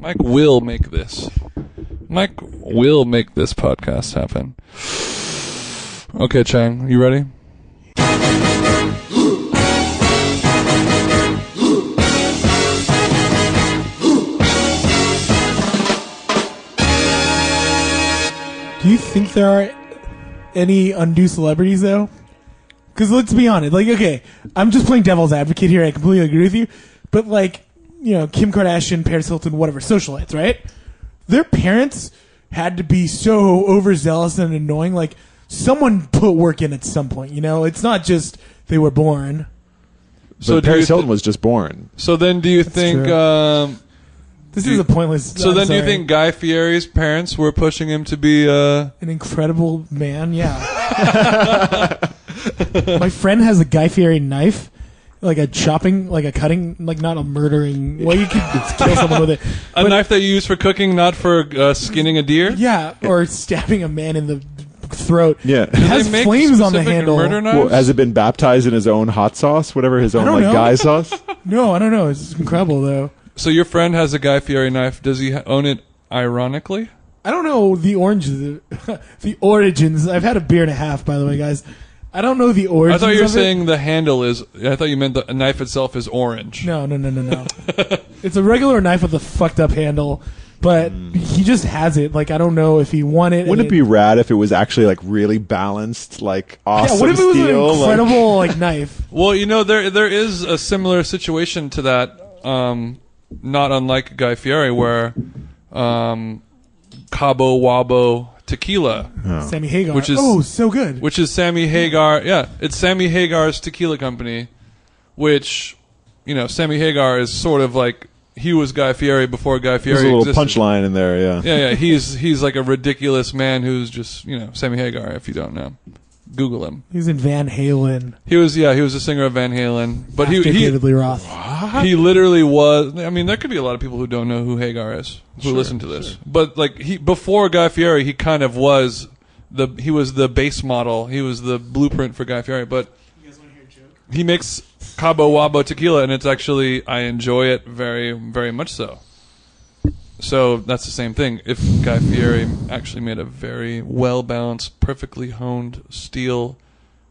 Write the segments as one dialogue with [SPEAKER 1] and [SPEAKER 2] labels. [SPEAKER 1] Mike will make this. Mike will make this podcast happen. Okay, Chang, you ready?
[SPEAKER 2] Do you think there are any undue celebrities though? Because let's be honest, like okay, I'm just playing devil's advocate here. I completely agree with you, but like you know, Kim Kardashian, Paris Hilton, whatever, socialites, right? Their parents had to be so overzealous and annoying. Like someone put work in at some point. You know, it's not just they were born.
[SPEAKER 1] So
[SPEAKER 3] So
[SPEAKER 1] do you
[SPEAKER 3] Paris
[SPEAKER 1] thi-
[SPEAKER 3] Hilton was just born.
[SPEAKER 1] So then, do you think?
[SPEAKER 2] true.
[SPEAKER 1] Um,
[SPEAKER 2] This
[SPEAKER 1] Dude.
[SPEAKER 2] is a pointless.
[SPEAKER 1] so
[SPEAKER 2] I'm
[SPEAKER 1] then, do you
[SPEAKER 2] sorry.
[SPEAKER 1] think Guy Fieri's parents were pushing him to be? Uh,
[SPEAKER 2] an incredible man? Yeah. My friend has a Guy Fieri knife, like a chopping, like a cutting, like not a murdering. Well, you could kill someone with it.
[SPEAKER 1] a
[SPEAKER 2] But-
[SPEAKER 1] knife that you use for cooking, not for uh, skinning a deer.
[SPEAKER 2] Yeah, or stabbing a man in the throat.
[SPEAKER 3] Yeah.
[SPEAKER 2] It
[SPEAKER 1] Do
[SPEAKER 2] has
[SPEAKER 1] they make
[SPEAKER 2] flames on the
[SPEAKER 1] specific
[SPEAKER 2] handle.
[SPEAKER 1] Murder knives?
[SPEAKER 3] Well, has it been baptized in his own hot sauce, whatever his own
[SPEAKER 2] don't
[SPEAKER 3] like
[SPEAKER 2] know.
[SPEAKER 3] guy sauce?
[SPEAKER 2] No, I don't know. It's incredible though.
[SPEAKER 1] so your friend has a Guy Fieri knife. Does he ha- own it? Ironically,
[SPEAKER 2] I don't know the orange, the, the origins. I've had a beer and a half, by the way, guys. I don't know the
[SPEAKER 1] I
[SPEAKER 2] origins.
[SPEAKER 1] thought you were
[SPEAKER 2] of it.
[SPEAKER 1] saying the handle is. I thought you meant the knife itself is orange.
[SPEAKER 2] No, no, no, no, no. it's a regular knife with a fucked up handle, but he just has it. Like I don't know if he won it.
[SPEAKER 3] Wouldn't it
[SPEAKER 2] and
[SPEAKER 3] be rad if it was actually like really balanced, like
[SPEAKER 2] Yeah.
[SPEAKER 3] awesome
[SPEAKER 2] What if it was
[SPEAKER 3] steel?
[SPEAKER 2] an
[SPEAKER 3] like-
[SPEAKER 2] incredible like knife?
[SPEAKER 1] Well, you know there there is a similar situation to that, um, not unlike Guy Fieri, where um, Cabo Wabo tequila,
[SPEAKER 2] Sammy Hagar,
[SPEAKER 1] Which is-
[SPEAKER 2] oh so good.
[SPEAKER 1] which is Sammy Hagar. Yeah, it's Sammy Hagar's tequila company, which you know Sammy Hagar is sort of like he was Guy Fieri before Guy Fieri
[SPEAKER 3] There's a little
[SPEAKER 1] existed.
[SPEAKER 3] punchline in there, yeah.
[SPEAKER 1] Yeah, yeah, he's he's like a ridiculous man who's just you know Sammy Hagar. If you don't know, Google him.
[SPEAKER 2] He's in Van Halen,
[SPEAKER 1] He was yeah, he was a singer of Van Halen, but he
[SPEAKER 2] after
[SPEAKER 1] he,
[SPEAKER 2] David Lee Roth.
[SPEAKER 1] He literally was. I mean, there could be a lot of people who don't know who Hagar is who listen to this. But like he before Guy Fieri, he kind of was the he was the base model. He was the blueprint for Guy Fieri. But he makes Cabo Wabo tequila, and it's actually I enjoy it very very much so. So that's the same thing. If Guy Fieri actually made a very well balanced, perfectly honed steel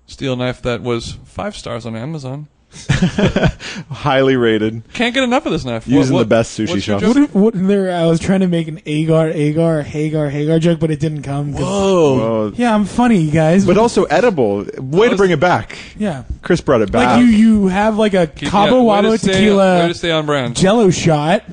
[SPEAKER 1] steel knife that was five stars on Amazon.
[SPEAKER 3] Highly rated.
[SPEAKER 1] Can't get enough of this knife.
[SPEAKER 3] Using the best sushi
[SPEAKER 1] what's your
[SPEAKER 3] shops.
[SPEAKER 1] joke?
[SPEAKER 2] What if what there? I was trying to make an Agar, Agar, Hagar, Hagar joke, but it didn't come. 'cause-
[SPEAKER 1] Whoa.
[SPEAKER 3] Well,
[SPEAKER 2] Yeah, I'm funny, you guys.
[SPEAKER 3] But also edible. Way to bring it back.
[SPEAKER 2] yeah,
[SPEAKER 3] Chris brought it back.
[SPEAKER 2] like you, you have like a
[SPEAKER 1] Keep-
[SPEAKER 2] Cabo
[SPEAKER 1] yeah, way
[SPEAKER 2] Wabo
[SPEAKER 1] to stay-
[SPEAKER 2] tequila.
[SPEAKER 1] way to stay on brand.
[SPEAKER 2] Jello shot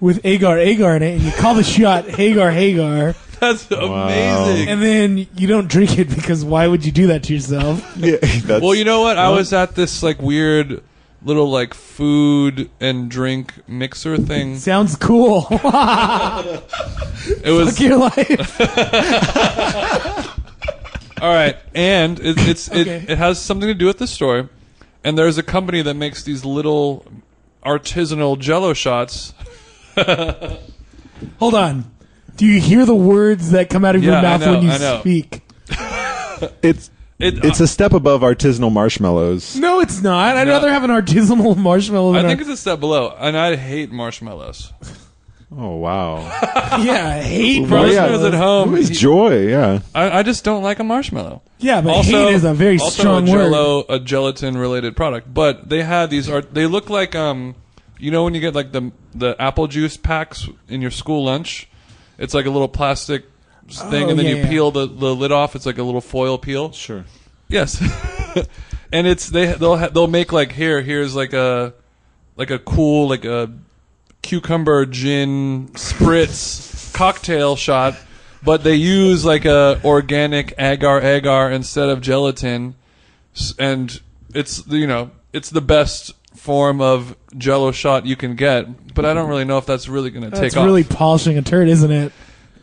[SPEAKER 2] with agar agar in it, and you call the shot Hagar Hagar,
[SPEAKER 1] That's amazing.
[SPEAKER 2] and then you don't drink it because why would you do that to yourself?
[SPEAKER 3] Yeah, that's-
[SPEAKER 1] well, you know what? I was at this like weird little like food and drink mixer thing.
[SPEAKER 2] Sounds cool.
[SPEAKER 1] It was
[SPEAKER 2] Fuck your life.
[SPEAKER 1] all right, and it, it's
[SPEAKER 2] Okay.
[SPEAKER 1] it, it has something to do with the story. And there's a company that makes these little artisanal Jello shots.
[SPEAKER 2] Hold on. Do you hear the words that come out of
[SPEAKER 1] Yeah, I
[SPEAKER 2] your mouth
[SPEAKER 1] know,
[SPEAKER 2] when you
[SPEAKER 1] I know.
[SPEAKER 2] speak?
[SPEAKER 3] it's
[SPEAKER 1] It,
[SPEAKER 3] it's a step above artisanal marshmallows.
[SPEAKER 2] No, it's not. I'd
[SPEAKER 1] No.
[SPEAKER 2] rather have an artisanal marshmallow.
[SPEAKER 1] I
[SPEAKER 2] Than
[SPEAKER 1] think it's a step below, and I hate marshmallows.
[SPEAKER 3] Oh wow!
[SPEAKER 2] our, yeah, I hate
[SPEAKER 1] For
[SPEAKER 3] yeah.
[SPEAKER 1] listeners at
[SPEAKER 2] marshmallows.
[SPEAKER 1] home,
[SPEAKER 3] Who is
[SPEAKER 1] he-
[SPEAKER 3] joy? Yeah,
[SPEAKER 1] I, I just don't like a marshmallow.
[SPEAKER 2] Yeah, but hate is a very
[SPEAKER 1] also
[SPEAKER 2] strong
[SPEAKER 1] a
[SPEAKER 2] word.
[SPEAKER 1] Jello, a gelatin related product. But they had these art. They look like um, you know when you get like the the apple juice packs in your school lunch, it's like a little plastic thing,
[SPEAKER 2] Oh,
[SPEAKER 1] and then
[SPEAKER 2] yeah,
[SPEAKER 1] you
[SPEAKER 2] yeah.
[SPEAKER 1] peel the, the lid off. It's like a little foil peel.
[SPEAKER 3] sure.
[SPEAKER 1] Yes, and it's they they'll ha- they'll make like here here's like a like a cool like a cucumber gin spritz cocktail shot, but they use like a organic agar agar instead of gelatin, S- and it's you know it's the best form of Jello shot you can get. But I don't really know if that's really going to take
[SPEAKER 2] That's
[SPEAKER 1] off.
[SPEAKER 2] really polishing a turd, isn't it?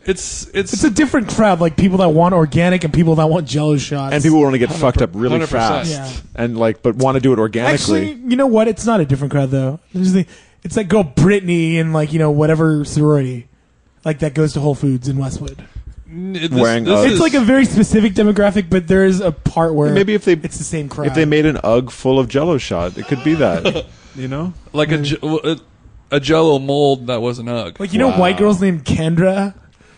[SPEAKER 1] it's it's,
[SPEAKER 2] It's a different crowd, like people that want organic and people that want Jello shots.
[SPEAKER 3] And people want to get fucked up really
[SPEAKER 1] 100%.
[SPEAKER 3] fast,
[SPEAKER 2] Yeah.
[SPEAKER 3] and like, but want to do it organically.
[SPEAKER 2] Actually, you know what? It's not a different crowd though. There's the- It's like go Britney and like you know whatever sorority, like that goes to Whole Foods in Westwood.
[SPEAKER 1] n- this-
[SPEAKER 3] wearing
[SPEAKER 1] this
[SPEAKER 3] a-
[SPEAKER 2] It's
[SPEAKER 1] is-
[SPEAKER 2] like a very specific demographic, but there is a part where
[SPEAKER 3] Maybe if they
[SPEAKER 2] it's the same crowd.
[SPEAKER 3] if they made an UGG full of Jello shot, it could be that. you know,
[SPEAKER 1] like a j- w- it- a Jello mold that was an UGG.
[SPEAKER 2] Like you know,
[SPEAKER 3] Wow.
[SPEAKER 2] white girls named Kendra.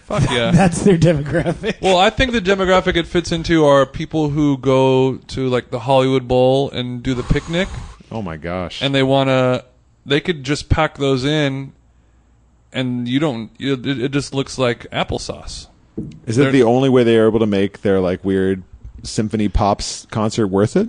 [SPEAKER 1] Fuck yeah.
[SPEAKER 2] That's their demographic.
[SPEAKER 1] Well, I think the demographic it fits into are people who go to like the Hollywood Bowl and do the picnic,
[SPEAKER 3] Oh my gosh.
[SPEAKER 1] and they wanna. They could just pack those in, and you don't. you- It, it just looks like applesauce.
[SPEAKER 3] Is it
[SPEAKER 1] they're-
[SPEAKER 3] the only way they are able to make their like weird symphony pops concert worth it?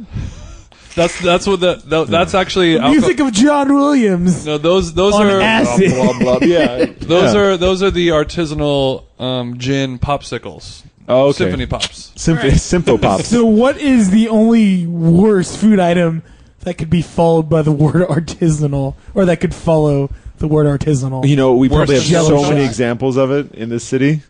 [SPEAKER 1] That's that's what the, tha- that's actually alco-
[SPEAKER 2] Music of John Williams
[SPEAKER 1] No, those those
[SPEAKER 2] on
[SPEAKER 1] are um,
[SPEAKER 2] acid.
[SPEAKER 3] Yeah.
[SPEAKER 1] those
[SPEAKER 3] Yeah.
[SPEAKER 1] are those are the artisanal um, gin popsicles.
[SPEAKER 3] Oh, okay.
[SPEAKER 1] Symphony pops.
[SPEAKER 3] Symph-
[SPEAKER 2] Right.
[SPEAKER 3] Sympho pops.
[SPEAKER 2] So, what is the only worst food item that could be followed by the word artisanal, or that could follow the word artisanal?
[SPEAKER 3] You know, we probably have
[SPEAKER 1] Worst
[SPEAKER 3] so
[SPEAKER 2] Jello
[SPEAKER 3] many
[SPEAKER 2] shot.
[SPEAKER 3] examples of it in this city.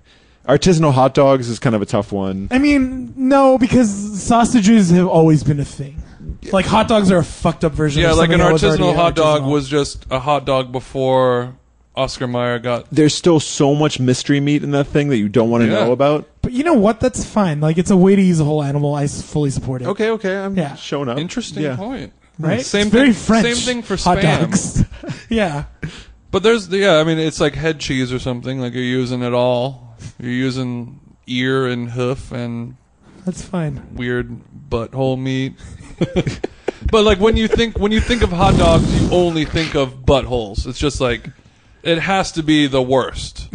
[SPEAKER 3] Artisanal hot dogs is kind of a tough one.
[SPEAKER 2] I mean, no, because sausages have always been a thing. Like hot dogs are a fucked up version.
[SPEAKER 1] Yeah,
[SPEAKER 2] of
[SPEAKER 1] like an
[SPEAKER 2] something that was
[SPEAKER 1] artisanal
[SPEAKER 2] already
[SPEAKER 1] hot dog
[SPEAKER 2] artisanal.
[SPEAKER 1] was just a hot dog before Oscar Mayer got
[SPEAKER 3] There's still so much mystery meat in that thing that you don't want to
[SPEAKER 1] Yeah.
[SPEAKER 3] know about.
[SPEAKER 2] But you know what? That's fine. Like it's a way to use a whole animal. I s- fully support it.
[SPEAKER 3] Okay, okay, I'm
[SPEAKER 2] Yeah.
[SPEAKER 3] showing up.
[SPEAKER 1] Interesting
[SPEAKER 3] Yeah.
[SPEAKER 1] point.
[SPEAKER 2] right?
[SPEAKER 1] Same
[SPEAKER 2] It's
[SPEAKER 1] thing.
[SPEAKER 2] very French.
[SPEAKER 1] Same thing for
[SPEAKER 2] hot
[SPEAKER 1] spam.
[SPEAKER 2] dogs. yeah,
[SPEAKER 1] But there's yeah, I mean it's like head cheese or something. Like you're using it all. You're using ear and hoof and
[SPEAKER 2] that's fine.
[SPEAKER 1] weird butthole meat. but like when you think when you think of hot dogs, you only think of buttholes. It's just like it has to be the worst.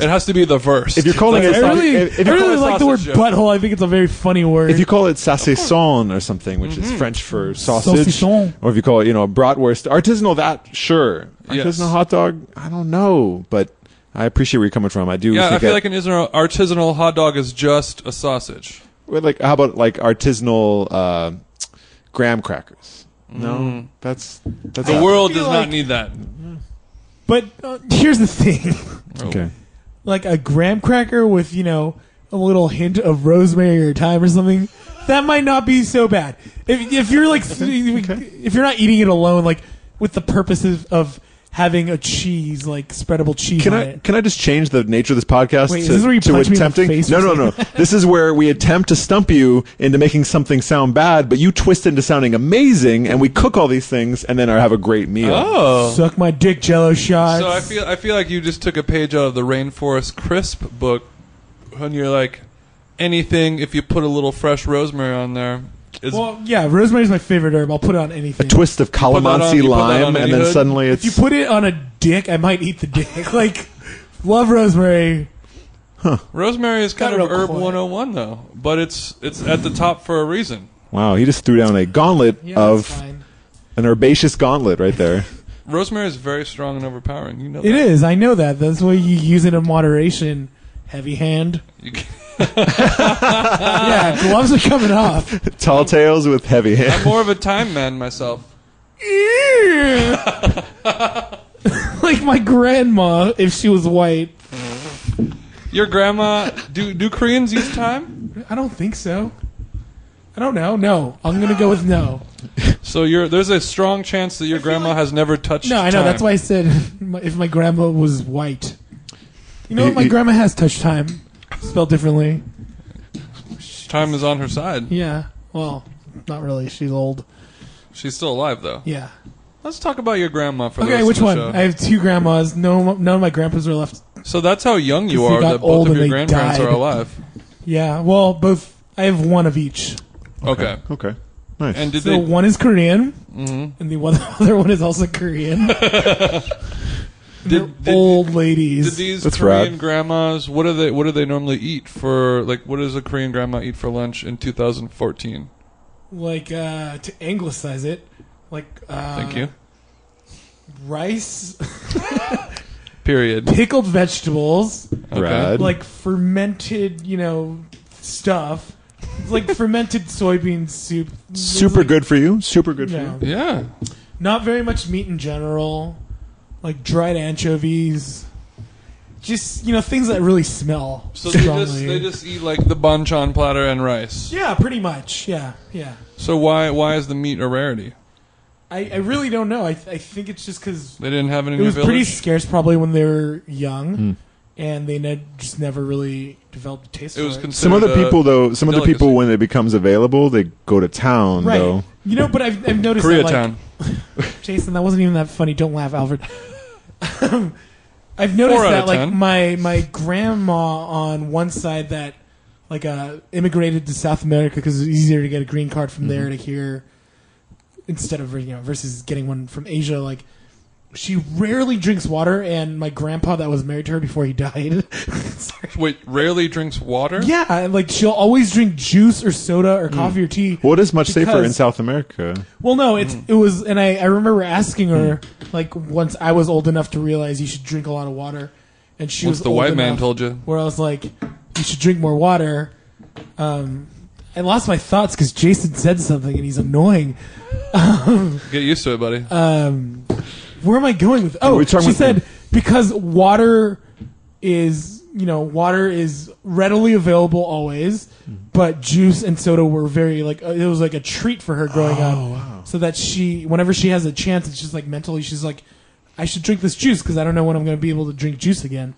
[SPEAKER 1] It has to be the worst.
[SPEAKER 3] If you're calling
[SPEAKER 2] Like,
[SPEAKER 3] it,
[SPEAKER 2] I really,
[SPEAKER 3] if, if
[SPEAKER 2] I
[SPEAKER 3] you're
[SPEAKER 2] really
[SPEAKER 1] calling it
[SPEAKER 2] like the word
[SPEAKER 1] sausage, yeah.
[SPEAKER 2] butthole. I think it's a very funny word.
[SPEAKER 3] If you call it saucisson or something, which
[SPEAKER 1] Mm-hmm.
[SPEAKER 3] is French for sausage,
[SPEAKER 2] Saucisson.
[SPEAKER 3] or if you call it, you know, bratwurst, artisanal that, sure. Artisanal
[SPEAKER 1] Yes.
[SPEAKER 3] hot dog, I don't know, but I appreciate where you're coming from. I do.
[SPEAKER 1] yeah,
[SPEAKER 3] think
[SPEAKER 1] I feel like an artisanal- artisanal hot dog is just a sausage.
[SPEAKER 3] well, like how about like artisanal uh, graham crackers? No, that's that's
[SPEAKER 1] Mm. The
[SPEAKER 3] out.
[SPEAKER 1] world
[SPEAKER 2] feel
[SPEAKER 1] does
[SPEAKER 2] like-
[SPEAKER 1] not need that.
[SPEAKER 2] but uh, here's the thing:
[SPEAKER 3] Okay,
[SPEAKER 2] like a graham cracker with you know a little hint of rosemary or thyme or something, that might not be so bad. If, if you're like if you're not eating it alone, like with the purposes of having a cheese, like spreadable cheese
[SPEAKER 3] can
[SPEAKER 2] on
[SPEAKER 3] I
[SPEAKER 2] it.
[SPEAKER 3] can I just change the nature of this podcast
[SPEAKER 2] Wait, is
[SPEAKER 3] to,
[SPEAKER 2] this where you
[SPEAKER 3] to
[SPEAKER 2] punch me in the
[SPEAKER 3] attempting?
[SPEAKER 2] face
[SPEAKER 3] no,
[SPEAKER 2] or
[SPEAKER 3] no, no. this is where we attempt to stump you into making something sound bad, but you twist into sounding amazing, and we cook all these things, and then have a great meal.
[SPEAKER 1] Oh.
[SPEAKER 2] Suck my dick, Jello shots.
[SPEAKER 1] So I feel I feel like you just took a page out of the Rainforest Crisp book, and you're like, anything if you put a little fresh rosemary on there is
[SPEAKER 2] Well, yeah, rosemary's my favorite herb. I'll put it on anything.
[SPEAKER 3] twist of
[SPEAKER 1] put that on- you
[SPEAKER 3] calamansi
[SPEAKER 1] put that
[SPEAKER 3] lime,
[SPEAKER 1] on any
[SPEAKER 3] and then
[SPEAKER 1] hood?
[SPEAKER 3] suddenly it's
[SPEAKER 2] if you put it on a dick, I might eat the dick. like, love rosemary.
[SPEAKER 1] rosemary is kind
[SPEAKER 2] Got
[SPEAKER 1] of
[SPEAKER 2] real
[SPEAKER 1] herb
[SPEAKER 2] quiet.
[SPEAKER 1] 101 though, but it's it's at the top for a reason.
[SPEAKER 3] wow. He just threw down a gauntlet
[SPEAKER 2] Yeah, that's
[SPEAKER 3] of
[SPEAKER 2] fine.
[SPEAKER 3] an herbaceous gauntlet right there.
[SPEAKER 1] Rosemary is very strong and overpowering. You know
[SPEAKER 2] It
[SPEAKER 1] that.
[SPEAKER 2] is. I know that. That's why you use it in moderation. Heavy hand.
[SPEAKER 1] You can-
[SPEAKER 2] yeah, gloves are coming off.
[SPEAKER 3] Tall tales with heavy
[SPEAKER 1] I'm
[SPEAKER 3] hands.
[SPEAKER 1] more of a time man myself.
[SPEAKER 2] like my grandma, if she was white.
[SPEAKER 1] Your grandma? Do do Koreans use time?
[SPEAKER 2] I don't think so. I don't know. No, I'm gonna go with no.
[SPEAKER 1] So you're there's a strong chance that your grandma has never touched.
[SPEAKER 2] No, I know.
[SPEAKER 1] time.
[SPEAKER 2] That's why I said my- if my grandma was white. You know
[SPEAKER 3] You-
[SPEAKER 2] what? My
[SPEAKER 3] you-
[SPEAKER 2] grandma has touch time, spelled differently.
[SPEAKER 1] time is on her side.
[SPEAKER 2] Yeah. Well, not really. She's old.
[SPEAKER 1] She's still alive though.
[SPEAKER 2] Yeah.
[SPEAKER 1] Let's talk about your grandma for the
[SPEAKER 2] Okay,
[SPEAKER 1] rest
[SPEAKER 2] which
[SPEAKER 1] of the
[SPEAKER 2] one?
[SPEAKER 1] show.
[SPEAKER 2] I have two grandmas. No, none of my grandpas are left.
[SPEAKER 1] So that's how young you
[SPEAKER 2] Because they
[SPEAKER 1] are
[SPEAKER 2] got
[SPEAKER 1] that
[SPEAKER 2] old
[SPEAKER 1] both of
[SPEAKER 2] and
[SPEAKER 1] your
[SPEAKER 2] they
[SPEAKER 1] grandparents
[SPEAKER 2] died.
[SPEAKER 1] are alive.
[SPEAKER 2] Yeah. Well, both. I have one of each.
[SPEAKER 1] Okay.
[SPEAKER 3] Okay, nice.
[SPEAKER 1] And did
[SPEAKER 2] so
[SPEAKER 1] they Mm-hmm.
[SPEAKER 2] one is Korean, and the one other one is also Korean.
[SPEAKER 1] did, did,
[SPEAKER 2] old ladies.
[SPEAKER 1] did these
[SPEAKER 3] That's
[SPEAKER 1] Korean
[SPEAKER 3] rad.
[SPEAKER 1] grandmas what do they what do they normally eat for like what does a Korean grandma eat for lunch in 2014?
[SPEAKER 2] like uh, to anglicize it, like uh,
[SPEAKER 1] Thank you.
[SPEAKER 2] rice,
[SPEAKER 1] Period.
[SPEAKER 2] pickled vegetables,
[SPEAKER 1] Okay.
[SPEAKER 3] Rad.
[SPEAKER 2] like fermented, you know, stuff. It's like fermented soybean soup.
[SPEAKER 3] super good for you. Super good
[SPEAKER 2] Yeah.
[SPEAKER 3] for
[SPEAKER 1] Yeah.
[SPEAKER 2] Not very much meat in general, like dried anchovies. Just you know things that really smell
[SPEAKER 1] So they
[SPEAKER 2] strongly.
[SPEAKER 1] just they just eat like the banchan platter and rice.
[SPEAKER 2] yeah, pretty much. Yeah, yeah.
[SPEAKER 1] So why why is the meat a rarity?
[SPEAKER 2] I, I really don't know. I, th- I think it's just because
[SPEAKER 1] They didn't have it in
[SPEAKER 2] it
[SPEAKER 1] your
[SPEAKER 2] was pretty
[SPEAKER 1] village.
[SPEAKER 2] scarce probably when they were young, and they ne- just never really developed a taste
[SPEAKER 1] it was
[SPEAKER 2] for it.
[SPEAKER 1] considered
[SPEAKER 3] Some other
[SPEAKER 1] a-
[SPEAKER 3] people though, some other people
[SPEAKER 1] delicacy.
[SPEAKER 3] when it becomes available, they go to town
[SPEAKER 2] right.
[SPEAKER 3] though.
[SPEAKER 2] You know, but I've, I've noticed that, like,
[SPEAKER 1] Koreatown.
[SPEAKER 2] Jason, that wasn't even that funny. Don't laugh, Alfred. Um, I've noticed
[SPEAKER 1] Four out
[SPEAKER 2] that
[SPEAKER 1] of
[SPEAKER 2] like
[SPEAKER 1] ten.
[SPEAKER 2] my my grandma on one side that like uh, immigrated to South America because it was easier to get a green card from there to
[SPEAKER 1] Mm-hmm.
[SPEAKER 2] here instead of you know versus getting one from Asia like. She rarely drinks water, and my grandpa that was married to her before he died. Sorry.
[SPEAKER 1] Wait, rarely drinks water.
[SPEAKER 2] Yeah, and, like she'll always drink juice or soda
[SPEAKER 1] Mm.
[SPEAKER 2] or coffee or tea.
[SPEAKER 3] What is much safer in
[SPEAKER 2] Because-
[SPEAKER 3] South America?
[SPEAKER 2] Well, no, it's
[SPEAKER 1] Mm.
[SPEAKER 2] it was, and I, I remember asking her like once I was old enough to realize you should drink a lot of water, and she
[SPEAKER 1] Once
[SPEAKER 2] was
[SPEAKER 1] the
[SPEAKER 2] old
[SPEAKER 1] white man
[SPEAKER 2] enough
[SPEAKER 1] told you.
[SPEAKER 2] where I was like, you should drink more water. Um, I lost my thoughts because Jason said something and he's annoying.
[SPEAKER 1] Get used to it, buddy.
[SPEAKER 2] Um, where am I going with? Oh,
[SPEAKER 3] we talking
[SPEAKER 2] she
[SPEAKER 3] with-
[SPEAKER 2] said because water is you know water is readily available always, but juice and soda were very like uh, it was like a treat for her growing up. So that she whenever she has a chance, it's just like mentally she's like, I should drink this juice because I don't know when I'm going to be able to drink juice again.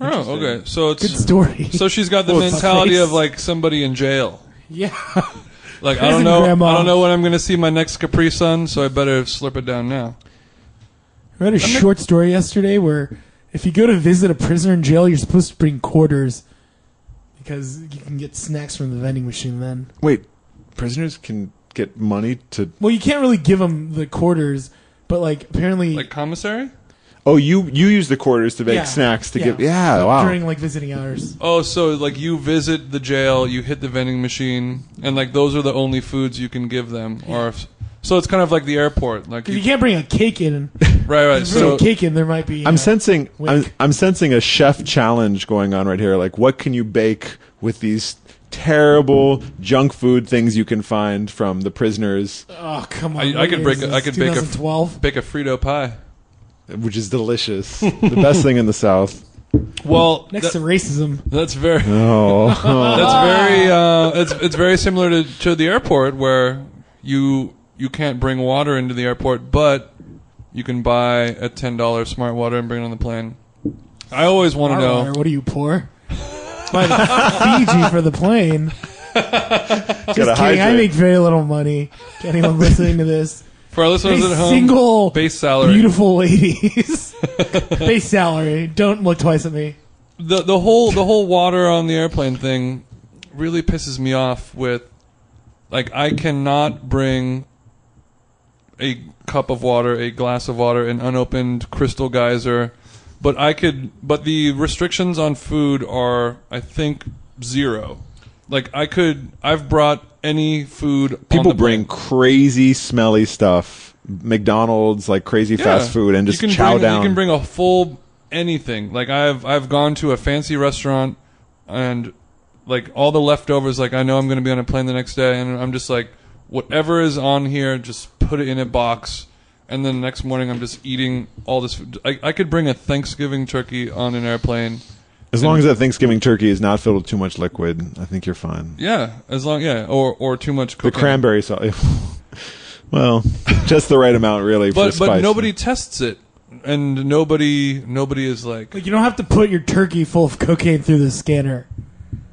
[SPEAKER 1] oh, okay. So
[SPEAKER 2] Good
[SPEAKER 1] it's
[SPEAKER 2] story.
[SPEAKER 1] so she's got the
[SPEAKER 2] Well, it's
[SPEAKER 1] mentality
[SPEAKER 2] nice.
[SPEAKER 1] of like somebody in jail.
[SPEAKER 2] yeah,
[SPEAKER 1] Like I
[SPEAKER 2] Prison
[SPEAKER 1] don't know,
[SPEAKER 2] grandma.
[SPEAKER 1] I don't know when I'm going to see my next Capri Sun, so I better slip it down now.
[SPEAKER 2] I read a short story yesterday where if you go to visit a prisoner in jail, you're supposed to bring quarters. Because you can get snacks from the vending machine then.
[SPEAKER 3] Wait, prisoners can get money to.
[SPEAKER 2] Well, you can't really give them the quarters, but like apparently
[SPEAKER 1] Like commissary?
[SPEAKER 3] Oh, you you use the quarters to make
[SPEAKER 2] Yeah.
[SPEAKER 3] snacks to
[SPEAKER 2] Yeah.
[SPEAKER 3] give. Yeah, wow.
[SPEAKER 2] during like visiting hours.
[SPEAKER 1] Oh, so like you visit the jail, you hit the vending machine, and like those are the only foods you can give them. Or if, so it's kind of like the airport, like
[SPEAKER 2] 'Cause you
[SPEAKER 1] you,
[SPEAKER 2] can't bring a cake in.
[SPEAKER 1] right, right.
[SPEAKER 2] If you bring
[SPEAKER 1] So
[SPEAKER 2] a cake in, there might be.
[SPEAKER 3] I'm
[SPEAKER 2] uh,
[SPEAKER 3] sensing I'm,
[SPEAKER 2] Wick.
[SPEAKER 3] I'm sensing a chef challenge going on right here. Like, what can you bake with these terrible junk food things you can find from the prisoners,
[SPEAKER 2] Oh come on!
[SPEAKER 1] I- I
[SPEAKER 2] what
[SPEAKER 1] could
[SPEAKER 2] year
[SPEAKER 1] break
[SPEAKER 2] is
[SPEAKER 1] a-
[SPEAKER 2] this?
[SPEAKER 1] I could bake a-
[SPEAKER 2] 2012.
[SPEAKER 1] bake a Frito pie.
[SPEAKER 3] which is delicious, the best thing in the South.
[SPEAKER 1] Well,
[SPEAKER 2] Next
[SPEAKER 1] that-
[SPEAKER 2] to racism.
[SPEAKER 1] that's very
[SPEAKER 3] Oh,
[SPEAKER 1] that's
[SPEAKER 2] Ah.
[SPEAKER 1] very uh, it's it's very similar to to the airport where you you can't bring water into the airport, but you can buy a ten dollar smart water and bring it on the plane. I always want to
[SPEAKER 2] Our
[SPEAKER 1] know.
[SPEAKER 2] water, What are you poor? Buy the Fiji for the plane.
[SPEAKER 3] gotta
[SPEAKER 2] Just kidding. I
[SPEAKER 3] hydrate.
[SPEAKER 2] make very little money. To anyone listening to this,
[SPEAKER 1] For our listeners
[SPEAKER 2] Any
[SPEAKER 1] at home,
[SPEAKER 2] single
[SPEAKER 1] base salary.
[SPEAKER 2] beautiful ladies, base salary. Don't look twice at me.
[SPEAKER 1] The the whole the whole water on the airplane thing really pisses me off. With like, I cannot bring a cup of water, a glass of water, an unopened crystal geyser, but I could. But the restrictions on food are, I think, zero. Like I could, I've brought any food. on
[SPEAKER 3] people
[SPEAKER 1] the
[SPEAKER 3] bring crazy smelly stuff, McDonald's, like crazy fast food, and just
[SPEAKER 1] you can
[SPEAKER 3] chow
[SPEAKER 1] bring,
[SPEAKER 3] down.
[SPEAKER 1] You can bring a full anything. Like I've I've gone to a fancy restaurant and like all the leftovers. Like I know I'm going to be on a plane the next day, and I'm just like whatever is on here, just put it in a box. And then the next morning, I'm just eating all this. Food. I, I could bring a Thanksgiving turkey on an airplane.
[SPEAKER 3] as long as that Thanksgiving turkey is not filled with too much liquid, I think you're fine.
[SPEAKER 1] Yeah, as long yeah, or or too much
[SPEAKER 3] The
[SPEAKER 1] cooking.
[SPEAKER 3] cranberry sauce. well, just the right amount, really.
[SPEAKER 1] but
[SPEAKER 3] for
[SPEAKER 1] but
[SPEAKER 3] spice.
[SPEAKER 1] nobody tests it, and nobody nobody is like
[SPEAKER 2] Like you don't have to put your turkey full of cocaine through the scanner.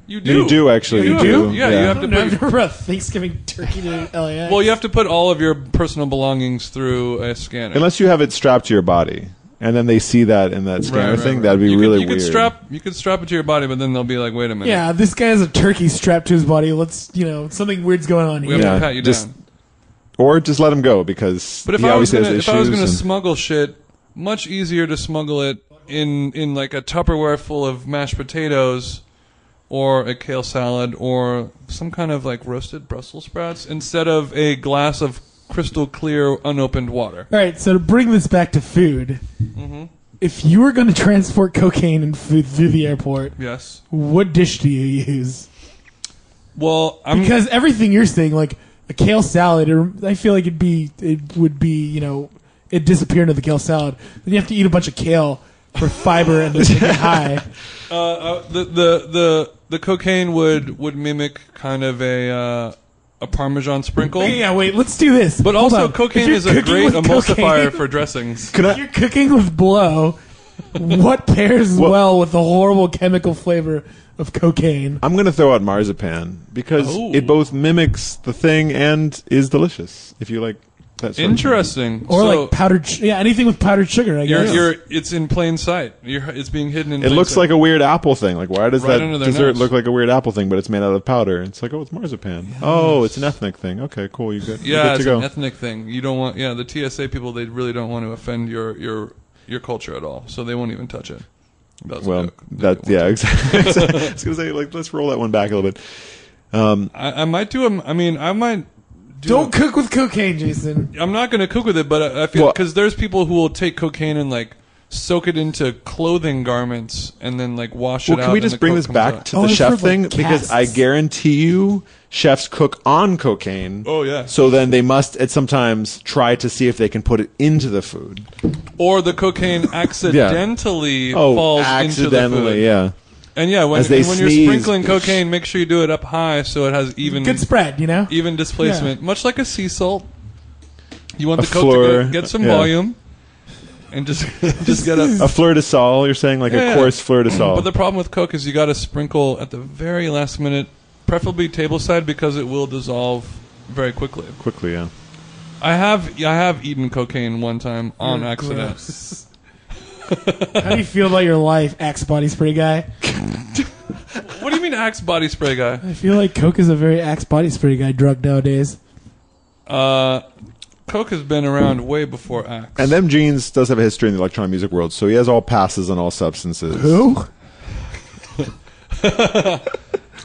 [SPEAKER 1] you do.
[SPEAKER 3] You do, actually,
[SPEAKER 1] You
[SPEAKER 3] you
[SPEAKER 1] do.
[SPEAKER 3] do,
[SPEAKER 1] Yeah,
[SPEAKER 3] yeah.
[SPEAKER 1] you
[SPEAKER 2] I
[SPEAKER 1] have to put
[SPEAKER 2] don't know.
[SPEAKER 1] your-
[SPEAKER 2] I've never brought Thanksgiving turkey to LAX.
[SPEAKER 1] Well, you have to put all of your personal belongings through a scanner.
[SPEAKER 3] Unless you have it strapped to your body, and then they see that in that
[SPEAKER 1] Right,
[SPEAKER 3] scanner
[SPEAKER 1] right,
[SPEAKER 3] thing,
[SPEAKER 1] right.
[SPEAKER 3] that'd be
[SPEAKER 1] you
[SPEAKER 3] really
[SPEAKER 1] could, you
[SPEAKER 3] weird.
[SPEAKER 1] Could strap, you could strap it to your body, but then they'll be like, "Wait a minute,
[SPEAKER 2] yeah, this guy has a turkey strapped to his body. Let's, you know, something weird's going on
[SPEAKER 1] we
[SPEAKER 2] here.
[SPEAKER 1] have
[SPEAKER 3] Yeah,
[SPEAKER 1] to pat you
[SPEAKER 3] just-
[SPEAKER 1] down."
[SPEAKER 3] or just let him go because
[SPEAKER 1] But if
[SPEAKER 3] he
[SPEAKER 1] I was
[SPEAKER 3] obviously
[SPEAKER 1] gonna,
[SPEAKER 3] has
[SPEAKER 1] if
[SPEAKER 3] issues.
[SPEAKER 1] I was gonna
[SPEAKER 3] and-
[SPEAKER 1] smuggle shit, much easier to smuggle it in in like a Tupperware full of mashed potatoes, or a kale salad, or some kind of like roasted Brussels sprouts instead of a glass of crystal clear unopened water.
[SPEAKER 2] All right, so to bring this back to food,
[SPEAKER 1] Mm-hmm.
[SPEAKER 2] if you were going to transport cocaine and food through the airport,
[SPEAKER 1] Yes.
[SPEAKER 2] what dish do you use?
[SPEAKER 1] Well, I'm
[SPEAKER 2] Because everything you're saying, like a kale salad, or I feel like it'd be, it would be, you know, it disappear into the kale salad. Then you have to eat a bunch of kale for fiber and then get high.
[SPEAKER 1] Uh, uh, the the the the cocaine would would mimic kind of a uh, a parmesan sprinkle.
[SPEAKER 2] Wait, yeah, wait. Let's do this.
[SPEAKER 1] But
[SPEAKER 2] Hold
[SPEAKER 1] also,
[SPEAKER 2] on. If
[SPEAKER 1] cocaine
[SPEAKER 2] you're
[SPEAKER 1] is a
[SPEAKER 2] cooking
[SPEAKER 1] great
[SPEAKER 2] with
[SPEAKER 1] emulsifier
[SPEAKER 2] cocaine-
[SPEAKER 1] for dressings.
[SPEAKER 3] Could
[SPEAKER 2] if
[SPEAKER 3] I,
[SPEAKER 2] you're cooking with blow, what pairs
[SPEAKER 3] Well-
[SPEAKER 2] well, with the horrible chemical flavor of cocaine?
[SPEAKER 3] I'm going to throw out marzipan because
[SPEAKER 1] Oh.
[SPEAKER 3] it both mimics the thing and is delicious. If you like that. Sort
[SPEAKER 1] Interesting.
[SPEAKER 2] Or
[SPEAKER 1] So
[SPEAKER 2] like powdered, sh- yeah, anything with powdered sugar. I
[SPEAKER 1] you're,
[SPEAKER 2] guess.
[SPEAKER 1] you're, it's in plain sight. You're, it's being hidden in.
[SPEAKER 3] Of thing. It
[SPEAKER 1] plain
[SPEAKER 3] looks
[SPEAKER 1] sight.
[SPEAKER 3] like a weird apple thing. Like why does
[SPEAKER 1] Right under
[SPEAKER 3] that
[SPEAKER 1] their
[SPEAKER 3] dessert
[SPEAKER 1] nose.
[SPEAKER 3] look like a weird apple thing? But it's made out of powder. It's like oh, it's marzipan. Oh, it's an ethnic thing. Okay, cool. You good?
[SPEAKER 1] yeah,
[SPEAKER 3] you're good
[SPEAKER 1] it's
[SPEAKER 3] to go.
[SPEAKER 1] an ethnic thing. You don't want yeah the TSA people. They really don't want to offend your your your culture at all, so they won't even touch it. That's a
[SPEAKER 3] well,
[SPEAKER 1] joke. They
[SPEAKER 3] that
[SPEAKER 1] won't.
[SPEAKER 3] yeah, exactly. I was going to say like let's roll that one back a little bit. Um,
[SPEAKER 1] I, I might do them. I mean, I might. Do
[SPEAKER 2] Don't cook with cocaine, Jason.
[SPEAKER 1] I'm not going to cook with it, but I, I feel
[SPEAKER 3] Well-
[SPEAKER 1] because there's people who will take cocaine and like soak it into clothing garments and then like wash
[SPEAKER 3] Well,
[SPEAKER 1] it out.
[SPEAKER 3] can we
[SPEAKER 1] and the
[SPEAKER 3] just bring
[SPEAKER 1] coke
[SPEAKER 3] this
[SPEAKER 1] comes
[SPEAKER 3] back
[SPEAKER 1] out.
[SPEAKER 3] to
[SPEAKER 2] Oh,
[SPEAKER 3] the
[SPEAKER 2] I've
[SPEAKER 3] chef
[SPEAKER 2] heard, like,
[SPEAKER 3] thing? because I
[SPEAKER 2] casts.
[SPEAKER 3] guarantee you chefs cook on cocaine.
[SPEAKER 1] Oh, yeah.
[SPEAKER 3] So then they must at sometimes try to see if they can put it into the food.
[SPEAKER 1] or the cocaine accidentally
[SPEAKER 3] Oh,
[SPEAKER 1] falls into the
[SPEAKER 3] accidentally,
[SPEAKER 1] food.
[SPEAKER 3] yeah.
[SPEAKER 1] And yeah, when,
[SPEAKER 3] As they
[SPEAKER 1] and when you're
[SPEAKER 3] sneeze.
[SPEAKER 1] sprinkling cocaine, make sure you do it up high so it has even
[SPEAKER 2] Good spread, you know.
[SPEAKER 1] even displacement, much like a sea salt. You want
[SPEAKER 3] A
[SPEAKER 1] the coke to
[SPEAKER 3] floor,
[SPEAKER 1] go, get some
[SPEAKER 3] yeah.
[SPEAKER 1] volume, and just just get up.
[SPEAKER 3] A fleur de sal, you're saying like
[SPEAKER 1] Yeah.
[SPEAKER 3] a coarse fleur de sal.
[SPEAKER 1] But the problem with Coke is you got to sprinkle at the very last minute, preferably table side because it will dissolve very quickly.
[SPEAKER 3] Quickly, yeah.
[SPEAKER 1] I have I have eaten cocaine one time on
[SPEAKER 2] You're
[SPEAKER 1] accident.
[SPEAKER 2] gross. How do you feel about your life, Axe Body Spray guy?
[SPEAKER 1] What do you mean Axe body spray guy?
[SPEAKER 2] I feel like Coke is a very Axe Body Spray guy drug nowadays.
[SPEAKER 1] Uh, Coke has been around way before Axe.
[SPEAKER 3] And them jeans does have a history in the electronic music world, so he has all passes on all substances.
[SPEAKER 2] Who?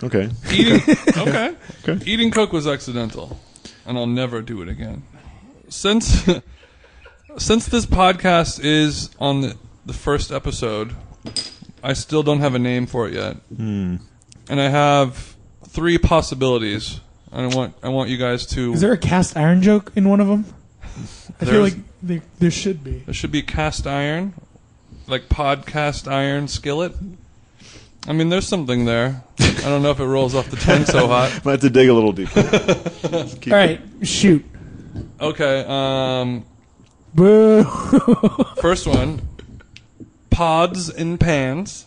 [SPEAKER 3] Okay.
[SPEAKER 1] eating okay.
[SPEAKER 3] Okay.
[SPEAKER 1] eating Coke was accidental, and I'll never do it again. Since since this podcast is on the, the first episode, I still don't have a name for it yet, and I have three possibilities. And I want I want you guys to.
[SPEAKER 2] Is there a cast iron joke in one of them? I feel
[SPEAKER 1] There's-
[SPEAKER 2] like there, there should be.
[SPEAKER 1] There should be cast iron, like podcast iron skillet. I mean, there's something there. I don't know if it rolls off the tongue so hot.
[SPEAKER 3] Might have to dig a little deeper. Just keep-
[SPEAKER 2] All right, shoot.
[SPEAKER 1] Okay. Um,
[SPEAKER 2] Boo.
[SPEAKER 1] First one, pods and pans.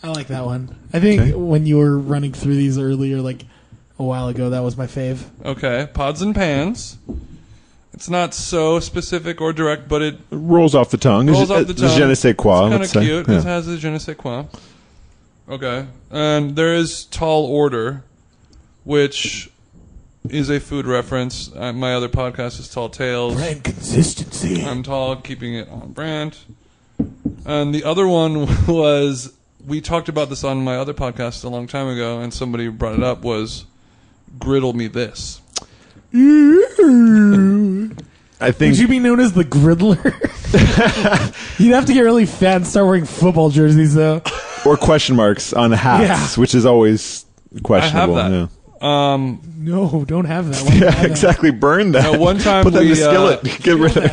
[SPEAKER 2] I like that one. I think
[SPEAKER 3] Okay.
[SPEAKER 2] when you were running through these earlier, like a while ago, that was my fave.
[SPEAKER 1] Okay, pods and pans. It's not so specific or direct, but it
[SPEAKER 3] Rolls off the tongue. uh,
[SPEAKER 1] rolls off the
[SPEAKER 3] It's Je
[SPEAKER 1] tongue.
[SPEAKER 3] ne sais quoi.
[SPEAKER 1] It's kind
[SPEAKER 3] let's say.
[SPEAKER 1] of cute.
[SPEAKER 3] Yeah.
[SPEAKER 1] It has the je ne sais quoi. Okay, and there is tall order, which is a food reference. Uh, my other podcast is Tall Tales.
[SPEAKER 2] Brand consistency.
[SPEAKER 1] I'm tall, keeping it on brand. And the other one was we talked about this on my other podcast a long time ago, and somebody brought it up was griddle me this.
[SPEAKER 2] Would
[SPEAKER 3] I think
[SPEAKER 2] you be known as the Griddler? You'd have to get really fat and start wearing football jerseys, though.
[SPEAKER 3] or question marks on hats,
[SPEAKER 2] Yeah.
[SPEAKER 3] which is always questionable.
[SPEAKER 1] that.
[SPEAKER 3] yeah.
[SPEAKER 1] Um,
[SPEAKER 2] No, don't have that. Why do you have
[SPEAKER 3] Yeah,
[SPEAKER 2] that?
[SPEAKER 3] exactly. Burn that.
[SPEAKER 1] Now, one time
[SPEAKER 3] put that in
[SPEAKER 1] we, uh,
[SPEAKER 3] the skillet. Get rid of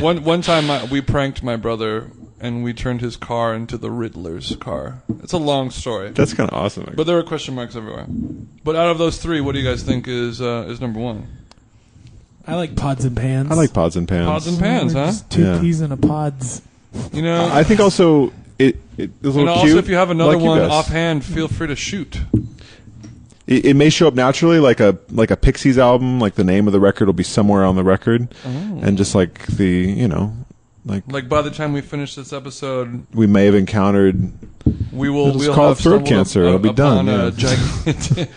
[SPEAKER 1] one one time I, we pranked my brother, and we turned his car into the Riddler's car. It's a long story,
[SPEAKER 3] That's kind of awesome.
[SPEAKER 1] but there are question marks everywhere. But out of those three, what do you guys think is uh, is number one?
[SPEAKER 2] I like pods and pans.
[SPEAKER 3] I like pods and pans.
[SPEAKER 1] Pods and pans,
[SPEAKER 2] We're
[SPEAKER 1] huh?
[SPEAKER 2] just Two
[SPEAKER 3] Yeah.
[SPEAKER 2] peas in a pods.
[SPEAKER 1] You know,
[SPEAKER 3] I think also it, it is a little
[SPEAKER 1] and also
[SPEAKER 3] cute.
[SPEAKER 1] if you have another
[SPEAKER 3] like you
[SPEAKER 1] one
[SPEAKER 3] guys.
[SPEAKER 1] offhand, feel free to shoot.
[SPEAKER 3] it, it may show up naturally, like a like a Pixies album. Like the name of the record will be somewhere on the record, and just like the you know, like
[SPEAKER 1] Like by the time we finish this episode,
[SPEAKER 3] we may have encountered.
[SPEAKER 1] we will
[SPEAKER 3] They'll just
[SPEAKER 1] we'll
[SPEAKER 3] call
[SPEAKER 1] have
[SPEAKER 3] it throat
[SPEAKER 1] stumbled
[SPEAKER 3] cancer.
[SPEAKER 1] up- uh,
[SPEAKER 3] It'll be
[SPEAKER 1] upon
[SPEAKER 3] done,
[SPEAKER 1] a
[SPEAKER 3] yeah.
[SPEAKER 1] gigantic-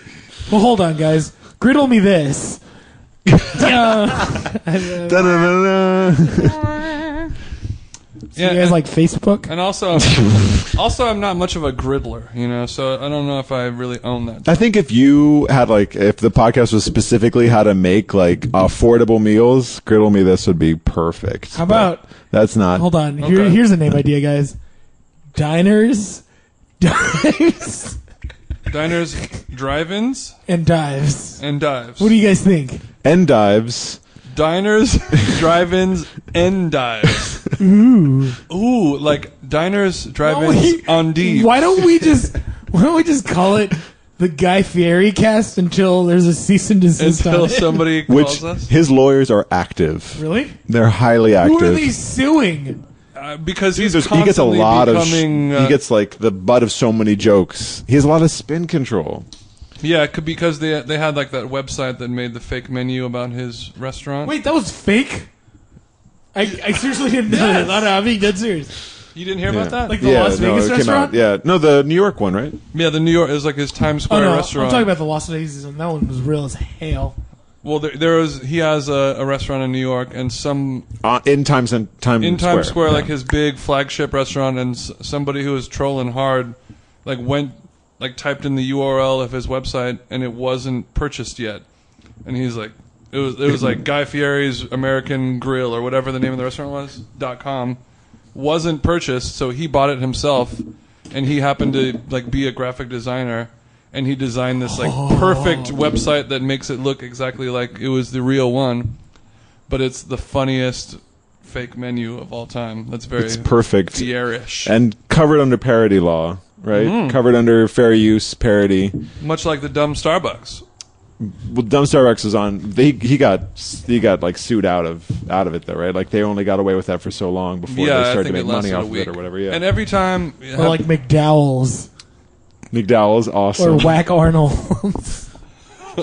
[SPEAKER 2] Well, hold on, guys. Griddle me this. Yeah. uh, so
[SPEAKER 3] Da-da-da-da.
[SPEAKER 1] Yeah,
[SPEAKER 2] you guys
[SPEAKER 1] and-
[SPEAKER 2] like Facebook?
[SPEAKER 1] and also, also I'm not much of a griddler, you know, so I don't know if I really own that.
[SPEAKER 3] I think if you had like if the podcast was specifically how to make like affordable meals, griddle me this would be perfect.
[SPEAKER 2] How
[SPEAKER 3] But
[SPEAKER 2] about-
[SPEAKER 3] that's not
[SPEAKER 2] Hold on. Here,
[SPEAKER 1] Okay.
[SPEAKER 2] here's a name idea, guys. Diners, dives,
[SPEAKER 1] Diners, drive-ins,
[SPEAKER 2] and dives.
[SPEAKER 1] and dives.
[SPEAKER 2] What do you guys think?
[SPEAKER 3] end dives.
[SPEAKER 1] Diners, drive-ins, and dives.
[SPEAKER 2] Ooh.
[SPEAKER 1] Ooh, like diners, drive-ins,
[SPEAKER 2] Why-
[SPEAKER 1] on D.
[SPEAKER 2] Why don't we just why don't we just call it the Guy Fieri cast until there's a cease and desist on
[SPEAKER 1] until
[SPEAKER 2] it?
[SPEAKER 1] somebody calls
[SPEAKER 3] Which
[SPEAKER 1] us?
[SPEAKER 3] his lawyers are active.
[SPEAKER 2] Really?
[SPEAKER 3] They're highly active.
[SPEAKER 2] Who are they suing?
[SPEAKER 1] uh, because he's
[SPEAKER 3] There's- he gets a
[SPEAKER 1] constantly
[SPEAKER 3] lot
[SPEAKER 1] becoming,
[SPEAKER 3] of. sh-
[SPEAKER 1] uh,
[SPEAKER 3] he gets like the butt of so many jokes. He has a lot of spin control.
[SPEAKER 1] yeah c- because they they had like that website that made the fake menu about his restaurant.
[SPEAKER 2] Wait, that was fake. I, I seriously didn't know. that. No, no, I'm being dead serious.
[SPEAKER 1] you didn't hear about
[SPEAKER 3] Yeah.
[SPEAKER 1] that?
[SPEAKER 2] Like the
[SPEAKER 3] yeah,
[SPEAKER 2] Las
[SPEAKER 3] no,
[SPEAKER 2] Vegas
[SPEAKER 3] it came
[SPEAKER 2] restaurant?
[SPEAKER 3] out. Yeah, no, the New York one, right?
[SPEAKER 1] yeah, the New York is like his Times
[SPEAKER 2] Oh
[SPEAKER 1] Square
[SPEAKER 2] no,
[SPEAKER 1] restaurant.
[SPEAKER 2] I'm talking about the Las Vegas, and that one was real as hell.
[SPEAKER 1] well, there, there is he has a, a restaurant in New York and some
[SPEAKER 3] Uh, in Times and Times
[SPEAKER 1] in Times Square,
[SPEAKER 3] yeah.
[SPEAKER 1] like his big flagship restaurant, and s- somebody who was trolling hard, like went, like typed in the URL of his website, and it wasn't purchased yet, and he's like, it was it was like Guy Fieri's American Grill or whatever the name of the restaurant was dot com, wasn't purchased, so he bought it himself, and he happened to like be a graphic designer. And he designed this like
[SPEAKER 3] Oh.
[SPEAKER 1] perfect website that makes it look exactly like it was the real one, but it's the funniest fake menu of all time. That's very
[SPEAKER 3] it's perfect
[SPEAKER 1] Fierish.
[SPEAKER 3] and covered under parody law, right?
[SPEAKER 1] Mm-hmm.
[SPEAKER 3] Covered under fair use parody.
[SPEAKER 1] Much like the dumb Starbucks.
[SPEAKER 3] Well, dumb Starbucks was on. They, he got he got like sued out of out of it though, right? Like they only got away with that for so long before
[SPEAKER 1] yeah,
[SPEAKER 3] they
[SPEAKER 1] I
[SPEAKER 3] started
[SPEAKER 1] think
[SPEAKER 3] to
[SPEAKER 1] it
[SPEAKER 3] make money
[SPEAKER 1] lasted
[SPEAKER 3] off
[SPEAKER 1] a
[SPEAKER 3] of
[SPEAKER 1] week
[SPEAKER 3] it or whatever. Yeah,
[SPEAKER 1] And every time,
[SPEAKER 2] Or like McDowell's
[SPEAKER 3] McDowell's awesome.
[SPEAKER 2] or Whack Arnold's.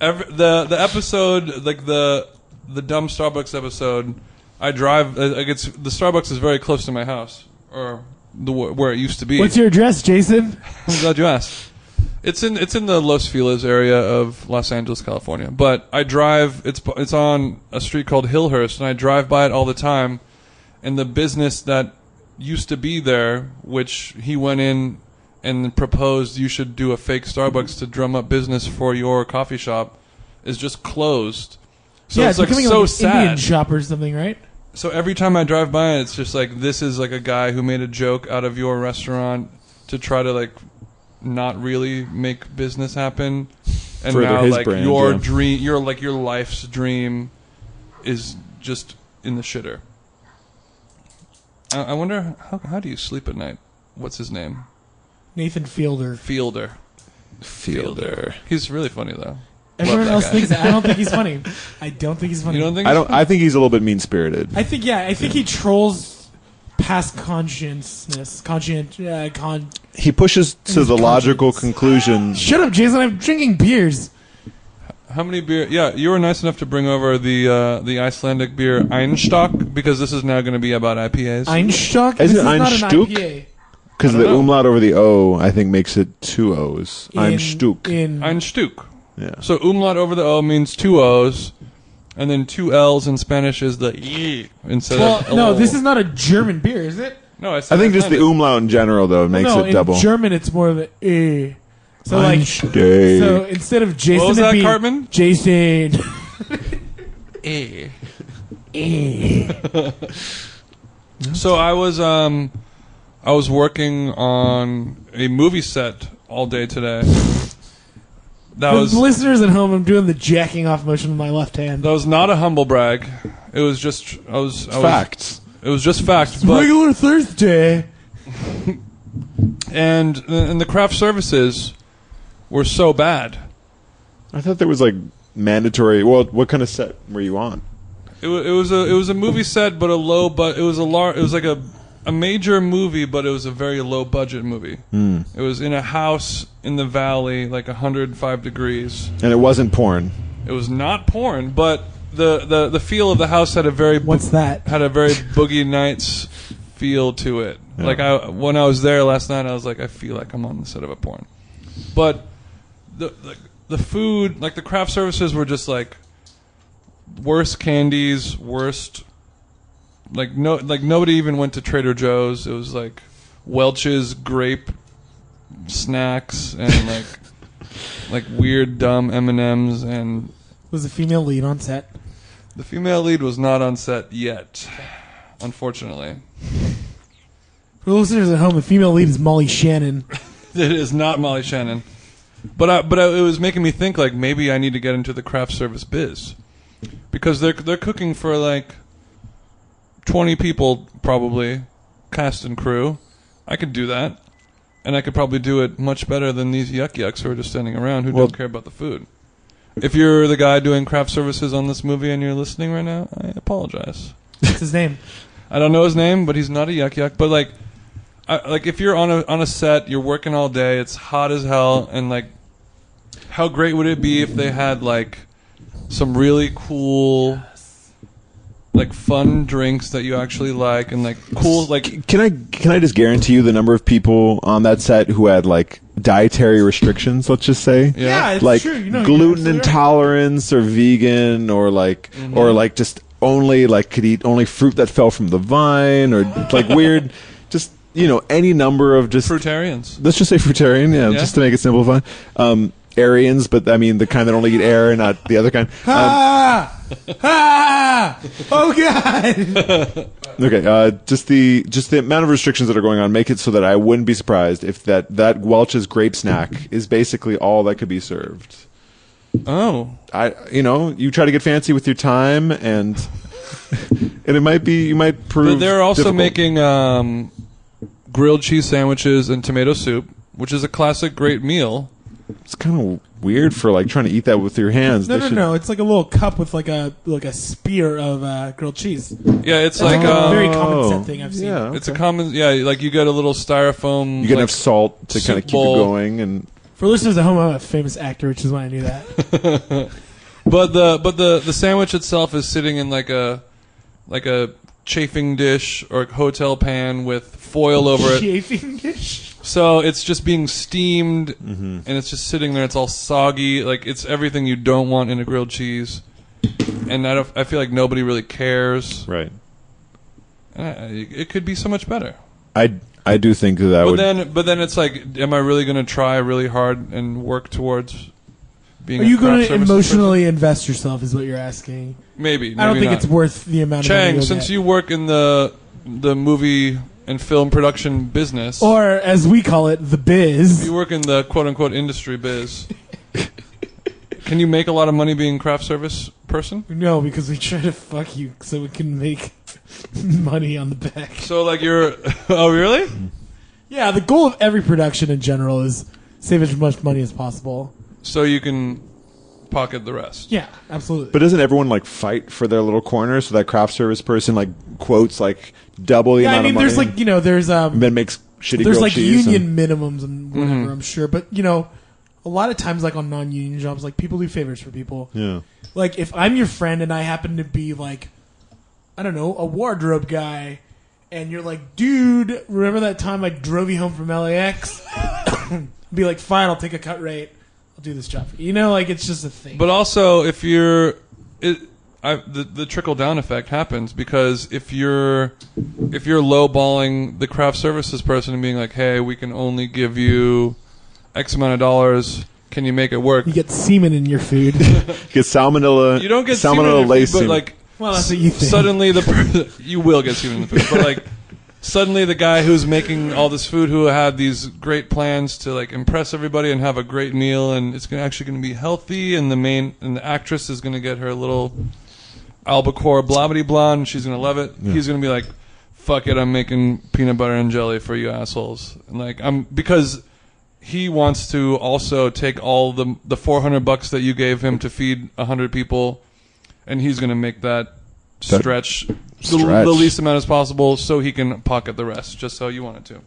[SPEAKER 1] every, the the episode, like the the dumb Starbucks episode, I drive. uh, Like it's the Starbucks is very close to my house, or the wh- where it used to be.
[SPEAKER 2] What's your address, Jason?
[SPEAKER 1] I'm glad you asked. It's in it's in the Los Feliz area of Los Angeles, California. But I drive. It's it's on a street called Hillhurst, and I drive by it all the time. And the business that used to be there, which he went in and proposed, you should do a fake Starbucks to drum up business for your coffee shop, is just closed. So
[SPEAKER 2] yeah,
[SPEAKER 1] it's like
[SPEAKER 2] becoming
[SPEAKER 1] so
[SPEAKER 2] like an
[SPEAKER 1] sad.
[SPEAKER 2] Indian shop or something, right?
[SPEAKER 1] So every time I drive by, it's just like this is like a guy who made a joke out of your restaurant to try to like not really make business happen, and
[SPEAKER 3] Further
[SPEAKER 1] now
[SPEAKER 3] his
[SPEAKER 1] like
[SPEAKER 3] brand,
[SPEAKER 1] your
[SPEAKER 3] yeah.
[SPEAKER 1] dream, your like your life's dream, is just in the shitter. I, I wonder how how do you sleep at night? What's his name?
[SPEAKER 2] Nathan Fielder.
[SPEAKER 1] Fielder.
[SPEAKER 3] Fielder.
[SPEAKER 1] He's really funny though.
[SPEAKER 2] Everyone
[SPEAKER 1] that
[SPEAKER 2] else
[SPEAKER 1] guy.
[SPEAKER 2] thinks that. I don't think he's funny. I don't think he's funny.
[SPEAKER 1] You don't think?
[SPEAKER 3] I
[SPEAKER 1] he's
[SPEAKER 3] don't. I think he's a little bit mean spirited.
[SPEAKER 2] I think yeah. I think he trolls past consciousness, conscient, uh, con.
[SPEAKER 3] He pushes to
[SPEAKER 2] his
[SPEAKER 3] the logical
[SPEAKER 2] conscience.
[SPEAKER 3] conclusion.
[SPEAKER 2] Shut up, Jason. I'm drinking beers.
[SPEAKER 1] How many beer? Yeah, you were nice enough to bring over the uh, the Icelandic beer Einstock because this is now going to be about IPAs.
[SPEAKER 2] Einstock.
[SPEAKER 3] Is
[SPEAKER 2] this
[SPEAKER 3] it
[SPEAKER 2] is not an
[SPEAKER 3] Einstuck?
[SPEAKER 2] IPA.
[SPEAKER 3] Because
[SPEAKER 1] I don't
[SPEAKER 3] the
[SPEAKER 1] know.
[SPEAKER 3] umlaut over the O, I think, makes it two O's. I'm
[SPEAKER 2] in-
[SPEAKER 3] Stuck.
[SPEAKER 2] In,
[SPEAKER 1] Einstuck.
[SPEAKER 3] yeah.
[SPEAKER 1] So umlaut over the O means two O's, and then two L's in Spanish is the E instead
[SPEAKER 2] well,
[SPEAKER 1] of L.
[SPEAKER 2] no, this is not a German beer, is it?
[SPEAKER 1] No, I, said
[SPEAKER 3] I think just the
[SPEAKER 1] Icelandic.
[SPEAKER 3] umlaut in general, though, makes
[SPEAKER 2] no,
[SPEAKER 3] it
[SPEAKER 2] in
[SPEAKER 3] double.
[SPEAKER 2] German, it's more of a eh. So oh,
[SPEAKER 3] I'm
[SPEAKER 2] like,
[SPEAKER 3] Stuck.
[SPEAKER 2] so instead of Jason,
[SPEAKER 1] was
[SPEAKER 2] it'd
[SPEAKER 1] that,
[SPEAKER 2] be
[SPEAKER 1] Cartman?
[SPEAKER 2] Jason.
[SPEAKER 1] E.
[SPEAKER 2] Eh.
[SPEAKER 1] So I was um, I was working on a movie set all day today. That
[SPEAKER 2] For
[SPEAKER 1] was
[SPEAKER 2] the listeners at home, I'm doing the jacking off motion with my left hand.
[SPEAKER 1] that was not a humble brag. It was just I was I was-
[SPEAKER 3] Facts.
[SPEAKER 1] it was just fact. But
[SPEAKER 2] Regular Thursday.
[SPEAKER 1] and and the craft services were so bad.
[SPEAKER 3] I thought there was like mandatory. Well, what kind of set were you on?
[SPEAKER 1] It, wa- it was a it was a movie set, but a low but it was a lar- it was like a a major movie, but it was a very low budget movie. It was in a house in the valley, like 105 degrees.
[SPEAKER 3] And it wasn't porn.
[SPEAKER 1] It was not porn, but the the, the feel of the house had a very bo-
[SPEAKER 2] What's that?
[SPEAKER 1] had a very boogie nights feel to it.
[SPEAKER 3] Yeah.
[SPEAKER 1] Like I when I was there last night, I was like, I feel like I'm on the set of a porn. But the the, the food, like the craft services, were just like worst candies, worst. Like no, like nobody even went to Trader Joe's. It was like Welch's grape snacks and like like weird dumb M and M's and
[SPEAKER 2] Was a female lead on set.
[SPEAKER 1] the female lead was not on set yet, unfortunately.
[SPEAKER 2] For the listeners at home, the female lead is Molly Shannon.
[SPEAKER 1] It is not Molly Shannon. But I, but I, it was making me think like maybe I need to get into the craft service biz because they're they're cooking for like twenty people probably cast and crew. I could do that, and I could probably do it much better than these yuck yucks who are just standing around who
[SPEAKER 3] Well-
[SPEAKER 1] don't care about the food. If you're the guy doing craft services on this movie and you're listening right now, I apologize.
[SPEAKER 2] That's his name.
[SPEAKER 1] I don't know his name, but he's not a yuck yuck. But like, I, like if you're on a on a set, you're working all day, it's hot as hell, and like, how great would it be if they had like some really cool. Like fun drinks that you actually like, and like cool, like
[SPEAKER 3] Can I can I just guarantee you the number of people on that set who had like dietary restrictions? Let's just say,
[SPEAKER 2] Yeah, it's
[SPEAKER 3] like
[SPEAKER 2] true. You know, you're
[SPEAKER 3] gluten
[SPEAKER 2] absolutely Mm-hmm. right.
[SPEAKER 3] intolerance or vegan or like or like just only like could eat only fruit that fell from the vine or like weird, just you know any number of just
[SPEAKER 1] fruitarians.
[SPEAKER 3] let's just say fruitarian, yeah,
[SPEAKER 1] Yeah.
[SPEAKER 3] just to make it simplify. Um, Aryans, but I mean the kind that only eat air and not the other kind. Um,
[SPEAKER 2] Ah! ah! Oh god!
[SPEAKER 3] Okay, uh, just the just the amount of restrictions that are going on make it so that I wouldn't be surprised if that that Welch's grape snack is basically all that could be served.
[SPEAKER 1] Oh,
[SPEAKER 3] I you know you try to get fancy with your time and and it might be you might prove.
[SPEAKER 1] But they're also
[SPEAKER 3] difficult.
[SPEAKER 1] making um, grilled cheese sandwiches and tomato soup, which is a classic great meal.
[SPEAKER 3] it's kind of weird for like trying to eat that with your hands.
[SPEAKER 2] No,
[SPEAKER 3] They
[SPEAKER 2] no,
[SPEAKER 3] should-
[SPEAKER 2] no! It's like a little cup with like a like a spear of uh, grilled cheese.
[SPEAKER 1] Yeah, it's like
[SPEAKER 2] a very
[SPEAKER 1] um,
[SPEAKER 2] common
[SPEAKER 3] Oh,
[SPEAKER 2] set thing I've seen.
[SPEAKER 3] Yeah,
[SPEAKER 1] it's
[SPEAKER 3] okay.
[SPEAKER 1] a common yeah, like you get a little styrofoam.
[SPEAKER 3] you can
[SPEAKER 1] like,
[SPEAKER 3] have salt to kind of
[SPEAKER 1] soup
[SPEAKER 3] keep
[SPEAKER 1] bowl.
[SPEAKER 3] it going and
[SPEAKER 2] For listeners at home, I'm a famous actor, which is why I knew that.
[SPEAKER 1] but the but the the sandwich itself is sitting in like a like a chafing dish or hotel pan with foil over it.
[SPEAKER 2] Chafing dish.
[SPEAKER 1] So it's just being steamed
[SPEAKER 2] Mm-hmm.
[SPEAKER 1] and it's just sitting there. It's all soggy. Like it's everything you don't want in a grilled cheese. And I, don't, I feel like nobody really cares.
[SPEAKER 3] right.
[SPEAKER 1] Uh, it could be so much better.
[SPEAKER 3] I I do think that I
[SPEAKER 1] But
[SPEAKER 3] would.
[SPEAKER 1] then, but then it's like, am I really going to try really hard and work towards being?
[SPEAKER 2] Are
[SPEAKER 1] a
[SPEAKER 2] you
[SPEAKER 1] craft
[SPEAKER 2] going to
[SPEAKER 1] services
[SPEAKER 2] emotionally invest yourself? Is what you're asking.
[SPEAKER 1] person? Maybe,
[SPEAKER 2] I don't
[SPEAKER 1] maybe
[SPEAKER 2] think
[SPEAKER 1] not.
[SPEAKER 2] it's worth the amount of money
[SPEAKER 1] Chang.
[SPEAKER 2] you'll
[SPEAKER 1] Since
[SPEAKER 2] get.
[SPEAKER 1] you work in the the movie and film production business,
[SPEAKER 2] or as we call it, the
[SPEAKER 1] you
[SPEAKER 2] biz.
[SPEAKER 1] work in the quote unquote industry biz. Can you make a lot of money being craft service person?
[SPEAKER 2] No, because we try to fuck you so we can make money on the back.
[SPEAKER 1] So like you're, oh really?
[SPEAKER 2] Yeah, the goal of every production in general is save as much money as possible.
[SPEAKER 1] So you can pocket the rest.
[SPEAKER 2] Yeah, absolutely.
[SPEAKER 3] But doesn't everyone like fight for their little corner? So that craft service person like quotes like double the
[SPEAKER 2] yeah, I
[SPEAKER 3] amount
[SPEAKER 2] mean,
[SPEAKER 3] of money.
[SPEAKER 2] there's like you know, there's um,
[SPEAKER 3] and then makes shitty
[SPEAKER 2] there's
[SPEAKER 3] grilled
[SPEAKER 2] like
[SPEAKER 3] cheese. and-
[SPEAKER 2] union minimums and whatever. I'm sure, but you know, a lot of times like on non-union jobs, like people do favors for people.
[SPEAKER 3] yeah,
[SPEAKER 2] Like if I'm your friend and I happen to be like, I don't know, a wardrobe guy, and you're like, dude, remember that time I drove you home from LAX? be like, fine, I'll take a cut rate. I'll do this job. For you. you know, like it's just a thing.
[SPEAKER 1] But also, if you're, it, I, the the trickle down effect happens because if you're if you're lowballing the craft services person and being like, hey, we can only give you X amount of dollars, can you make it work?
[SPEAKER 2] you get semen in your food.
[SPEAKER 3] get salmonella.
[SPEAKER 1] You don't get semen in
[SPEAKER 3] salmonella
[SPEAKER 1] your
[SPEAKER 3] lace.
[SPEAKER 1] food, but
[SPEAKER 3] semen.
[SPEAKER 1] like,
[SPEAKER 2] Well, that's what you think.
[SPEAKER 1] Suddenly, the per- you will get semen in the food, but like. Suddenly, the guy who's making all this food, who had these great plans to like impress everybody and have a great meal, and it's gonna, actually going to be healthy, and the main and the actress is going to get her little albacore blobbity blonde. She's gonna love it. He's gonna be like, "Fuck it, I'm making peanut butter and jelly for you assholes." And like, I'm because he wants to also take all the the 400 bucks that you gave him to feed 100 people, and he's gonna make that,
[SPEAKER 3] That-
[SPEAKER 1] stretch, The,
[SPEAKER 3] Stretch.
[SPEAKER 1] the least amount as possible, so he can pocket the rest, just so you want it to.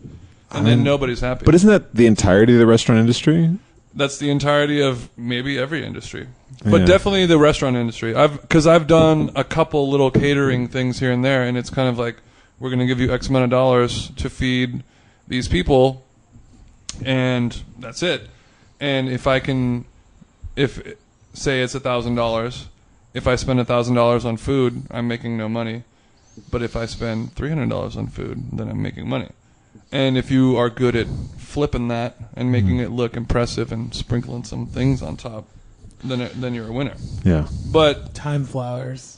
[SPEAKER 1] And then nobody's happy.
[SPEAKER 3] but isn't that the entirety of the restaurant industry?
[SPEAKER 1] That's the entirety of maybe every industry, but
[SPEAKER 3] Yeah.
[SPEAKER 1] definitely the restaurant industry. I've because I've done a couple little catering things here and there, and it's kind of like we're going to give you X amount of dollars to feed these people, and that's it. And if I can, if say it's a thousand dollars, if I spend a thousand dollars on food, I'm making no money. But if I spend three hundred dollars on food, then I'm making money. And if you are good at flipping that and making it look impressive and sprinkling some things on top, then it, then you're a winner.
[SPEAKER 3] Yeah,
[SPEAKER 1] But
[SPEAKER 2] Time flowers.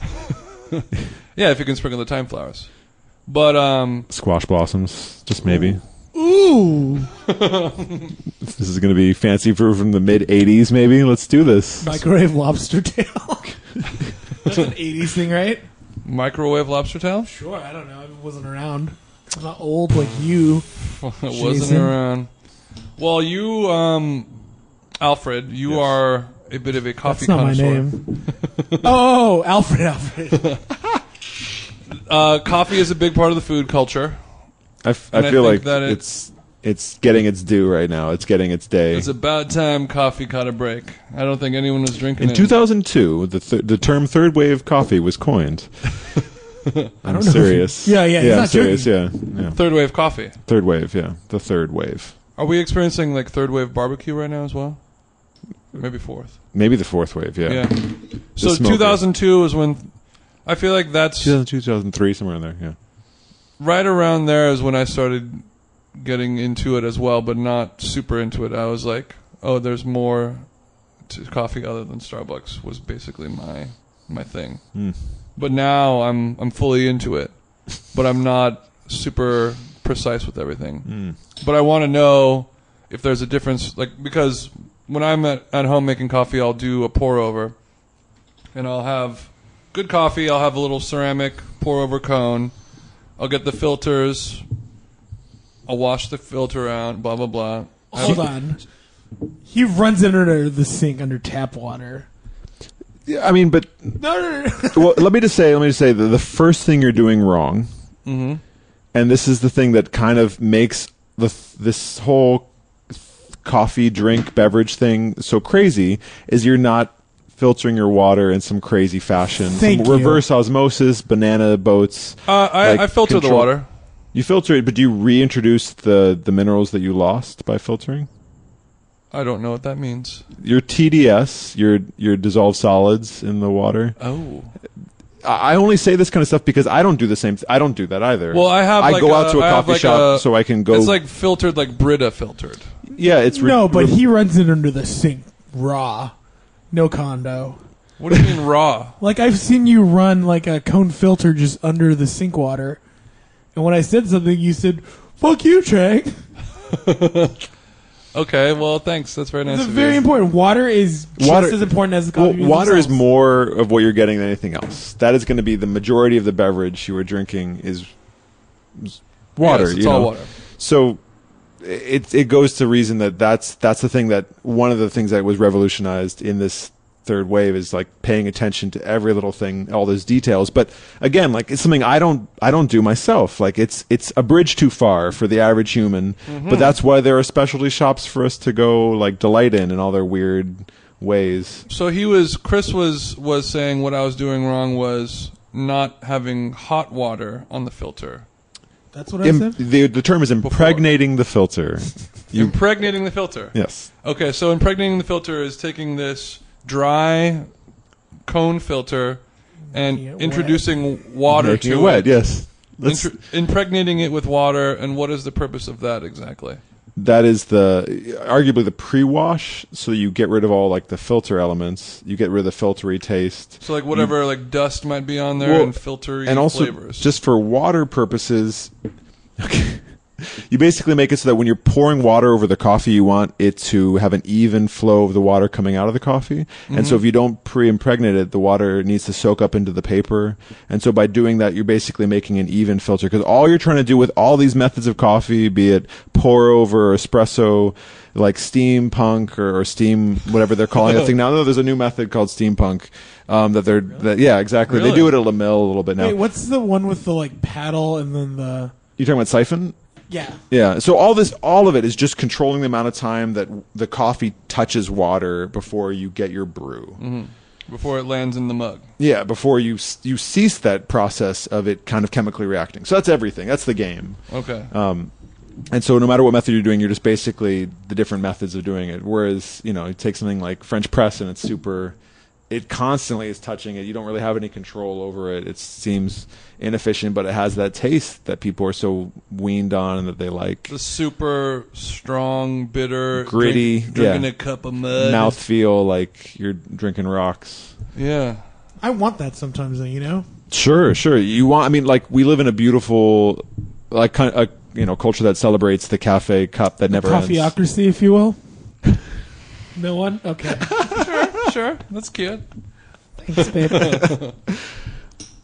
[SPEAKER 1] yeah, if you can sprinkle the time flowers. But um,
[SPEAKER 3] squash blossoms. Just maybe
[SPEAKER 2] Ooh,
[SPEAKER 3] this is going to be fancy food from the mid '80s. Maybe let's do this.
[SPEAKER 2] microwave lobster tail. That's an '80s thing, right?
[SPEAKER 1] microwave lobster tail
[SPEAKER 2] Sure. I don't know. I wasn't around. I'm not old like you.
[SPEAKER 1] wasn't
[SPEAKER 2] Jason.
[SPEAKER 1] around. Well, you, um, Alfred, you are a bit of a coffee
[SPEAKER 2] That's not my
[SPEAKER 1] connoisseur.
[SPEAKER 2] name. oh, Alfred. Alfred.
[SPEAKER 1] Uh, coffee is a big part of the food culture.
[SPEAKER 3] I, f-
[SPEAKER 1] And
[SPEAKER 3] I
[SPEAKER 1] I
[SPEAKER 3] feel
[SPEAKER 1] think
[SPEAKER 3] like
[SPEAKER 1] that it-
[SPEAKER 3] it's it's getting its due right now. It's getting its day.
[SPEAKER 1] It's about time coffee caught a break. I don't think anyone was drinking
[SPEAKER 3] In
[SPEAKER 1] it.
[SPEAKER 3] 2002, the th- the term third wave coffee was coined. I'm
[SPEAKER 2] know if
[SPEAKER 3] serious.
[SPEAKER 2] you- Yeah, yeah, he's
[SPEAKER 3] yeah. I'm
[SPEAKER 2] not
[SPEAKER 3] serious. Yeah, yeah.
[SPEAKER 1] Third wave coffee.
[SPEAKER 3] Third wave. Yeah, the third wave.
[SPEAKER 1] Are we experiencing like third wave barbecue right now as well? Maybe fourth.
[SPEAKER 3] Maybe the fourth wave. Yeah.
[SPEAKER 1] Yeah. So
[SPEAKER 3] smoker.
[SPEAKER 1] 2002 is when I feel like that's
[SPEAKER 3] 2002, 2003, somewhere in there. Yeah.
[SPEAKER 1] right around there is when I started getting into it as well, but not super into it. I was like, oh, there's more to coffee other than Starbucks was basically my my thing.
[SPEAKER 3] Hmm.
[SPEAKER 1] But now I'm I'm fully into it, but I'm not super precise with everything.
[SPEAKER 3] Mm.
[SPEAKER 1] But I want to know if there's a difference, like because when I'm at, at home making coffee, I'll do a pour over, and I'll have good coffee. I'll have a little ceramic pour over cone. I'll get the filters. I'll wash the filter out. Blah blah blah.
[SPEAKER 2] Hold on. He runs it under the sink under tap water.
[SPEAKER 3] Yeah, I mean, but
[SPEAKER 2] No, no, no. no.
[SPEAKER 3] well, let me just say, let me just say that the first thing you're doing wrong,
[SPEAKER 2] Mm-hmm.
[SPEAKER 3] and this is the thing that kind of makes the th- this whole coffee drink beverage thing so crazy is you're not filtering your water in some crazy fashion.
[SPEAKER 2] Thank
[SPEAKER 3] some
[SPEAKER 2] you.
[SPEAKER 3] reverse osmosis, banana boats.
[SPEAKER 1] Uh, I,
[SPEAKER 3] Like
[SPEAKER 1] I filter the
[SPEAKER 3] control-
[SPEAKER 1] water.
[SPEAKER 3] You filter it, but do you reintroduce the the minerals that you lost by filtering?
[SPEAKER 1] I don't know what that means.
[SPEAKER 3] Your TDS, your your dissolved solids in the water.
[SPEAKER 1] Oh,
[SPEAKER 3] I I only say this kind of stuff because I don't do the same. Th- I don't do that either.
[SPEAKER 1] Well, I have
[SPEAKER 3] I
[SPEAKER 1] like
[SPEAKER 3] go
[SPEAKER 1] a-
[SPEAKER 3] out to a
[SPEAKER 1] I have
[SPEAKER 3] coffee
[SPEAKER 1] like
[SPEAKER 3] shop
[SPEAKER 1] a-
[SPEAKER 3] so I can go.
[SPEAKER 1] it's like filtered, like Brita filtered.
[SPEAKER 3] yeah, it's re-
[SPEAKER 2] no, but
[SPEAKER 3] re-
[SPEAKER 2] he runs it under the sink raw. No condo.
[SPEAKER 1] What do you mean raw?
[SPEAKER 2] Like I've seen you run like a cone filter just under the sink water. And when I said something, you said, "Fuck you, Trang."
[SPEAKER 1] Okay, well, thanks. That's very nice.
[SPEAKER 2] It's
[SPEAKER 1] of
[SPEAKER 2] very
[SPEAKER 1] you.
[SPEAKER 2] important. Water is just
[SPEAKER 3] Water-
[SPEAKER 2] as important as the coffee.
[SPEAKER 3] well,
[SPEAKER 2] beans
[SPEAKER 3] water is
[SPEAKER 2] themselves.
[SPEAKER 3] more of what you're getting than anything else. That is going to be the majority of the beverage you are drinking is is water.
[SPEAKER 1] Yes, it's
[SPEAKER 3] you
[SPEAKER 1] all
[SPEAKER 3] know?
[SPEAKER 1] water.
[SPEAKER 3] So it it goes to reason that that's that's the thing that one of the things that was revolutionized in this third wave is like paying attention to every little thing, all those details. But again, like it's something I don't I don't do myself. Like it's it's a bridge too far for the average human.
[SPEAKER 1] Mm-hmm.
[SPEAKER 3] But that's why there are specialty shops for us to go like delight in in all their weird ways.
[SPEAKER 1] So he was Chris was was saying what I was doing wrong was not having hot water on the filter.
[SPEAKER 2] That's what I
[SPEAKER 3] Im-
[SPEAKER 2] said.
[SPEAKER 3] the the term is impregnating the filter. You-
[SPEAKER 1] impregnating the filter.
[SPEAKER 3] Yes.
[SPEAKER 1] Okay, so impregnating the filter is taking this dry cone filter and
[SPEAKER 2] Making it
[SPEAKER 1] introducing water
[SPEAKER 3] Making
[SPEAKER 1] to
[SPEAKER 3] it wet. Yes. Let's-
[SPEAKER 1] Intr- impregnating it with water, and what is the purpose of that exactly?
[SPEAKER 3] that is the arguably the pre-wash so you get rid of all like the filter elements you get rid of the filtery taste
[SPEAKER 1] So, like whatever like dust might be on there
[SPEAKER 3] Mm. Well,
[SPEAKER 1] and filtery
[SPEAKER 3] and also
[SPEAKER 1] flavors.
[SPEAKER 3] just for water purposes okay, you basically make it so that when you're pouring water over the coffee you want it to have an even flow of the water coming out of the coffee and
[SPEAKER 1] Mm-hmm.
[SPEAKER 3] so if you don't pre-impregnate it the water needs to soak up into the paper and so by doing that you're basically making an even filter because all you're trying to do with all these methods of coffee be it pour over espresso like steampunk or, or steam whatever they're calling that thing now No, there's a new method called steampunk um, that they're that yeah exactly they do it
[SPEAKER 1] Really?
[SPEAKER 3] at La Mill a little bit now
[SPEAKER 2] Wait, what's the one with the like paddle and then the
[SPEAKER 3] you're talking about siphon?
[SPEAKER 2] yeah?
[SPEAKER 3] Yeah. So all this, all of it is just controlling the amount of time that the coffee touches water before you get your brew.
[SPEAKER 1] before it lands in the mug.
[SPEAKER 3] Yeah, before you s- you cease that process of it kind of chemically reacting. So that's everything. That's the game.
[SPEAKER 1] Okay.
[SPEAKER 3] Um, and so no matter what method you're doing, you're just basically the different methods of doing it. Whereas you know, you take something like French press, and it's super. It constantly is touching it. You don't really have any control over it. It seems inefficient, but it has that taste that people are so weaned on and that they like.
[SPEAKER 1] the super strong, bitter,
[SPEAKER 3] Gritty,
[SPEAKER 1] drink- drinking
[SPEAKER 3] yeah.
[SPEAKER 1] a cup of mud,
[SPEAKER 3] mouthfeel like you're drinking rocks.
[SPEAKER 1] Yeah,
[SPEAKER 2] I want that sometimes, though, you know.
[SPEAKER 3] Sure, sure. You want? I mean, like we live in a beautiful, like kind of, a, you know, culture that celebrates the cafe cup that never ends.
[SPEAKER 2] Coffeeocracy, if you will. no one. Okay.
[SPEAKER 1] sure, that's cute.
[SPEAKER 2] Thanks, babe.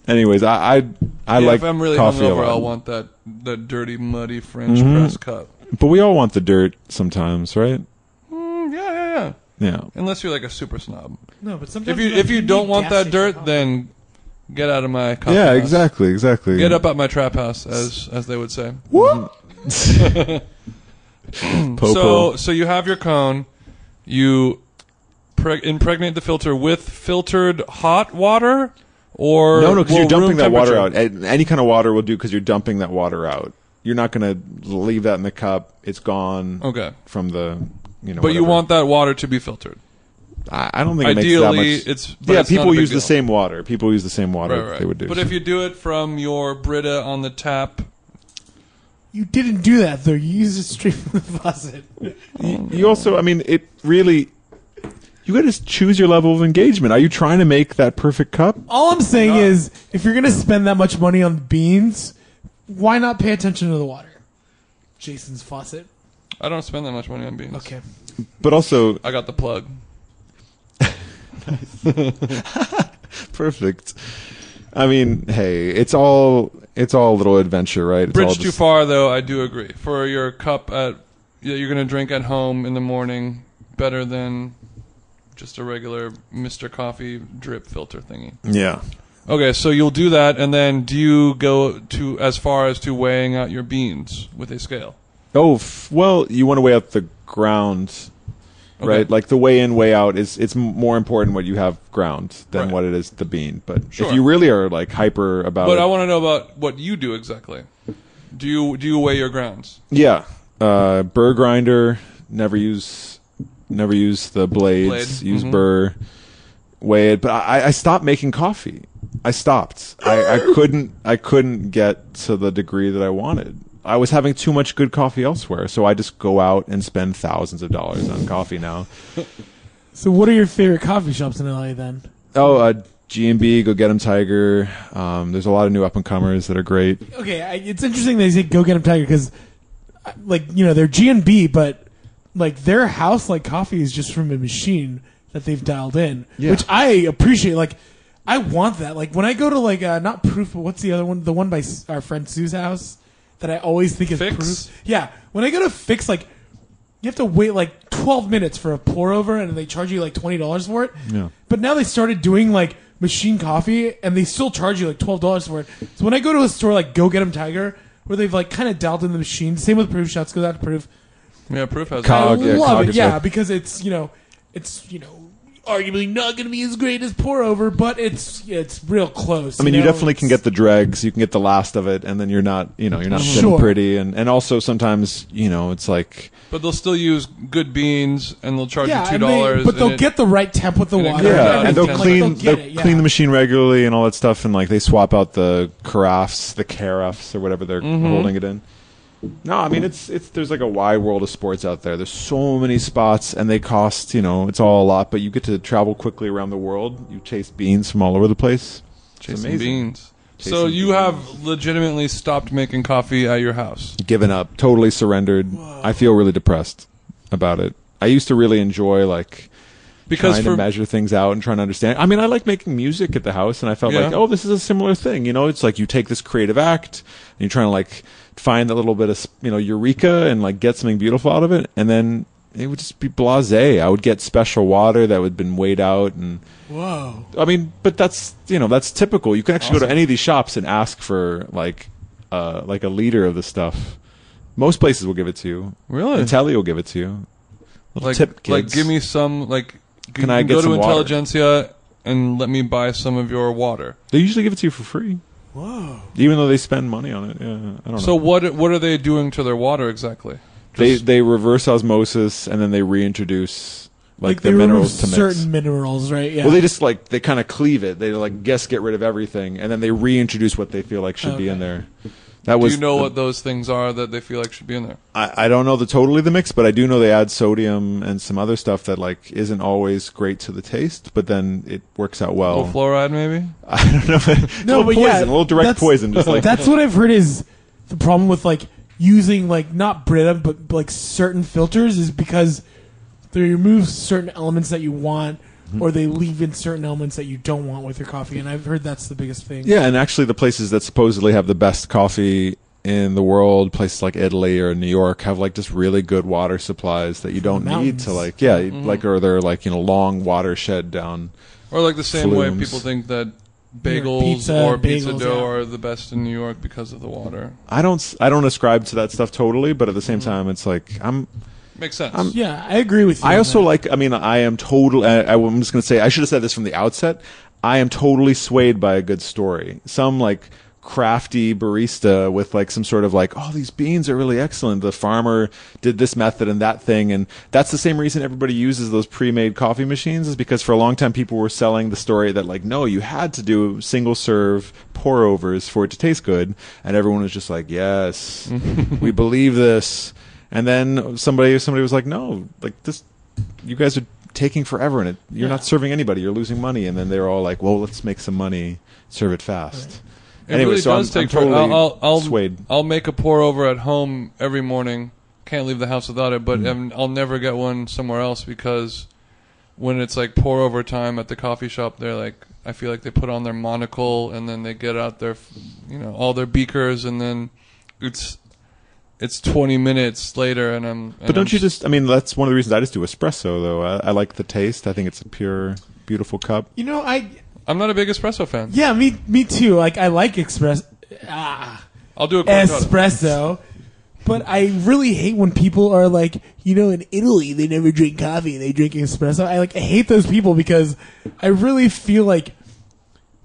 [SPEAKER 3] Anyways, I I, I
[SPEAKER 1] yeah,
[SPEAKER 3] like
[SPEAKER 1] if I'm really
[SPEAKER 3] coffee a
[SPEAKER 1] hungover,
[SPEAKER 3] lot. Mm-hmm.
[SPEAKER 1] I'll want that that dirty, muddy French press cup.
[SPEAKER 3] but we all want the dirt sometimes, right?
[SPEAKER 1] Mm, yeah, yeah, yeah.
[SPEAKER 3] Yeah.
[SPEAKER 1] Unless you're like a super snob.
[SPEAKER 2] No, but sometimes
[SPEAKER 1] If you if you don't want that dirt, then Get out of my coffee
[SPEAKER 3] yeah,
[SPEAKER 1] house.
[SPEAKER 3] exactly, exactly.
[SPEAKER 1] Get up out my trap house, as as they would say.
[SPEAKER 3] Whoop. Popo.
[SPEAKER 1] So so you have your cone, you preg- impregnate the filter with filtered hot water, or
[SPEAKER 3] no, no, because
[SPEAKER 1] well,
[SPEAKER 3] you're dumping
[SPEAKER 1] room
[SPEAKER 3] that water out.
[SPEAKER 1] temperature.
[SPEAKER 3] A- Any kind of water will do because you're dumping that water out. You're not going to leave that in the cup. It's gone
[SPEAKER 1] Okay,
[SPEAKER 3] from the, you know.
[SPEAKER 1] but you
[SPEAKER 3] whatever.
[SPEAKER 1] want that water to be filtered.
[SPEAKER 3] I, I don't think it
[SPEAKER 1] Ideally,
[SPEAKER 3] makes that much.
[SPEAKER 1] it's but
[SPEAKER 3] yeah,
[SPEAKER 1] it's not a
[SPEAKER 3] people
[SPEAKER 1] big
[SPEAKER 3] use
[SPEAKER 1] deal.
[SPEAKER 3] the same water. People use the same water
[SPEAKER 1] Right,
[SPEAKER 3] that
[SPEAKER 1] right.
[SPEAKER 3] they would do.
[SPEAKER 1] But if you do it from your Brita on the tap,
[SPEAKER 2] You didn't do that though. You used it straight from the faucet.
[SPEAKER 3] you, you also, I mean, it really. You got to choose your level of engagement. Are you trying to make that perfect cup?
[SPEAKER 2] All I'm saying
[SPEAKER 1] Not-
[SPEAKER 2] is, if you're gonna spend that much money on beans, why not pay attention to the water? Jason's faucet.
[SPEAKER 1] I don't spend that much money on beans.
[SPEAKER 2] Okay.
[SPEAKER 3] But also,
[SPEAKER 1] I got the plug.
[SPEAKER 3] perfect. I mean, hey, it's all it's all a little adventure, right? It's all
[SPEAKER 1] Bridge too
[SPEAKER 3] just-
[SPEAKER 1] far, though. I do agree. For your cup at that you're gonna drink at home in the morning, better than just a regular Mr. Coffee drip filter thingy.
[SPEAKER 3] Yeah.
[SPEAKER 1] Okay, so you'll do that, and then do you go to as far as to weighing out your beans with a scale?
[SPEAKER 3] Oh f- well, you want to weigh out the ground,
[SPEAKER 1] Okay.
[SPEAKER 3] right? Like the weigh in, weigh out is it's m- more important what you have ground than
[SPEAKER 1] Right.
[SPEAKER 3] what it is the bean. But
[SPEAKER 1] Sure.
[SPEAKER 3] if you really are like hyper about,
[SPEAKER 1] But
[SPEAKER 3] it,
[SPEAKER 1] I want to know about what you do exactly. Do you do you weigh your grounds?
[SPEAKER 3] yeah, uh, burr grinder. Never use, never use the blades.
[SPEAKER 1] Blade,
[SPEAKER 3] Use
[SPEAKER 1] mhm.
[SPEAKER 3] burr. Weigh it. But I, I stopped making coffee. I stopped. I, I couldn't. I couldn't get to the degree that I wanted. I was having too much good coffee elsewhere, so I just go out and spend thousands of dollars on coffee now.
[SPEAKER 2] So, what are your favorite coffee shops in LA then?
[SPEAKER 3] Oh, uh, G and B, go get 'em, Tiger. Um, there's a lot of new up and comers that are great.
[SPEAKER 2] Okay, I, it's interesting they say go get 'em tiger because, like you know, they're G and B, but like their house like coffee is just from a machine that they've dialed in,
[SPEAKER 3] Yeah.
[SPEAKER 2] which I appreciate. Like, I want that. Like when I go to like uh, not proof, but what's the other one? The one by S- our friend Sue's house that I always think is
[SPEAKER 1] Fix?
[SPEAKER 2] proof. Yeah, when I go to fix, like you have to wait like 12 minutes for a pour over and they charge you like $20 for it.
[SPEAKER 3] Yeah.
[SPEAKER 2] But now they started doing like machine coffee and they still charge you like $12 for it. So when I go to a store like Go Get 'em Tiger, where they've like kind of dialed in the machine, same with Proof Shots, goes out to Proof.
[SPEAKER 1] Yeah, proof has.
[SPEAKER 3] Cog.
[SPEAKER 2] I
[SPEAKER 3] yeah,
[SPEAKER 2] love
[SPEAKER 3] Cog
[SPEAKER 2] it.
[SPEAKER 3] is
[SPEAKER 2] Yeah,
[SPEAKER 3] like-
[SPEAKER 2] because it's, you know, it's, you know, arguably not going to be as great as pour over, but it's it's real close.
[SPEAKER 3] I mean, you,
[SPEAKER 2] know?
[SPEAKER 3] definitely can get the dregs. You can get the last of it, and then you're not, you know, you're not sitting
[SPEAKER 2] Sure.
[SPEAKER 3] pretty. And and also sometimes, you know, it's like
[SPEAKER 1] But they'll still use good beans, and they'll charge
[SPEAKER 2] yeah,
[SPEAKER 1] you two
[SPEAKER 2] and they-
[SPEAKER 1] dollars.
[SPEAKER 2] but they'll get the right temp with the
[SPEAKER 1] and it
[SPEAKER 2] water.
[SPEAKER 1] comes
[SPEAKER 3] yeah,
[SPEAKER 1] out
[SPEAKER 3] and
[SPEAKER 1] in
[SPEAKER 3] they'll
[SPEAKER 1] ten
[SPEAKER 2] Like,
[SPEAKER 3] clean
[SPEAKER 2] get
[SPEAKER 3] they'll
[SPEAKER 2] it, yeah.
[SPEAKER 3] clean the machine regularly and all that stuff. And like they swap out the carafes, the carafes or whatever they're holding it in. Mm-hmm. No, I mean it's it's there's like a wide world of sports out there. There's so many spots, and they cost you know it's all a lot, but you get to travel quickly around the world. You chase beans from all over the place. It's
[SPEAKER 1] Chasing
[SPEAKER 3] amazing.
[SPEAKER 1] beans.
[SPEAKER 3] Chasing
[SPEAKER 1] so you
[SPEAKER 3] beans.
[SPEAKER 1] have legitimately stopped making coffee at your house.
[SPEAKER 3] given up, totally surrendered. I feel really depressed about it. I used to really enjoy like
[SPEAKER 1] Because
[SPEAKER 3] trying
[SPEAKER 1] for
[SPEAKER 3] to measure things out and trying to understand. I mean, I like making music at the house, and I felt
[SPEAKER 1] Yeah.
[SPEAKER 3] like, oh, this is a similar thing. You know, it's like you take this creative act and you're trying to like find that little bit of you know eureka and like get something beautiful out of it, and then it would just be blasé. I would get special water that would been weighed out and.
[SPEAKER 2] Whoa.
[SPEAKER 3] I mean, but that's you know that's typical. You can actually go to any of these shops and ask for like uh, like a liter of the stuff. Most places will give it to you.
[SPEAKER 1] Really?
[SPEAKER 3] Intelli will give it to you. Little
[SPEAKER 1] like,
[SPEAKER 3] tip,
[SPEAKER 1] like,
[SPEAKER 3] kids.
[SPEAKER 1] give me some. Like, g-
[SPEAKER 3] Can I
[SPEAKER 1] you
[SPEAKER 3] get
[SPEAKER 1] go to
[SPEAKER 3] some water?
[SPEAKER 1] Intelligentsia and let me buy some of your water?
[SPEAKER 3] They usually give it to you for free,
[SPEAKER 2] Whoa.
[SPEAKER 3] even though they spend money on it. Yeah, I don't
[SPEAKER 1] So
[SPEAKER 3] know.
[SPEAKER 1] what what are they doing to their water exactly?
[SPEAKER 3] They
[SPEAKER 1] just-
[SPEAKER 3] they reverse osmosis and then they reintroduce like, the
[SPEAKER 2] they remove
[SPEAKER 3] minerals to mix.
[SPEAKER 2] certain minerals, right? Yeah.
[SPEAKER 3] Well, they just like they kind of cleave it. They like guess get rid of everything and then they reintroduce what they feel like should be
[SPEAKER 2] Okay.
[SPEAKER 3] in there. That
[SPEAKER 1] Do
[SPEAKER 3] was
[SPEAKER 1] you know
[SPEAKER 3] the-
[SPEAKER 1] what those things are that they feel like should be in there?
[SPEAKER 3] I, I don't know the totally the mix, but I do know they add sodium and some other stuff that like isn't always great to the taste, but then it works out
[SPEAKER 1] A
[SPEAKER 3] well.
[SPEAKER 1] little fluoride, maybe.
[SPEAKER 3] I don't know. If,
[SPEAKER 2] no,
[SPEAKER 3] no,
[SPEAKER 2] but
[SPEAKER 3] poison,
[SPEAKER 2] yeah,
[SPEAKER 3] a little direct
[SPEAKER 2] that's-
[SPEAKER 3] poison, just like
[SPEAKER 2] that's what I've heard is the problem with like using like not Brita but like certain filters is because they remove certain elements that you want or they leave in certain elements that you don't want with your coffee, and I've heard that's the biggest thing.
[SPEAKER 3] yeah. And actually, the places that supposedly have the best coffee in the world, places like Italy or New York, have like just really good water supplies that you don't need
[SPEAKER 2] mountains.
[SPEAKER 3] to like yeah, like or they're like you know long watershed down.
[SPEAKER 1] Or like the same way
[SPEAKER 3] Flumes.
[SPEAKER 1] people think that bagels
[SPEAKER 2] pizza,
[SPEAKER 1] or pizza
[SPEAKER 2] bagels,
[SPEAKER 1] dough
[SPEAKER 2] yeah.
[SPEAKER 1] are the best in New York because of the water.
[SPEAKER 3] I don't s- I don't ascribe to that stuff totally, but at the same time, it's like I'm
[SPEAKER 1] Makes sense.
[SPEAKER 2] Yeah, I agree with you.
[SPEAKER 3] I
[SPEAKER 2] on
[SPEAKER 3] also
[SPEAKER 2] that.
[SPEAKER 3] like. I mean, I am totally. I, I'm just going to say. I should have said this from the outset. I am totally swayed by a good story. Some like crafty barista with like some sort of like, oh, these beans are really excellent. The farmer did this method and that thing, and that's the same reason everybody uses those pre-made coffee machines is because for a long time people were selling the story that like, no, you had to do single serve pour overs for it to taste good, and everyone was just like, yes, we believe this. And then somebody somebody was like, "No, like this, you guys are taking forever, and it, you're
[SPEAKER 2] Yeah.
[SPEAKER 3] not serving anybody. You're losing money." And then they're all like, "Well, let's make some money, serve it fast."
[SPEAKER 1] It
[SPEAKER 3] Anyway,
[SPEAKER 1] really
[SPEAKER 3] so I'm,
[SPEAKER 1] does
[SPEAKER 3] I'm
[SPEAKER 1] take for-
[SPEAKER 3] totally
[SPEAKER 1] I'll, I'll, I'll,
[SPEAKER 3] swayed.
[SPEAKER 1] I'll make a pour over at home every morning. Can't leave the house without it,
[SPEAKER 2] Mm.
[SPEAKER 1] but um I'll never get one somewhere else because when it's like pour over time at the coffee shop, they're like, I feel like they put on their monocle and then they get out their, f- you know, all their beakers and then it's it's 20 minutes later and I'm. and
[SPEAKER 3] But
[SPEAKER 1] I'm
[SPEAKER 3] don't you
[SPEAKER 1] s-
[SPEAKER 3] just? I mean, that's one of the reasons I just do espresso, though. I, I like the taste. I think it's a pure, beautiful cup.
[SPEAKER 2] You know, I
[SPEAKER 1] I'm not a big espresso fan.
[SPEAKER 2] yeah, me me too. Like I like express ah,
[SPEAKER 1] I'll do a cortado.
[SPEAKER 2] espresso, but I really hate when people are like, you know, in Italy they never drink coffee, they drink espresso. I like I hate those people because I really feel like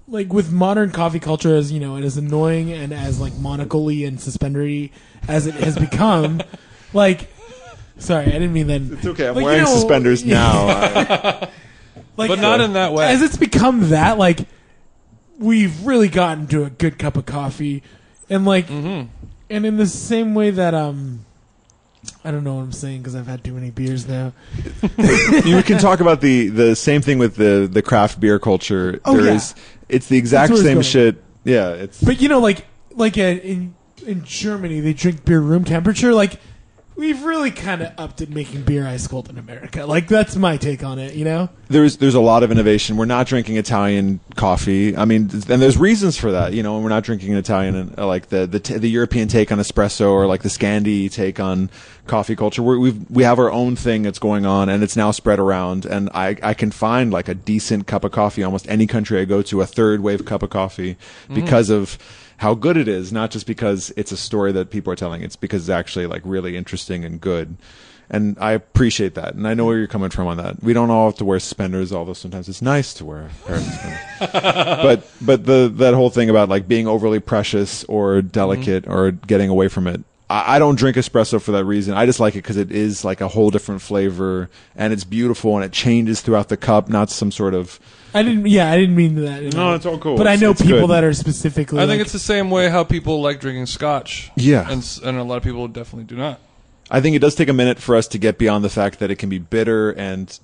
[SPEAKER 2] like with modern coffee culture as you know and as annoying and as like monocly and suspendery as it has become, like. Sorry, I didn't mean that.
[SPEAKER 3] It's okay. I'm
[SPEAKER 2] Like, you
[SPEAKER 3] wearing
[SPEAKER 2] know-
[SPEAKER 3] suspenders
[SPEAKER 2] yeah.
[SPEAKER 3] now. I-
[SPEAKER 2] Like,
[SPEAKER 1] But not in that way.
[SPEAKER 2] As it's become that, like, we've really gotten to a good cup of coffee, and like,
[SPEAKER 3] Mm-hmm.
[SPEAKER 2] and in the same way that um, I don't know what I'm saying because I've had too many beers now.
[SPEAKER 3] you can talk about the the same thing with the the craft beer culture.
[SPEAKER 2] Oh,
[SPEAKER 3] There
[SPEAKER 2] yeah.
[SPEAKER 3] is- it's the exact
[SPEAKER 2] where it's
[SPEAKER 3] same
[SPEAKER 2] going.
[SPEAKER 3] shit. Yeah, it's
[SPEAKER 2] But you know, like, like uh, in in Germany, they drink beer room temperature. Like, we've really kind of upped at making beer ice cold in America. Like, that's my take on it. You know,
[SPEAKER 3] there's there's a lot of innovation. We're not drinking Italian coffee. I mean, and there's reasons for that. You know, we're not drinking Italian and uh, like the the, t- the European take on espresso or like the Scandi take on coffee culture. We're, we've we have our own thing that's going on, and it's now spread around. And I I can find like a decent cup of coffee almost any country I go to, a third wave cup of coffee because of how good it is, not just because it's a story that people are telling. It's because it's actually like really interesting and good and I appreciate that, and I know where you're coming from on that. We don't all have to wear suspenders, although sometimes it's nice to wear a pair of suspenders. but but the that whole thing about like being overly precious or delicate or getting away from it. I, I don't drink espresso for that reason. I just like it because it is like a whole different flavor, and it's beautiful, and it changes throughout the cup, not some sort of.
[SPEAKER 2] I didn't. Yeah, I didn't mean that. in
[SPEAKER 3] No,
[SPEAKER 2] that.
[SPEAKER 3] it's all cool.
[SPEAKER 2] But I
[SPEAKER 3] It's-
[SPEAKER 2] know
[SPEAKER 3] it's
[SPEAKER 2] people
[SPEAKER 3] good.
[SPEAKER 2] that are specifically.
[SPEAKER 1] I think
[SPEAKER 2] like,
[SPEAKER 1] it's the same way how people like drinking scotch.
[SPEAKER 3] Yeah.
[SPEAKER 1] And, s- and a lot of people definitely do not.
[SPEAKER 3] I think it does take a minute for us to get beyond the fact that it can be bitter and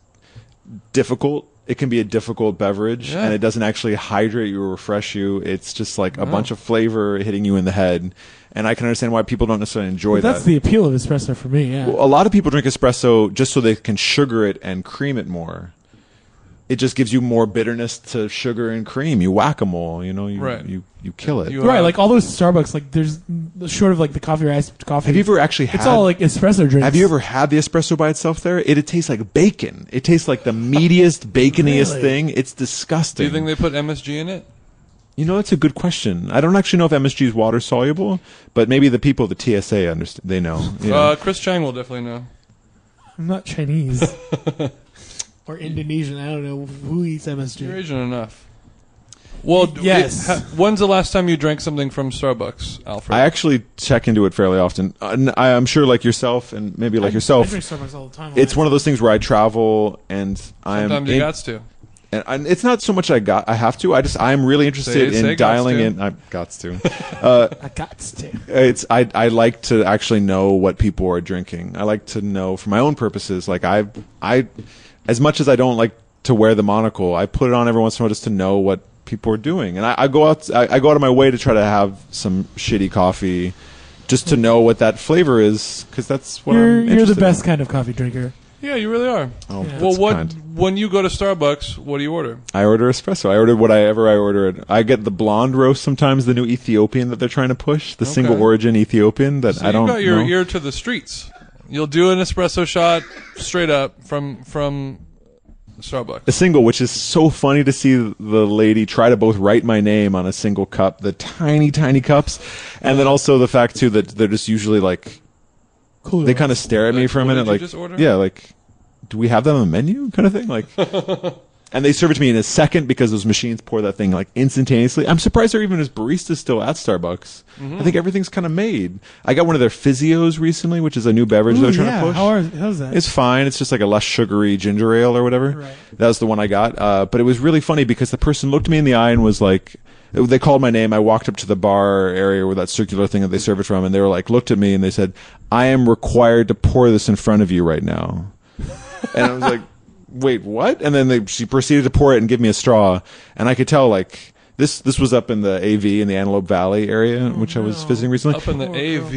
[SPEAKER 3] difficult. It can be a difficult beverage,
[SPEAKER 1] Yeah.
[SPEAKER 3] and it doesn't actually hydrate you or refresh you. It's just like a bunch of flavor hitting you in the head, and I can understand why people don't necessarily enjoy
[SPEAKER 2] that's
[SPEAKER 3] that.
[SPEAKER 2] the appeal of espresso for me. Yeah.
[SPEAKER 3] a lot of people drink espresso just so they can sugar it and cream it more. It just gives you more bitterness to sugar and cream. You whack a mole, you know. You,
[SPEAKER 1] Right.
[SPEAKER 3] you you kill it.
[SPEAKER 1] You uh,
[SPEAKER 2] Right,
[SPEAKER 1] are-
[SPEAKER 2] like all those Starbucks, like there's short of like the coffee or iced coffee.
[SPEAKER 3] Have you ever actually had?
[SPEAKER 2] It's all like espresso drinks.
[SPEAKER 3] Have you ever had the espresso by itself there? It, it tastes like bacon. It tastes like the meatiest, baconiest
[SPEAKER 2] Really?
[SPEAKER 3] thing. It's disgusting.
[SPEAKER 1] Do you think they put MSG in it?
[SPEAKER 3] You know, that's a good question. I don't actually know if MSG is water soluble, but maybe the people at the TSA understand. They know. you know.
[SPEAKER 1] Uh, Chris Chang will definitely know.
[SPEAKER 2] I'm not Chinese or Indonesian. I don't know who eats
[SPEAKER 1] You're
[SPEAKER 2] MSG.
[SPEAKER 1] Asian enough. Well, d- it-
[SPEAKER 2] Yes.
[SPEAKER 1] ha- when's the last time you drank something from Starbucks, Alfred?
[SPEAKER 3] I actually check into it fairly often. Uh, n- I, am sure, like yourself, and maybe like
[SPEAKER 2] I
[SPEAKER 3] yourself,
[SPEAKER 2] drink Starbucks all the time.
[SPEAKER 3] it's one of those things where I travel and I am.
[SPEAKER 1] Sometimes you
[SPEAKER 3] in-
[SPEAKER 1] got to.
[SPEAKER 3] and, and it's not so much I got. I have to. I just. I am really interested
[SPEAKER 1] Say-
[SPEAKER 3] in
[SPEAKER 1] say gots
[SPEAKER 3] dialing
[SPEAKER 1] to.
[SPEAKER 3] in. I Uh, got to.
[SPEAKER 2] I got to.
[SPEAKER 3] it's I I like to actually know what people are drinking. I like to know for my own purposes. Like I I as much as I don't like to wear the monocle, I put it on every once in a while just to know what people are doing. And I, I go out I, I go out of my way to try to have some shitty coffee just to know what that flavor is because that's what
[SPEAKER 2] You're,
[SPEAKER 3] I'm
[SPEAKER 2] you're the
[SPEAKER 3] interested
[SPEAKER 2] best kind of coffee drinker.
[SPEAKER 1] Yeah, you really are.
[SPEAKER 3] In. Oh,
[SPEAKER 2] Yeah.
[SPEAKER 1] well,
[SPEAKER 3] that's
[SPEAKER 1] what
[SPEAKER 3] kind.
[SPEAKER 1] when you go to Starbucks, what do you order?
[SPEAKER 3] I order espresso. I order whatever I order. It. I get the blonde roast sometimes, the new Ethiopian that they're trying to push, the single
[SPEAKER 1] Okay.
[SPEAKER 3] origin Ethiopian that
[SPEAKER 1] So
[SPEAKER 3] I
[SPEAKER 1] you've
[SPEAKER 3] don't
[SPEAKER 1] got your
[SPEAKER 3] know.
[SPEAKER 1] ear to the streets. You'll do an espresso shot straight up from from
[SPEAKER 3] a
[SPEAKER 1] Starbucks.
[SPEAKER 3] single, which is so funny to see the lady try to both write my name on a single cup, the tiny, tiny cups, and then also the fact too that they're just usually like
[SPEAKER 2] Cool.
[SPEAKER 3] they kind of stare at me
[SPEAKER 1] Like,
[SPEAKER 3] for a
[SPEAKER 1] what
[SPEAKER 3] minute,
[SPEAKER 1] did you
[SPEAKER 3] like
[SPEAKER 1] just order?
[SPEAKER 3] yeah, like do we have that on the menu, kind of thing, like. And they serve it to me in a second because those machines pour that thing like instantaneously. I'm surprised there even is baristas still at Starbucks.
[SPEAKER 1] Mm-hmm.
[SPEAKER 3] I think everything's kind of made. I got one of their physios recently, which is a new beverage they're
[SPEAKER 2] Ooh,
[SPEAKER 3] trying
[SPEAKER 2] yeah.
[SPEAKER 3] to push.
[SPEAKER 2] How are, how's that?
[SPEAKER 3] It's fine. It's just like a less sugary ginger ale or whatever.
[SPEAKER 2] Right.
[SPEAKER 3] That was the one I got. Uh, but it was really funny because the person looked me in the eye and was like, they called my name. I walked up to the bar area where that circular thing that they serve it from, and they were like, looked at me and they said, I am required to pour this in front of you right now. And I was like, wait, what? And then they, she proceeded to pour it and give me a straw. And I could tell, like, this, this was up in the AV in the Antelope Valley area, which I was visiting recently
[SPEAKER 1] Up in the AV.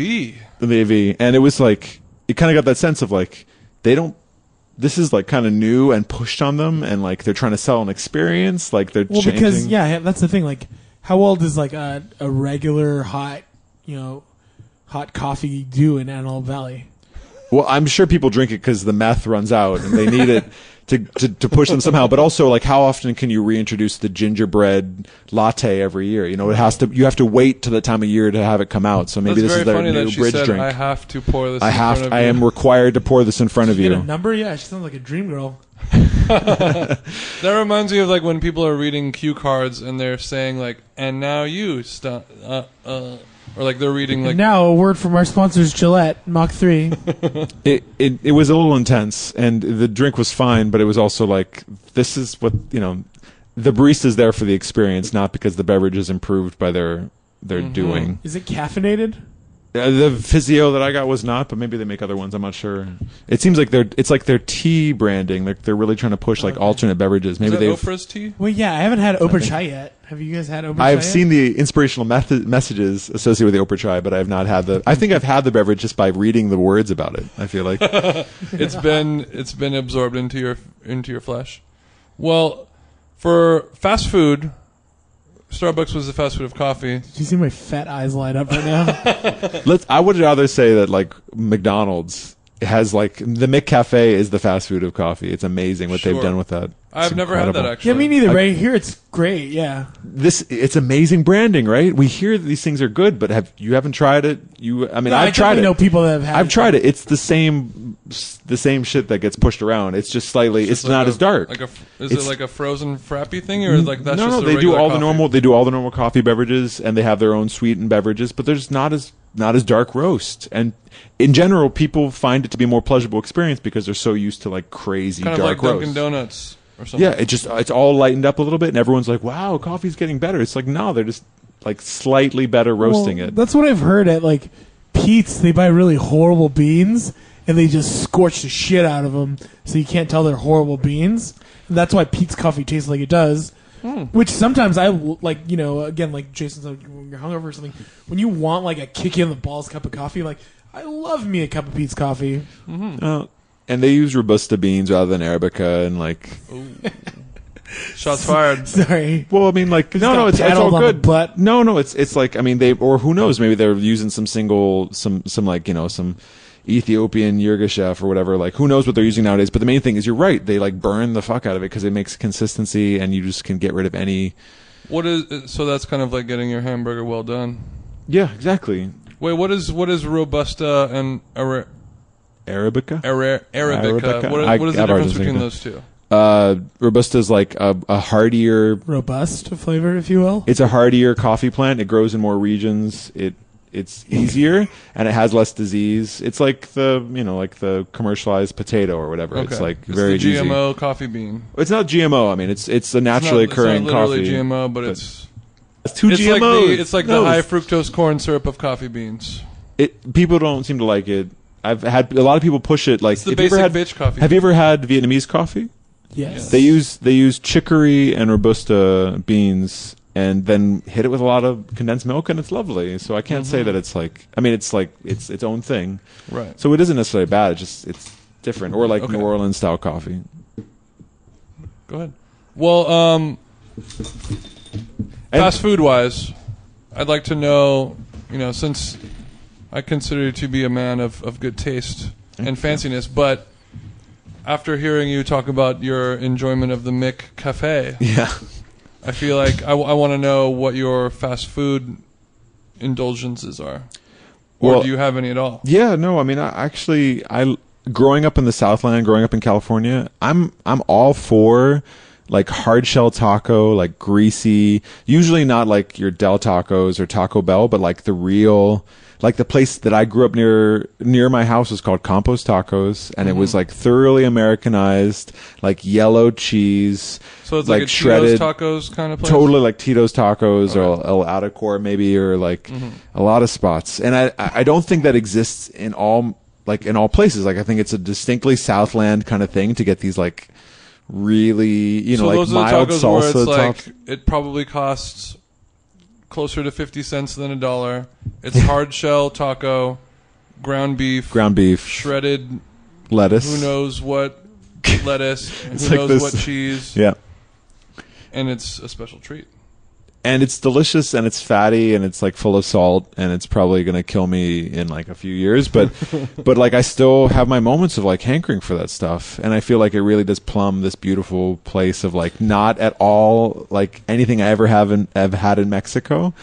[SPEAKER 3] the AV, and it was like it kind of got that sense of like they don't. This is like kind of new and pushed on them, and like they're trying to sell an experience. Like they're
[SPEAKER 2] well,
[SPEAKER 3] changing.
[SPEAKER 2] because yeah, that's the thing. Like, how well does like a, a regular hot, you know, hot coffee do in Antelope Valley?
[SPEAKER 3] Well, I'm sure people drink it because the meth runs out and they need it to, to to push them somehow. But also, like, how often can you reintroduce the gingerbread latte every year? You know, it has to. You have to wait till the time of year to have it come out. So maybe
[SPEAKER 1] That's
[SPEAKER 3] this
[SPEAKER 1] very
[SPEAKER 3] is their
[SPEAKER 1] funny
[SPEAKER 3] new
[SPEAKER 1] that she
[SPEAKER 3] bridge
[SPEAKER 1] said,
[SPEAKER 3] drink.
[SPEAKER 1] "I
[SPEAKER 3] I,
[SPEAKER 1] have to pour this." in front
[SPEAKER 3] have. To,
[SPEAKER 1] of
[SPEAKER 3] I
[SPEAKER 1] you."
[SPEAKER 3] am required to pour this in front of
[SPEAKER 2] Get a
[SPEAKER 3] you.
[SPEAKER 2] number? Yeah, she sounds like a dream girl.
[SPEAKER 1] That reminds me of like when people are reading cue cards and they're saying like, "And now you stop," uh, uh, or like they're reading like,
[SPEAKER 2] and now a word from our sponsors, Gillette Mach Three.
[SPEAKER 3] it, it it was a little intense and the drink was fine but it was also like this is what you know the barista's there for the experience not because the beverage is improved by their their
[SPEAKER 1] Mm-hmm.
[SPEAKER 3] doing
[SPEAKER 2] Is it caffeinated?
[SPEAKER 3] Uh, the physio that i got was not but maybe they make other ones i'm not sure it seems like they're it's like their tea branding like they're really trying to push like alternate beverages
[SPEAKER 1] "Is
[SPEAKER 3] maybe
[SPEAKER 1] that
[SPEAKER 3] they've
[SPEAKER 1] Oprah's tea?"
[SPEAKER 2] Well, yeah, I haven't had Oprah chai yet. Have you guys had Oprah? chai
[SPEAKER 3] I've
[SPEAKER 2] yet?
[SPEAKER 3] seen the inspirational method messages associated with the Oprah chai, but I have not had the. I think I've had the beverage just by reading the words about it. I feel like
[SPEAKER 1] It's been it's been absorbed into your into your flesh. Well, for fast food, Starbucks was the fast food of coffee.
[SPEAKER 2] Do you see my fat eyes light up right now?
[SPEAKER 3] Let's. I would rather say that like McDonald's has like the McCafe is the fast food of coffee. It's amazing what they've
[SPEAKER 1] Sure.
[SPEAKER 3] done with that.
[SPEAKER 1] I've
[SPEAKER 3] It's
[SPEAKER 1] never had that
[SPEAKER 3] incredible.
[SPEAKER 1] actually.
[SPEAKER 2] yeah, me neither.
[SPEAKER 3] I-
[SPEAKER 2] Right here, it's great. Yeah,
[SPEAKER 3] This it's amazing branding, right? We hear that these things are good, but have you haven't tried it? You, I mean,
[SPEAKER 2] No, I
[SPEAKER 3] I've tried
[SPEAKER 2] definitely
[SPEAKER 3] it.
[SPEAKER 2] Know people that have had.
[SPEAKER 3] I've tried it. It's the same, the same shit that gets pushed around. It's just slightly. It's,
[SPEAKER 1] Just like
[SPEAKER 3] not
[SPEAKER 1] a-
[SPEAKER 3] as dark.
[SPEAKER 1] Like a, f- is
[SPEAKER 3] It's-
[SPEAKER 1] it like a frozen frappy thing, or like that's
[SPEAKER 3] no,
[SPEAKER 1] just
[SPEAKER 3] no.
[SPEAKER 1] a
[SPEAKER 3] They do
[SPEAKER 1] regular
[SPEAKER 3] all the
[SPEAKER 1] coffee?
[SPEAKER 3] normal. They do all the normal coffee beverages, and they have their own sweetened beverages, but there's not as not as dark roast. And in general, people find it to be a more pleasurable experience because they're so used to like crazy
[SPEAKER 1] kind of like
[SPEAKER 3] dark
[SPEAKER 1] Dunkin'
[SPEAKER 3] roast.
[SPEAKER 1] Donuts or something.
[SPEAKER 3] yeah, it just it's all lightened up a little bit, and everyone's like, "Wow, coffee's getting better." It's like no, they're just like slightly better roasting
[SPEAKER 2] Well,
[SPEAKER 3] it.
[SPEAKER 2] That's what I've heard at like Pete's. They buy really horrible beans and they just scorch the shit out of them, so you can't tell they're horrible beans. And that's why Pete's coffee tastes like it does. Which sometimes I w- like, you know, again, like Jason's like when you're hungover or something. When you want like a kick in the balls cup of coffee, like I love me a cup of Pete's coffee.
[SPEAKER 3] Uh, and they use robusta beans rather than arabica, and like,
[SPEAKER 1] Shots fired.
[SPEAKER 2] Sorry,
[SPEAKER 3] well, I mean, like, no,
[SPEAKER 2] got
[SPEAKER 3] no, it's, it's all
[SPEAKER 2] paddled on the
[SPEAKER 3] good,
[SPEAKER 2] butt.
[SPEAKER 3] no, no, it's it's like, I mean, they or who knows, maybe they're using some single, some some like you know some Ethiopian Yirgacheffe or whatever. Like, who knows what they're using nowadays? But the main thing is, you're right, they like burn the fuck out of it because it makes consistency, and you just can get rid of any.
[SPEAKER 1] What is so? That's kind of like getting your hamburger well done.
[SPEAKER 3] Yeah, exactly.
[SPEAKER 1] Wait, what is what is robusta and ara-
[SPEAKER 3] Arabica.
[SPEAKER 1] ara- arabica?
[SPEAKER 3] Arabica?
[SPEAKER 1] What,
[SPEAKER 3] I-
[SPEAKER 1] what is the
[SPEAKER 3] I've already
[SPEAKER 1] difference between
[SPEAKER 3] seen that.
[SPEAKER 1] those two?
[SPEAKER 3] Uh, robusta is like a, a hardier
[SPEAKER 2] robust flavor, if you will.
[SPEAKER 3] it's a hardier coffee plant. It grows in more regions. It it's easier and it has less disease. It's like the you know like the commercialized potato or whatever.
[SPEAKER 1] Okay.
[SPEAKER 3] It's like very
[SPEAKER 1] the
[SPEAKER 3] easy.
[SPEAKER 1] GMO coffee bean.
[SPEAKER 3] It's not GMO. I mean, it's it's a
[SPEAKER 1] It's
[SPEAKER 3] naturally
[SPEAKER 1] not,
[SPEAKER 3] occurring
[SPEAKER 1] it's not literally
[SPEAKER 3] coffee.
[SPEAKER 1] GMO, but
[SPEAKER 3] but
[SPEAKER 1] it's
[SPEAKER 3] It's two
[SPEAKER 1] it's like
[SPEAKER 3] GMOs.
[SPEAKER 1] the it's like
[SPEAKER 3] No,
[SPEAKER 1] the high
[SPEAKER 3] it's-
[SPEAKER 1] fructose corn syrup of coffee beans.
[SPEAKER 3] it, people don't seem to like it. I've had a lot of people push it. Like,
[SPEAKER 1] It's the
[SPEAKER 3] have you ever
[SPEAKER 1] basic
[SPEAKER 3] had,
[SPEAKER 1] bitch coffee.
[SPEAKER 3] Have you ever had Vietnamese coffee?
[SPEAKER 2] yes,
[SPEAKER 3] They use they use chicory and robusta beans, and then hit it with a lot of condensed milk, and it's lovely. So I can't say that it's like. I mean, it's like it's its own thing.
[SPEAKER 1] right?
[SPEAKER 3] So it isn't necessarily bad. It's just it's different, or like
[SPEAKER 1] Okay.
[SPEAKER 3] New Orleans style coffee.
[SPEAKER 1] Go ahead. Well, um,
[SPEAKER 3] And-
[SPEAKER 1] fast food wise, I'd like to know, you know, since I consider you to be a man of, of good taste and fanciness, but after hearing you talk about your enjoyment of the Mick Cafe,
[SPEAKER 3] Yeah.
[SPEAKER 1] I feel like I, want to know what your fast food indulgences are. Or
[SPEAKER 3] Well-
[SPEAKER 1] do you have any at all?
[SPEAKER 3] Yeah, no, I mean, I actually, I growing up in the Southland, growing up in California, I'm I'm all for like hard shell taco, like greasy. Usually not like your Del Tacos or Taco Bell, but like the real, like the place that I grew up near near my house was called Compost Tacos, and it
[SPEAKER 1] Mm-hmm.
[SPEAKER 3] was like thoroughly Americanized, like yellow cheese,
[SPEAKER 1] So it's like, a
[SPEAKER 3] shredded
[SPEAKER 1] Cheetos tacos kind of place.
[SPEAKER 3] Totally like Tito's Tacos or El Atacor maybe or like
[SPEAKER 1] Mm-hmm.
[SPEAKER 3] a lot of spots. And I I I don't think that exists in all like in all places. Like I think it's a distinctly Southland kind of thing to get these like really you know
[SPEAKER 1] so
[SPEAKER 3] like
[SPEAKER 1] those are
[SPEAKER 3] mild
[SPEAKER 1] the tacos where
[SPEAKER 3] salsa
[SPEAKER 1] it's like
[SPEAKER 3] tops.
[SPEAKER 1] it probably costs closer to fifty cents than a dollar. It's hard shell taco, ground beef,
[SPEAKER 3] ground beef,
[SPEAKER 1] shredded,
[SPEAKER 3] lettuce.
[SPEAKER 1] who knows what lettuce, and
[SPEAKER 3] It's
[SPEAKER 1] who
[SPEAKER 3] like
[SPEAKER 1] knows
[SPEAKER 3] this-
[SPEAKER 1] what cheese,
[SPEAKER 3] Yeah.
[SPEAKER 1] and it's a special treat.
[SPEAKER 3] And it's delicious and it's fatty and it's like full of salt and it's probably going to kill me in like a few years but but like I still have my moments of like hankering for that stuff and I feel like it really does plumb this beautiful place of like not at all like anything I ever have in, have had in Mexico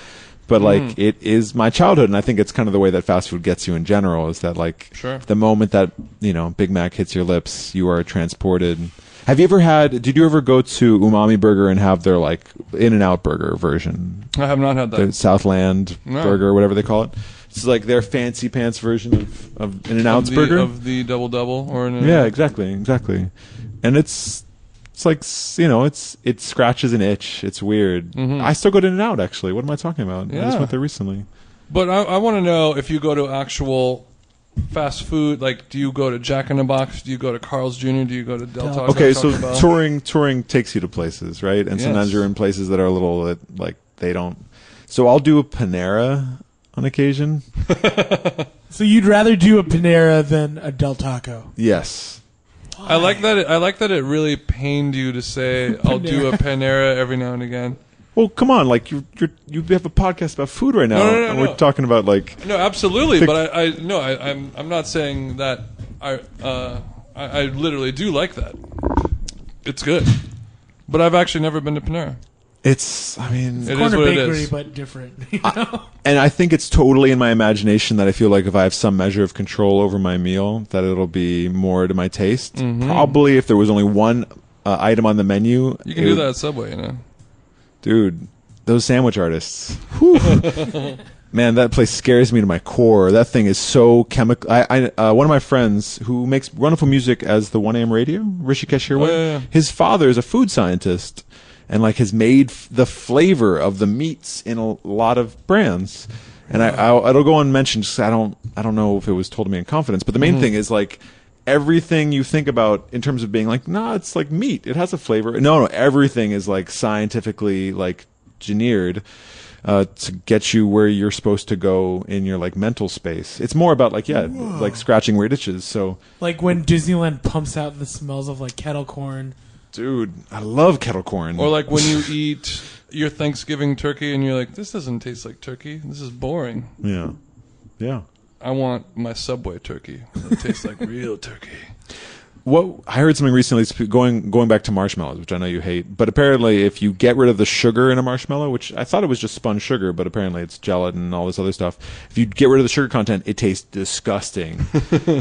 [SPEAKER 3] but like it is my childhood and I think it's kind of the way that fast food gets you in general is that like
[SPEAKER 1] Sure.
[SPEAKER 3] the moment that you know Big Mac hits your lips, you are transported. Have you ever had? Did you ever go to Umami Burger and have their like In and Out Burger version,
[SPEAKER 1] I have not had that.
[SPEAKER 3] the Southland
[SPEAKER 1] No.
[SPEAKER 3] Burger, whatever they call it? It's like their fancy pants version of, of In and
[SPEAKER 1] of
[SPEAKER 3] Out's
[SPEAKER 1] the,
[SPEAKER 3] Burger.
[SPEAKER 1] of the double double or an
[SPEAKER 3] yeah, exactly, exactly. And it's it's like s- you know, it's it scratches an itch. It's weird.
[SPEAKER 1] Mhm.
[SPEAKER 3] I still go to In and Out actually. What am I talking about? I just
[SPEAKER 1] Yeah.
[SPEAKER 3] went there recently.
[SPEAKER 1] But I, I want to know if you go to actual fast food. Like, do you go to Jack in the Box? Do you go to Carl's Jr.? Do you go to Del
[SPEAKER 2] Del-
[SPEAKER 1] Taco?
[SPEAKER 3] okay,
[SPEAKER 1] Taco
[SPEAKER 3] so
[SPEAKER 1] Bell?
[SPEAKER 3] touring touring takes you to places, right? And sometimes
[SPEAKER 1] Yes.
[SPEAKER 3] you're in places that are a little uh, like they don't. So I'll do a Panera on occasion.
[SPEAKER 2] So you'd rather do a Panera than a Del Taco?
[SPEAKER 3] Yes.
[SPEAKER 1] I like that. It, I like that it really pained you to say I'll do a Panera every now and again.
[SPEAKER 3] Well, come on, like you you're, you have a podcast about food right now,
[SPEAKER 1] No, no, no,
[SPEAKER 3] and
[SPEAKER 1] no.
[SPEAKER 3] we're talking about like
[SPEAKER 1] No, absolutely.
[SPEAKER 3] Think-
[SPEAKER 1] But I, I no, I, I'm I'm not saying that. I uh, I, I literally do like that. It's good. But I've actually never been to Panera.
[SPEAKER 3] it's. I mean,
[SPEAKER 1] It is
[SPEAKER 2] Corner
[SPEAKER 1] what it
[SPEAKER 2] bakery,
[SPEAKER 1] is.
[SPEAKER 2] but different. you know?
[SPEAKER 3] and I think it's totally in my imagination that I feel like if I have some measure of control over my meal, that it'll be more to my taste.
[SPEAKER 1] Mm-hmm.
[SPEAKER 3] Probably if there was only one uh, item on the menu,
[SPEAKER 1] You can
[SPEAKER 3] it
[SPEAKER 1] do
[SPEAKER 3] would-
[SPEAKER 1] that at Subway, you know.
[SPEAKER 3] dude those sandwich artists Whew. man that place scares me to my core that thing is so chemical i, I uh, one of my friends who makes wonderful music as the 1am radio rishikesh Hirway,
[SPEAKER 1] Oh, yeah, yeah.
[SPEAKER 3] his father is a food scientist and like has made f- the flavor of the meats in a lot of brands and I, I it'll go unmentioned because I don't I don't know if it was told to me in confidence, but the
[SPEAKER 1] Mm-hmm.
[SPEAKER 3] main thing is like everything you think about in terms of being like, nah, it's like meat. It has a flavor. No, no, everything is like scientifically like engineered uh, to get you where you're supposed to go in your like mental space. It's more about like yeah, like scratching weird itches. So,
[SPEAKER 2] like when Disneyland pumps out the smells of like kettle corn.
[SPEAKER 3] dude, I love kettle corn.
[SPEAKER 1] Or like when you eat your Thanksgiving turkey and you're like, this doesn't taste like turkey. This is boring.
[SPEAKER 3] yeah, yeah.
[SPEAKER 1] I want my Subway turkey. It tastes like real turkey.
[SPEAKER 3] What I heard something recently sp- going going back to marshmallows, which I know you hate, but apparently if you get rid of the sugar in a marshmallow, which I thought it was just spun sugar, but apparently it's gelatin and all this other stuff. If you get rid of the sugar content, it tastes disgusting,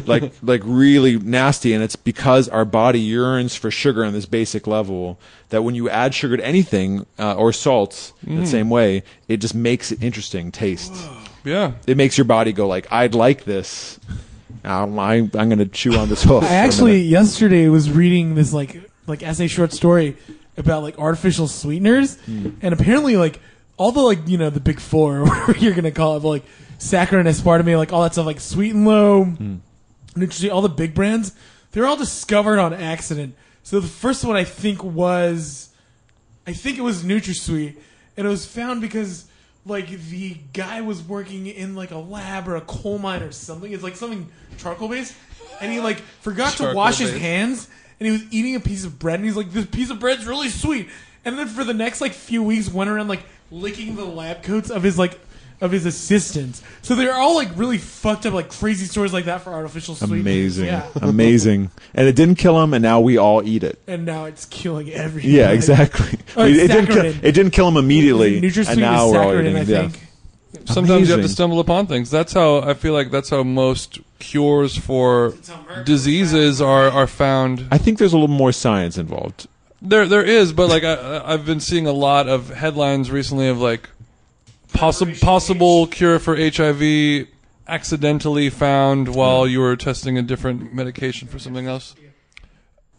[SPEAKER 3] like like really nasty, and it's because our body yearns for sugar on this basic level that when you add sugar to anything uh, or salt in the same way, it just makes it interesting taste
[SPEAKER 1] Yeah.
[SPEAKER 3] it makes your body go like, "I'd like this." Um, I, I'm going to chew on this whole.
[SPEAKER 2] I actually yesterday was reading this like like essay short story about like artificial sweeteners, and apparently like all the like you know the big four, whatever you're gonna call it, but, like saccharin, aspartame, like all that stuff, like Sweet and Low, Nutri, all the big brands, they're all discovered on accident. So the first one I think was, I think it was NutraSweet, and it was found because like the guy was working in like a lab or a coal mine or something. It's like something charcoal based, and he like forgot to wash his
[SPEAKER 1] Charcoal-based.
[SPEAKER 2] hands, and he was eating a piece of bread, and he's like, "This piece of bread's really sweet." And then for the next like few weeks, went around like licking the lab coats of his like of his assistants. So they're all like really fucked up, like crazy stories like that for artificial sweeteners.
[SPEAKER 3] Amazing,
[SPEAKER 2] Yeah.
[SPEAKER 3] amazing. And it didn't kill him, and now we all eat it.
[SPEAKER 2] And now it's killing everyone.
[SPEAKER 3] Yeah, exactly.
[SPEAKER 2] Oh,
[SPEAKER 3] it,
[SPEAKER 2] it's
[SPEAKER 3] it didn't kill,
[SPEAKER 2] saccharin.
[SPEAKER 3] it didn't kill him immediately,
[SPEAKER 2] NutraSweet
[SPEAKER 3] and now
[SPEAKER 2] is
[SPEAKER 3] we're all
[SPEAKER 2] saccharin,
[SPEAKER 3] eating
[SPEAKER 2] I
[SPEAKER 3] it. Yeah.
[SPEAKER 2] think.
[SPEAKER 1] Sometimes you have to
[SPEAKER 3] Amazing.
[SPEAKER 1] stumble upon things. That's how I feel like that's how most cures for diseases are, are found.
[SPEAKER 3] I think there's a little more science involved.
[SPEAKER 1] There there is, but like I- I, I've been seeing a lot of headlines recently of like possi- possible cure for HIV accidentally found while you were testing a different medication for something else.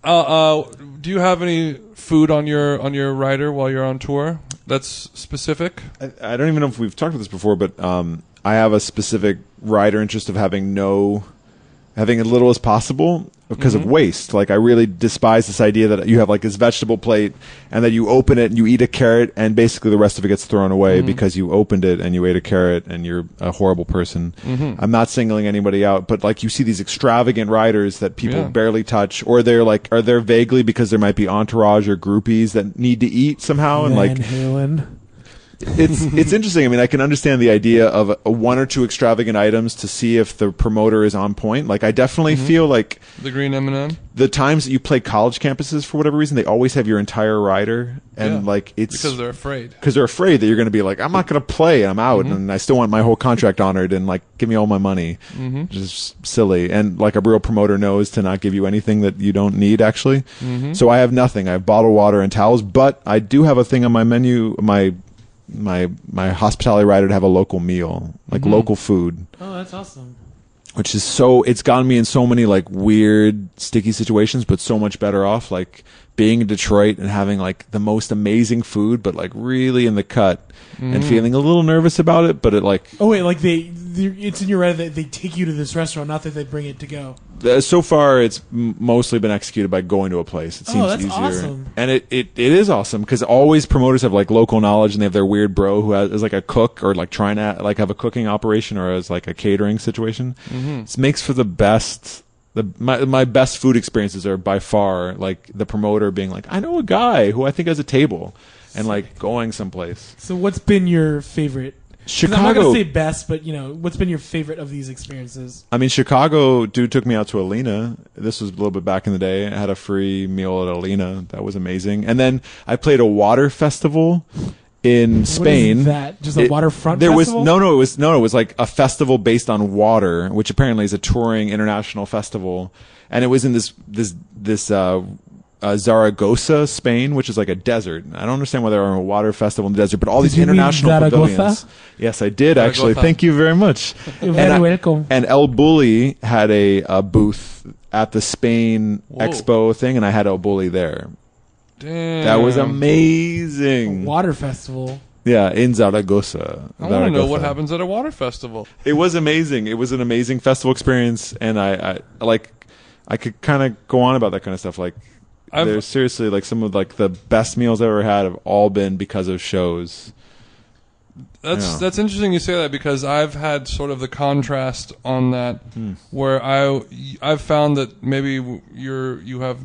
[SPEAKER 1] Uh, uh, do you have any food on your on your rider while you're on tour? That's specific.
[SPEAKER 3] I, I don't even know if we've talked about this before, but um, I have a specific rider interest of having no, having as little as possible because of waste. Like I really despise this idea that you have like this vegetable plate and that you open it and you eat a carrot and basically the rest of it gets thrown away because you opened it and you ate a carrot and you're a horrible person. I'm not singling anybody out, but like you see these extravagant riders that people
[SPEAKER 1] Yeah.
[SPEAKER 3] barely touch or they're like are there vaguely because there might be entourage or groupies that need to eat somehow and like
[SPEAKER 2] Van Halen.
[SPEAKER 3] it's it's interesting. I mean, I can understand the idea of a, one or two extravagant items to see if the promoter is on point. Like, I definitely
[SPEAKER 1] Mm-hmm.
[SPEAKER 3] feel like
[SPEAKER 1] The green M&M.
[SPEAKER 3] the times that you play college campuses for whatever reason, they always have your entire rider, and
[SPEAKER 1] Yeah.
[SPEAKER 3] like it's
[SPEAKER 1] because they're afraid.
[SPEAKER 3] because they're afraid that you're going to be like, I'm not going to play. I'm out, and I still want my whole contract honored, and like, give me all my money. Just silly. And like a real promoter knows to not give you anything that you don't need, actually. So I have nothing. I have bottled water and towels, but I do have a thing on my menu. My my my hospitality rider to have a local meal, like local food
[SPEAKER 2] Oh, that's awesome.
[SPEAKER 3] which is so it's gotten me in so many like weird sticky situations but so much better off like being in detroit and having like the most amazing food but like really in the cut and feeling a little nervous about it but it like
[SPEAKER 2] Oh wait, like they, they're- it's in your right that they take you to this restaurant, not that they bring it to go.
[SPEAKER 3] uh, so far it's m- mostly been executed by going to a place it
[SPEAKER 2] Oh,
[SPEAKER 3] seems
[SPEAKER 2] that's
[SPEAKER 3] easier
[SPEAKER 2] awesome.
[SPEAKER 3] and it, it, it is awesome because always promoters have like local knowledge and they have their weird bro who has, is like a cook or like trying to like have a cooking operation or is like a catering situation
[SPEAKER 2] Mm-hmm.
[SPEAKER 3] this makes for the best the my, my best food experiences are by far like the promoter being like i know a guy who i think has a table and like going someplace
[SPEAKER 2] So, what's been your favorite? 'Cause I'm not
[SPEAKER 3] chicago
[SPEAKER 2] gonna say best, but you know, what's been your favorite of these experiences?
[SPEAKER 3] I mean, Chicago dude took me out to Alina. This was a little bit back in the day. I had a free meal at Alina. That was amazing. And then I played a water festival in Spain.
[SPEAKER 2] What is that just a
[SPEAKER 3] It-
[SPEAKER 2] waterfront.
[SPEAKER 3] There
[SPEAKER 2] festival?
[SPEAKER 3] was no, no, it was no, it was like a festival based on water, which apparently is a touring international festival, and it was in this this this uh, uh, Zaragoza, Spain, which is like a desert. I don't understand why there are a water festival in the desert, but all
[SPEAKER 2] Did
[SPEAKER 3] these
[SPEAKER 2] you mean
[SPEAKER 3] international
[SPEAKER 2] Zaragoza?
[SPEAKER 3] pavilions. Yes, I did actually.
[SPEAKER 1] Zaragoza.
[SPEAKER 3] Thank you very much.
[SPEAKER 2] You're
[SPEAKER 3] And
[SPEAKER 2] very
[SPEAKER 3] I-
[SPEAKER 2] welcome.
[SPEAKER 3] and El Bulli had a, a booth at the Spain
[SPEAKER 1] Whoa.
[SPEAKER 3] Expo thing, and I had El Bulli there.
[SPEAKER 1] Damn.
[SPEAKER 3] That was
[SPEAKER 2] A
[SPEAKER 3] amazing.
[SPEAKER 2] water festival.
[SPEAKER 3] Yeah, in Zaragoza.
[SPEAKER 1] I want to know what
[SPEAKER 3] Zaragoza.
[SPEAKER 1] happens at a water festival.
[SPEAKER 3] It was amazing. It was an amazing festival experience, and I, I like. I could kind of go on about that kind of stuff. Like,
[SPEAKER 1] I've-
[SPEAKER 3] there's seriously like some of like the best meals I've ever had have all been because of shows.
[SPEAKER 1] That's
[SPEAKER 3] Yeah.
[SPEAKER 1] that's interesting you say that because I've had sort of the contrast on that
[SPEAKER 3] Hmm.
[SPEAKER 1] where I I've found that maybe you're you have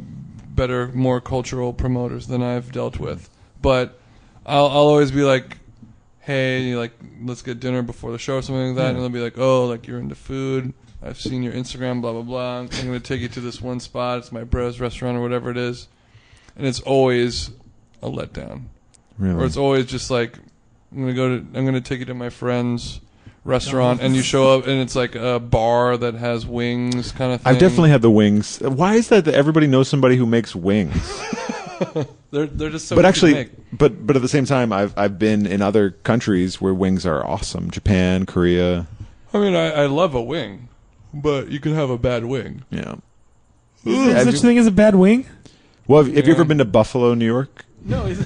[SPEAKER 1] better more cultural promoters than I've dealt with, but I'll I'll always be like, hey, like let's get dinner before the show or something like that, and they'll be like, oh, like you're into food. I've seen your Instagram, blah blah blah. I'm going to take you to this one spot. It's my bro's restaurant or whatever it is, and it's always a letdown
[SPEAKER 3] Really,
[SPEAKER 1] or it's always just like I'm gonna go to I'm gonna take you to my friend's restaurant, and you show up and it's like a bar that has wings kind of thing.
[SPEAKER 3] I've definitely had the wings. Why is that that everybody knows somebody who makes wings?
[SPEAKER 1] they're they're just so
[SPEAKER 3] but
[SPEAKER 1] easy to
[SPEAKER 3] actually,
[SPEAKER 1] make.
[SPEAKER 3] but but at the same time, I've I've been in other countries where wings are awesome. Japan, Korea.
[SPEAKER 1] I mean I, I love a wing, but you can have a bad wing.
[SPEAKER 3] Yeah.
[SPEAKER 2] Is there
[SPEAKER 3] Have
[SPEAKER 2] such
[SPEAKER 3] you-
[SPEAKER 2] thing as a bad wing?
[SPEAKER 3] Well, have, have you
[SPEAKER 1] Yeah.
[SPEAKER 3] ever been to Buffalo, New York?
[SPEAKER 2] No, is,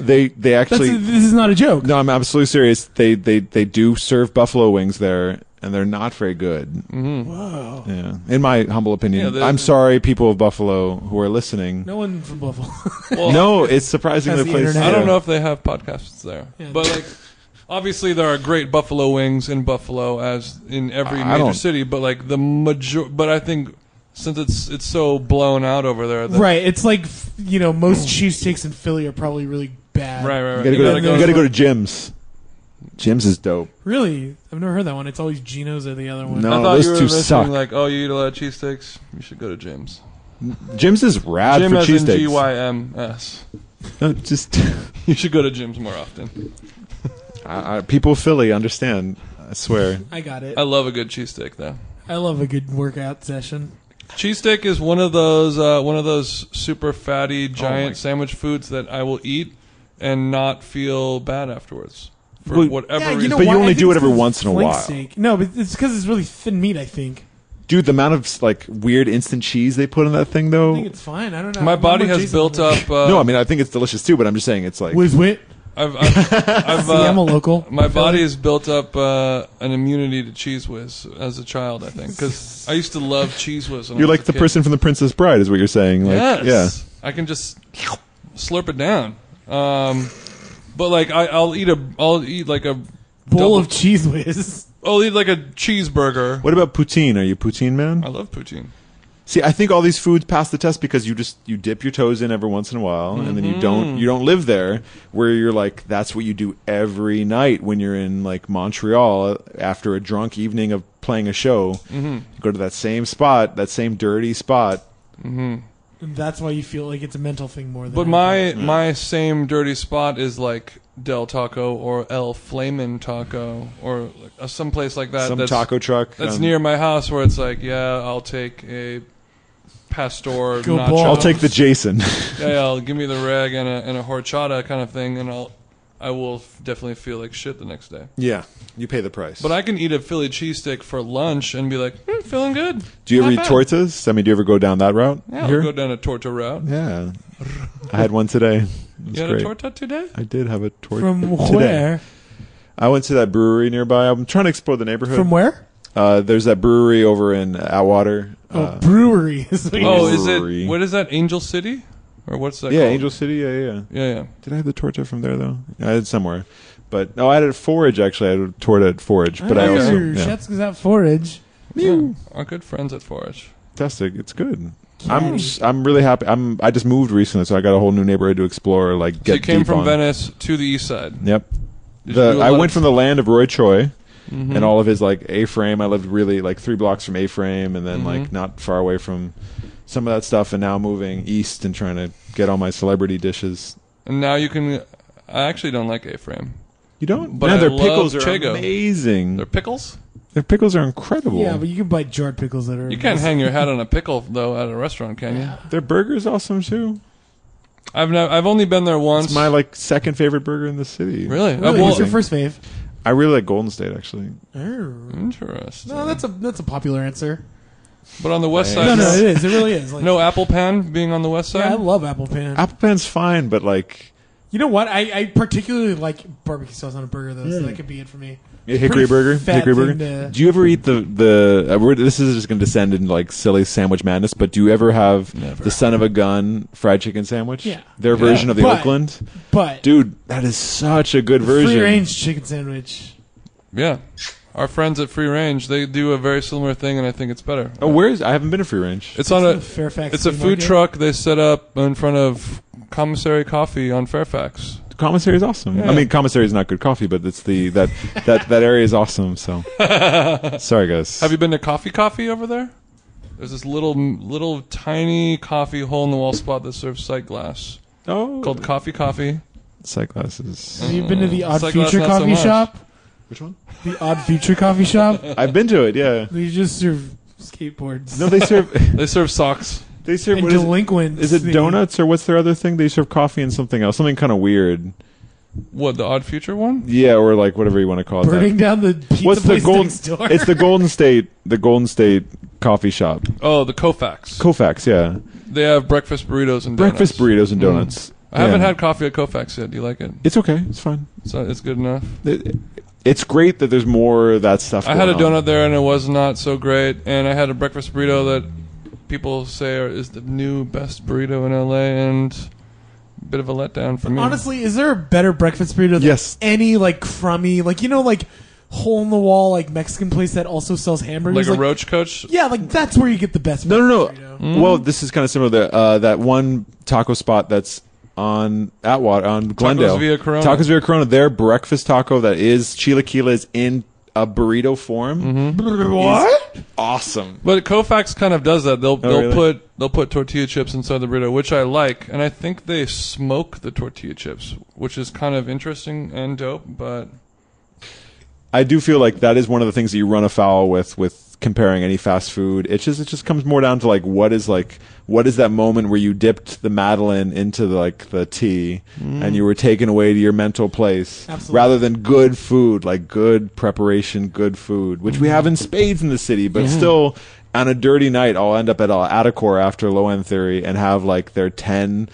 [SPEAKER 3] They they
[SPEAKER 2] that's
[SPEAKER 3] actually
[SPEAKER 2] this is not a joke.
[SPEAKER 3] No, I'm absolutely serious. They they they do serve buffalo wings there, and they're not very good.
[SPEAKER 2] Whoa.
[SPEAKER 3] Yeah, in my humble
[SPEAKER 1] Mm. Yeah,
[SPEAKER 3] opinion.
[SPEAKER 1] they-
[SPEAKER 3] I'm sorry, people of Buffalo who are listening. No,
[SPEAKER 2] No one from Buffalo.
[SPEAKER 1] Well,
[SPEAKER 3] it's surprisingly
[SPEAKER 2] Has the
[SPEAKER 3] place.
[SPEAKER 2] internet.
[SPEAKER 1] I don't
[SPEAKER 3] yeah.
[SPEAKER 1] know if they have podcasts there,
[SPEAKER 2] Yeah.
[SPEAKER 1] but like. Obviously, there are great buffalo wings in Buffalo, as in every
[SPEAKER 3] I- I
[SPEAKER 1] major
[SPEAKER 3] don't-
[SPEAKER 1] city. But like the major, but I think since it's it's so blown out over there, that,
[SPEAKER 2] right. It's like f- you know, most cheesesteaks in Philly are probably really bad.
[SPEAKER 1] right, right,
[SPEAKER 3] You
[SPEAKER 1] right.
[SPEAKER 3] gotta,
[SPEAKER 1] You
[SPEAKER 3] go,
[SPEAKER 1] gotta
[SPEAKER 3] to,
[SPEAKER 1] go
[SPEAKER 3] you
[SPEAKER 1] to-
[SPEAKER 3] gotta go to gyms. Jim's is dope.
[SPEAKER 2] Really? I've never heard that one. It's always Geno's or the other one.
[SPEAKER 3] No.
[SPEAKER 1] I thought
[SPEAKER 3] those
[SPEAKER 1] you were
[SPEAKER 3] two
[SPEAKER 1] listening
[SPEAKER 3] suck.
[SPEAKER 1] like, oh, you eat a lot of cheesesteaks? You should go to Jim's.
[SPEAKER 3] Jim's is rad
[SPEAKER 1] Jim
[SPEAKER 3] for
[SPEAKER 1] as in
[SPEAKER 3] cheesesteaks.
[SPEAKER 1] G-Y-M-S.
[SPEAKER 3] No, just
[SPEAKER 1] You should go to Jim's more often.
[SPEAKER 3] I, I, people of Philly understand. I swear.
[SPEAKER 2] I got it.
[SPEAKER 1] I love a good cheesesteak, though.
[SPEAKER 2] I love a good workout session.
[SPEAKER 1] Cheesesteak is one of those uh, one of those super
[SPEAKER 3] Oh
[SPEAKER 1] fatty giant sandwich foods that I will eat and not feel bad afterwards for
[SPEAKER 3] Well,
[SPEAKER 1] whatever
[SPEAKER 2] Yeah,
[SPEAKER 1] reason.
[SPEAKER 3] But you
[SPEAKER 2] why? I
[SPEAKER 3] only
[SPEAKER 2] think
[SPEAKER 3] do it
[SPEAKER 2] it's
[SPEAKER 3] every
[SPEAKER 2] 'cause
[SPEAKER 3] once in a
[SPEAKER 2] flank
[SPEAKER 3] while.
[SPEAKER 2] steak. No, but it's because it's really thin meat. I think.
[SPEAKER 3] Dude, the amount of like weird instant cheese they put in that thing
[SPEAKER 2] I
[SPEAKER 3] though.
[SPEAKER 2] think it's fine. I don't know.
[SPEAKER 1] My
[SPEAKER 2] I'm
[SPEAKER 1] body
[SPEAKER 2] with
[SPEAKER 1] has
[SPEAKER 2] Jason
[SPEAKER 1] built
[SPEAKER 2] on that.
[SPEAKER 1] up. Uh,
[SPEAKER 3] no, I mean I think it's delicious too, but I'm just saying it's like
[SPEAKER 2] Whiz wit.
[SPEAKER 1] I've, I've, I've,
[SPEAKER 2] See, I'm a
[SPEAKER 1] uh,
[SPEAKER 2] local.
[SPEAKER 1] my
[SPEAKER 2] Philly.
[SPEAKER 1] body has built up uh, an immunity to cheese whiz as a child. I think because I used to love cheese whiz. When
[SPEAKER 3] you're
[SPEAKER 1] I was
[SPEAKER 3] like
[SPEAKER 1] a
[SPEAKER 3] the
[SPEAKER 1] kid.
[SPEAKER 3] person from the Princess Bride, is what you're saying. Like,
[SPEAKER 1] yes. I can just slurp it down. Um, but like I, I'll eat a I'll eat like a
[SPEAKER 2] bowl
[SPEAKER 1] double-
[SPEAKER 2] of cheese whiz.
[SPEAKER 1] I'll eat like a cheeseburger.
[SPEAKER 3] Yeah. What about poutine? Are you a poutine man?
[SPEAKER 2] Uh,
[SPEAKER 1] I love poutine.
[SPEAKER 3] See, I think all these foods pass the test because you just you dip your toes in every once in a while, and then you
[SPEAKER 2] Mm-hmm.
[SPEAKER 3] don't you don't live there where you're like that's what you do every night when you're in like Montreal after a drunk evening of playing a show.
[SPEAKER 2] Mm-hmm.
[SPEAKER 3] You go to that same spot, that same dirty spot.
[SPEAKER 2] And that's why you feel like it's a mental thing more than.
[SPEAKER 1] But
[SPEAKER 2] anything.
[SPEAKER 1] my my same dirty spot is like Del Taco or El Flamin Taco or like, uh, someplace like that.
[SPEAKER 3] some
[SPEAKER 1] that's,
[SPEAKER 3] taco truck.
[SPEAKER 1] That's
[SPEAKER 3] um,
[SPEAKER 1] near my house where it's like, yeah, I'll take a pastor
[SPEAKER 2] Go
[SPEAKER 1] nacho.
[SPEAKER 2] balls.
[SPEAKER 3] I'll take the Jason.
[SPEAKER 1] Yeah, yeah, I'll give me the reg and a and a horchata kind of thing, and I'll I will f- definitely feel like shit the next day.
[SPEAKER 3] yeah, you pay the price.
[SPEAKER 1] But I can eat a Philly cheesesteak for lunch and be like, hmm, feeling good.
[SPEAKER 3] do you ever
[SPEAKER 1] Not
[SPEAKER 3] eat
[SPEAKER 1] bad.
[SPEAKER 3] tortas? I mean, do you ever go down that route?
[SPEAKER 1] Yeah, I'll
[SPEAKER 3] here?
[SPEAKER 1] go down a torta route.
[SPEAKER 3] yeah. I had one today. It was
[SPEAKER 1] You had
[SPEAKER 3] great.
[SPEAKER 1] a torta today?
[SPEAKER 3] I did have a torta
[SPEAKER 2] from
[SPEAKER 3] today.
[SPEAKER 2] where?
[SPEAKER 3] I went to that brewery nearby. I'm trying to explore the neighborhood.
[SPEAKER 2] From where?
[SPEAKER 3] Uh, there's that brewery over in Atwater.
[SPEAKER 2] Oh,
[SPEAKER 3] Uh,
[SPEAKER 2] brewery. is what you-
[SPEAKER 1] Oh, is
[SPEAKER 3] Brewery.
[SPEAKER 1] it what is that? Angel City, or what's that?
[SPEAKER 3] yeah,
[SPEAKER 1] called?
[SPEAKER 3] Angel City. Yeah, yeah.
[SPEAKER 1] Yeah, yeah.
[SPEAKER 3] Did I have the torta from there though? I had somewhere, but no, I had it at Forage actually. I had a torta at Forage,
[SPEAKER 1] Oh,
[SPEAKER 3] but I,
[SPEAKER 2] know
[SPEAKER 3] also
[SPEAKER 2] your
[SPEAKER 3] yeah.
[SPEAKER 2] chef's got forage.
[SPEAKER 1] Yeah, Our good friends at Forage.
[SPEAKER 3] fantastic. It's good.
[SPEAKER 2] Yeah.
[SPEAKER 3] I'm s- I'm really happy. I'm I just moved recently, so I got a whole new neighborhood to explore. Like get
[SPEAKER 1] So you came
[SPEAKER 3] deep
[SPEAKER 1] from
[SPEAKER 3] on.
[SPEAKER 1] Venice to the east side.
[SPEAKER 3] Yep.
[SPEAKER 1] Did
[SPEAKER 3] The-
[SPEAKER 1] you do a
[SPEAKER 3] I
[SPEAKER 1] lot
[SPEAKER 3] went
[SPEAKER 1] of-
[SPEAKER 3] from the land of Roy Choi
[SPEAKER 1] Mhm.
[SPEAKER 3] and all of his like A frame. I lived really like three blocks from A frame and then like
[SPEAKER 1] Mhm.
[SPEAKER 3] not far away from some of that stuff and now moving east and trying to get all my celebrity dishes.
[SPEAKER 1] And now you can. I actually don't like A-frame.
[SPEAKER 3] You don't
[SPEAKER 1] But
[SPEAKER 3] No,
[SPEAKER 1] I
[SPEAKER 3] their
[SPEAKER 1] love
[SPEAKER 3] pickles are
[SPEAKER 1] Chego.
[SPEAKER 3] amazing.
[SPEAKER 1] They're
[SPEAKER 3] Their,
[SPEAKER 1] pickles.
[SPEAKER 3] pickles are incredible.
[SPEAKER 2] Yeah, but you can buy jarred pickles that are.
[SPEAKER 1] You can't hang your hat on a pickle though at a restaurant, can you?
[SPEAKER 2] Yeah.
[SPEAKER 3] their burger's awesome too.
[SPEAKER 1] I've never. I've only been there once.
[SPEAKER 3] It's my like second favorite burger in the city.
[SPEAKER 1] really? Uh,
[SPEAKER 2] Really?
[SPEAKER 1] well-
[SPEAKER 2] What's your first fave?
[SPEAKER 3] I really like Golden State actually.
[SPEAKER 2] No,
[SPEAKER 1] Interesting.
[SPEAKER 2] that's a that's a popular answer.
[SPEAKER 1] but on the west
[SPEAKER 3] No,
[SPEAKER 1] side.
[SPEAKER 2] No, no, it is. It really is. Like,
[SPEAKER 1] no apple pan being on the west
[SPEAKER 2] yeah, I
[SPEAKER 1] side.
[SPEAKER 2] love apple pan.
[SPEAKER 3] Apple pan's fine, but like
[SPEAKER 2] you know what? I, I particularly like barbecue sauce on a burger though, so that could be it for me.
[SPEAKER 3] Hickory
[SPEAKER 2] pretty
[SPEAKER 3] burger,
[SPEAKER 2] fat
[SPEAKER 3] Hickory burger.
[SPEAKER 2] thing to-
[SPEAKER 3] Do you ever eat the the? Uh, we're, this is just going to descend into like silly sandwich madness. But do you ever have
[SPEAKER 1] Never.
[SPEAKER 3] the son of a gun fried chicken sandwich?
[SPEAKER 2] Yeah.
[SPEAKER 3] their version of the
[SPEAKER 2] but-
[SPEAKER 3] Oakland,
[SPEAKER 2] But
[SPEAKER 3] dude. That is such a good version.
[SPEAKER 2] free range chicken sandwich.
[SPEAKER 1] Yeah. Our friends at Free Range, they do a very similar thing, and I think it's better.
[SPEAKER 3] Oh, where is? I haven't been to free range.
[SPEAKER 1] It's on a.
[SPEAKER 2] the Fairfax.
[SPEAKER 1] It's a
[SPEAKER 2] flea
[SPEAKER 1] food
[SPEAKER 2] market.
[SPEAKER 1] truck they set up in front of Commissary Coffee on Fairfax.
[SPEAKER 3] commissary is awesome.
[SPEAKER 1] Yeah.
[SPEAKER 3] I mean, commissary is not good coffee, but it's the that that that area is awesome. So, sorry guys.
[SPEAKER 1] Have you been to Coffee Coffee over there? There's this little, little tiny coffee hole in the wall spot that serves sight glass
[SPEAKER 3] oh
[SPEAKER 1] called Coffee Coffee.
[SPEAKER 3] sight glasses?
[SPEAKER 2] Have you been to the Odd
[SPEAKER 1] It's like last
[SPEAKER 2] Future
[SPEAKER 1] not so
[SPEAKER 2] coffee
[SPEAKER 1] much.
[SPEAKER 2] shop?
[SPEAKER 3] Which one?
[SPEAKER 2] The Odd Future coffee shop.
[SPEAKER 3] I've been to it. Yeah.
[SPEAKER 2] They just serve skateboards.
[SPEAKER 3] No, they serve
[SPEAKER 1] They serve socks.
[SPEAKER 3] they serve.
[SPEAKER 2] and
[SPEAKER 3] What is it?
[SPEAKER 2] delinquents.
[SPEAKER 3] Is it
[SPEAKER 2] the-
[SPEAKER 3] donuts or what's their other thing? They serve coffee and something else, something kind of weird.
[SPEAKER 1] What the Odd Future one?
[SPEAKER 3] Yeah, or like whatever you want to call it. that.
[SPEAKER 2] burning down the pizza
[SPEAKER 3] What's the
[SPEAKER 2] place
[SPEAKER 3] golden?
[SPEAKER 2] next door?
[SPEAKER 3] It's the Golden State, the Golden State coffee shop,
[SPEAKER 1] Oh, the Kofax.
[SPEAKER 3] Kofax. Yeah,
[SPEAKER 1] they have breakfast burritos and donuts.
[SPEAKER 3] breakfast burritos and donuts.
[SPEAKER 1] Mm. I haven't
[SPEAKER 3] Yeah.
[SPEAKER 1] had coffee at Kofax yet. Do you like it?
[SPEAKER 3] It's okay. It's fine.
[SPEAKER 1] It's, it's good enough.
[SPEAKER 3] It- it's great that there's more of that stuff.
[SPEAKER 1] I had a
[SPEAKER 3] going
[SPEAKER 1] donut
[SPEAKER 3] on.
[SPEAKER 1] there and it was not so great, and I had a breakfast burrito that people say are, is the new best burrito in LA, and a bit of a letdown for me.
[SPEAKER 2] Honestly, is there a better breakfast burrito than
[SPEAKER 3] Yes.
[SPEAKER 2] any like crummy like you know like hole in the wall like Mexican place that also sells hamburgers?
[SPEAKER 1] like a roach coach.
[SPEAKER 2] Yeah, like that's where you get the best.
[SPEAKER 3] No,
[SPEAKER 1] Mm.
[SPEAKER 3] no,
[SPEAKER 2] breakfast
[SPEAKER 3] no. Well, this is kind of similar. To, uh, that one taco spot that's on Atwater on Glendale.
[SPEAKER 1] Via Corona.
[SPEAKER 3] Tacos Via Corona. Their breakfast taco that is chilaquiles in a burrito form.
[SPEAKER 1] Mm-hmm.
[SPEAKER 3] Mm. What? Awesome.
[SPEAKER 1] But Kofax kind of does that. They'll they'll
[SPEAKER 3] Oh, really?
[SPEAKER 1] put they'll put tortilla chips inside the burrito, which I like, and I think they smoke the tortilla chips, which is kind of interesting and dope. But
[SPEAKER 3] I do feel like that is one of the things that you run afoul with with comparing any fast food. It just it just comes more down to like what is like what is that moment where you dipped the Madeline into the, like the tea and you were taken away to your mental place
[SPEAKER 2] Absolutely.
[SPEAKER 3] rather than good food, like good preparation, good food, which we have in spades in the city, but still on a dirty night I'll end up at uh, Atacor after low end theory and have like their 10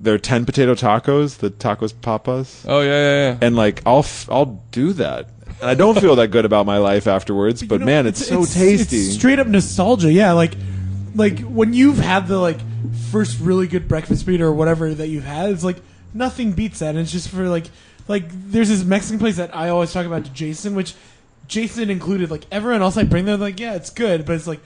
[SPEAKER 3] their 10 potato tacos, the tacos papas
[SPEAKER 1] oh yeah, yeah, yeah.
[SPEAKER 3] and like I'll f- I'll do that, and I don't feel that good about my life afterwards. But
[SPEAKER 2] You know,
[SPEAKER 3] man, it's, so tasty.
[SPEAKER 2] It's straight up nostalgia. Yeah, like like when you've had the like first really good breakfast burrito or whatever that you've had, it's like nothing beats that. And it's just for like like there's this Mexican place that I always talk about to Jason, which Jason included. Like everyone else I bring there, they're like yeah, it's good, but it's like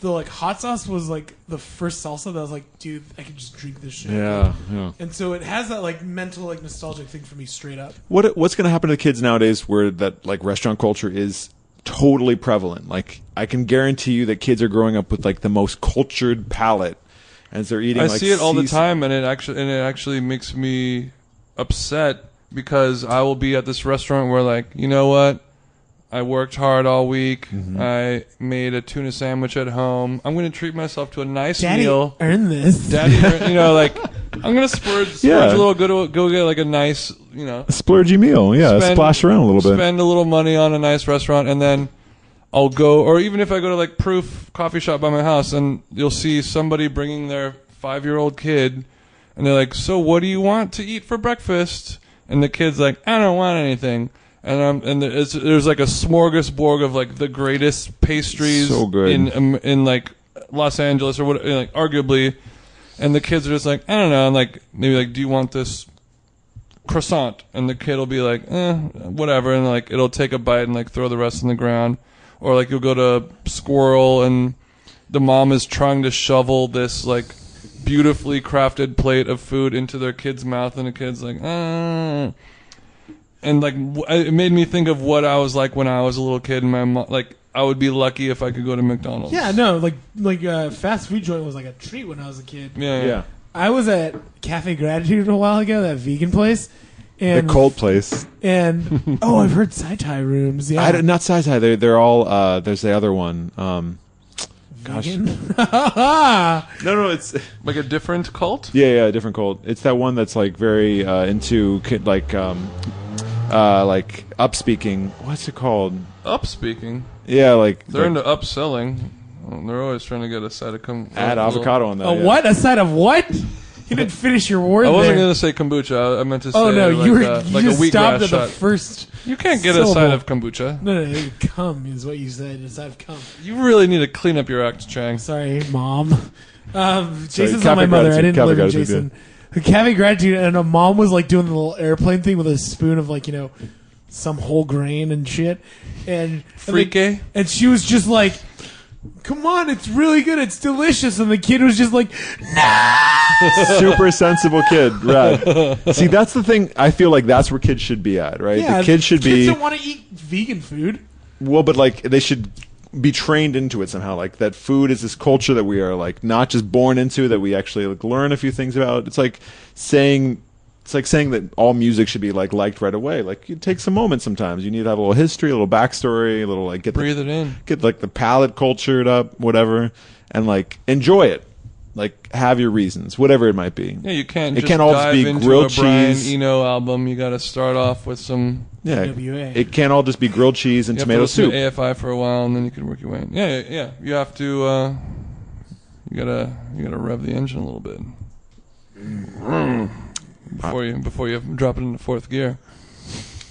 [SPEAKER 2] the like hot sauce was like the first salsa that I was like, dude, I could just drink this shit.
[SPEAKER 3] yeah, yeah.
[SPEAKER 2] And so it has that like mental like nostalgic thing for me straight up.
[SPEAKER 3] What what's going to happen to the kids nowadays? Where that like restaurant culture is totally prevalent. Like I can guarantee you that kids are growing up with like the most cultured palate, as they're eating.
[SPEAKER 1] I
[SPEAKER 3] like,
[SPEAKER 1] see it all the
[SPEAKER 3] seas-
[SPEAKER 1] time, and it actually and it actually makes me upset because I will be at this restaurant where like you know what. I worked hard all week.
[SPEAKER 3] Mm-hmm.
[SPEAKER 1] I made a tuna sandwich at home. I'm going to treat myself to a nice
[SPEAKER 2] Daddy
[SPEAKER 1] meal.
[SPEAKER 2] earned this.
[SPEAKER 1] Daddy, you know, like I'm gonna splurge, splurge
[SPEAKER 3] Yeah.
[SPEAKER 1] a little, go to go get like a nice, you know,
[SPEAKER 3] Splurgy meal, yeah.
[SPEAKER 1] spend-
[SPEAKER 3] splash around a little bit.
[SPEAKER 1] spend a little money on a nice restaurant, and then I'll go, or even if I go to like Proof Coffee Shop by my house, and you'll see somebody bringing their five year old kid, and they're like, "So what do you want to eat for breakfast?" And the kid's like, "I don't want anything." And um, and there- it's, there's like a smorgasbord of like the greatest pastries
[SPEAKER 3] So good.
[SPEAKER 1] in um, in like Los Angeles or what, like arguably, and the kids are just like, I don't know, and like maybe like, do you want this croissant? And the kid will be like, eh, whatever, and like it'll take a bite and like throw the rest on the ground, or like you'll go to squirrel and the mom is trying to shovel this like beautifully crafted plate of food into their kid's mouth, and the kid's like, ah. And like w- it made me think of what I was like when I was a little kid, and my mom like. I would be lucky if I could go to McDonald's.
[SPEAKER 2] Yeah, no, like like uh, fast food joint was like a treat when I was a kid.
[SPEAKER 1] Yeah,
[SPEAKER 3] yeah,
[SPEAKER 2] I was at Cafe Gratitude a while ago, that vegan place,
[SPEAKER 3] the
[SPEAKER 2] and
[SPEAKER 3] cold place.
[SPEAKER 2] and oh, I've heard side tie rooms. Yeah,
[SPEAKER 3] I don't- not size high. They're they're all. Uh, there's the other one. Um,
[SPEAKER 2] vegan. yeah,
[SPEAKER 3] no, no, it's.
[SPEAKER 1] like a different cult.
[SPEAKER 3] Yeah, yeah, different cult. It's that one that's like very uh, into ki- like um, uh, like upspeaking. What's it called?
[SPEAKER 1] Up speaking,
[SPEAKER 3] Yeah, like
[SPEAKER 1] they're
[SPEAKER 3] like
[SPEAKER 1] into upselling. Oh, They're always trying to get a side of com-
[SPEAKER 3] add
[SPEAKER 1] a little-
[SPEAKER 3] avocado on that.
[SPEAKER 2] a
[SPEAKER 3] yeah.
[SPEAKER 2] what? A side of what? You didn't finish your word.
[SPEAKER 1] Oh, I wasn't
[SPEAKER 2] there.
[SPEAKER 1] gonna say kombucha. I- I meant to say
[SPEAKER 2] Oh no,
[SPEAKER 1] like,
[SPEAKER 2] you were
[SPEAKER 1] uh,
[SPEAKER 2] you
[SPEAKER 1] like a
[SPEAKER 2] just stopped
[SPEAKER 1] wheatgrass
[SPEAKER 2] at the
[SPEAKER 1] shot.
[SPEAKER 2] first.
[SPEAKER 1] you can't get a side
[SPEAKER 2] syllable.
[SPEAKER 1] of kombucha.
[SPEAKER 2] No, no, no, come is what you said. Is I've come.
[SPEAKER 1] You really need to clean up your act, Chang.
[SPEAKER 2] Sorry, mom. Um, Jason's
[SPEAKER 3] Cafe
[SPEAKER 2] not my mother. I
[SPEAKER 3] Gratitude,
[SPEAKER 2] didn't
[SPEAKER 3] Cafe
[SPEAKER 2] live in
[SPEAKER 3] Gratitude,
[SPEAKER 2] Jason. The Cafe Gratitude, and a mom was like doing the little airplane thing with a spoon of like you know some whole grain and shit, and
[SPEAKER 1] Freaky.
[SPEAKER 2] and, the- and she was just like, "Come on, it's really good. It's delicious." And the kid was just like,
[SPEAKER 3] Super sensible kid, rad. See, that's the thing. I feel like that's where kids should be at, right?
[SPEAKER 2] "Yeah,
[SPEAKER 3] the kids should
[SPEAKER 2] Kids
[SPEAKER 3] be
[SPEAKER 2] don't want to eat vegan food.
[SPEAKER 3] well, but like they should be trained into it somehow. Like that food is this culture that we are like not just born into, that we actually like learn a few things about. It's like saying it's like saying that all music should be like liked right away. Like it takes a moment sometimes. You need to have a little history, a little backstory, a little like get
[SPEAKER 1] Breathe
[SPEAKER 3] the,
[SPEAKER 1] it in.
[SPEAKER 3] get like the palate cultured up, whatever, and like enjoy it. Like have your reasons, whatever it might be.
[SPEAKER 1] Yeah, you can't.
[SPEAKER 3] It
[SPEAKER 1] just
[SPEAKER 3] can't always
[SPEAKER 1] dive
[SPEAKER 3] be
[SPEAKER 1] into
[SPEAKER 3] grilled
[SPEAKER 1] a Brian
[SPEAKER 3] cheese.
[SPEAKER 1] Eno album. You got to start off with some.
[SPEAKER 3] Yeah,
[SPEAKER 2] NWA.
[SPEAKER 3] it can't all just be grilled cheese and
[SPEAKER 1] You have to
[SPEAKER 3] tomato
[SPEAKER 1] listen
[SPEAKER 3] soup.
[SPEAKER 1] to AFI for a while, and then you can work your way. In. Yeah, yeah, yeah. You have to. Uh, you gotta. You gotta rev the engine a little bit before you before you drop it into fourth gear.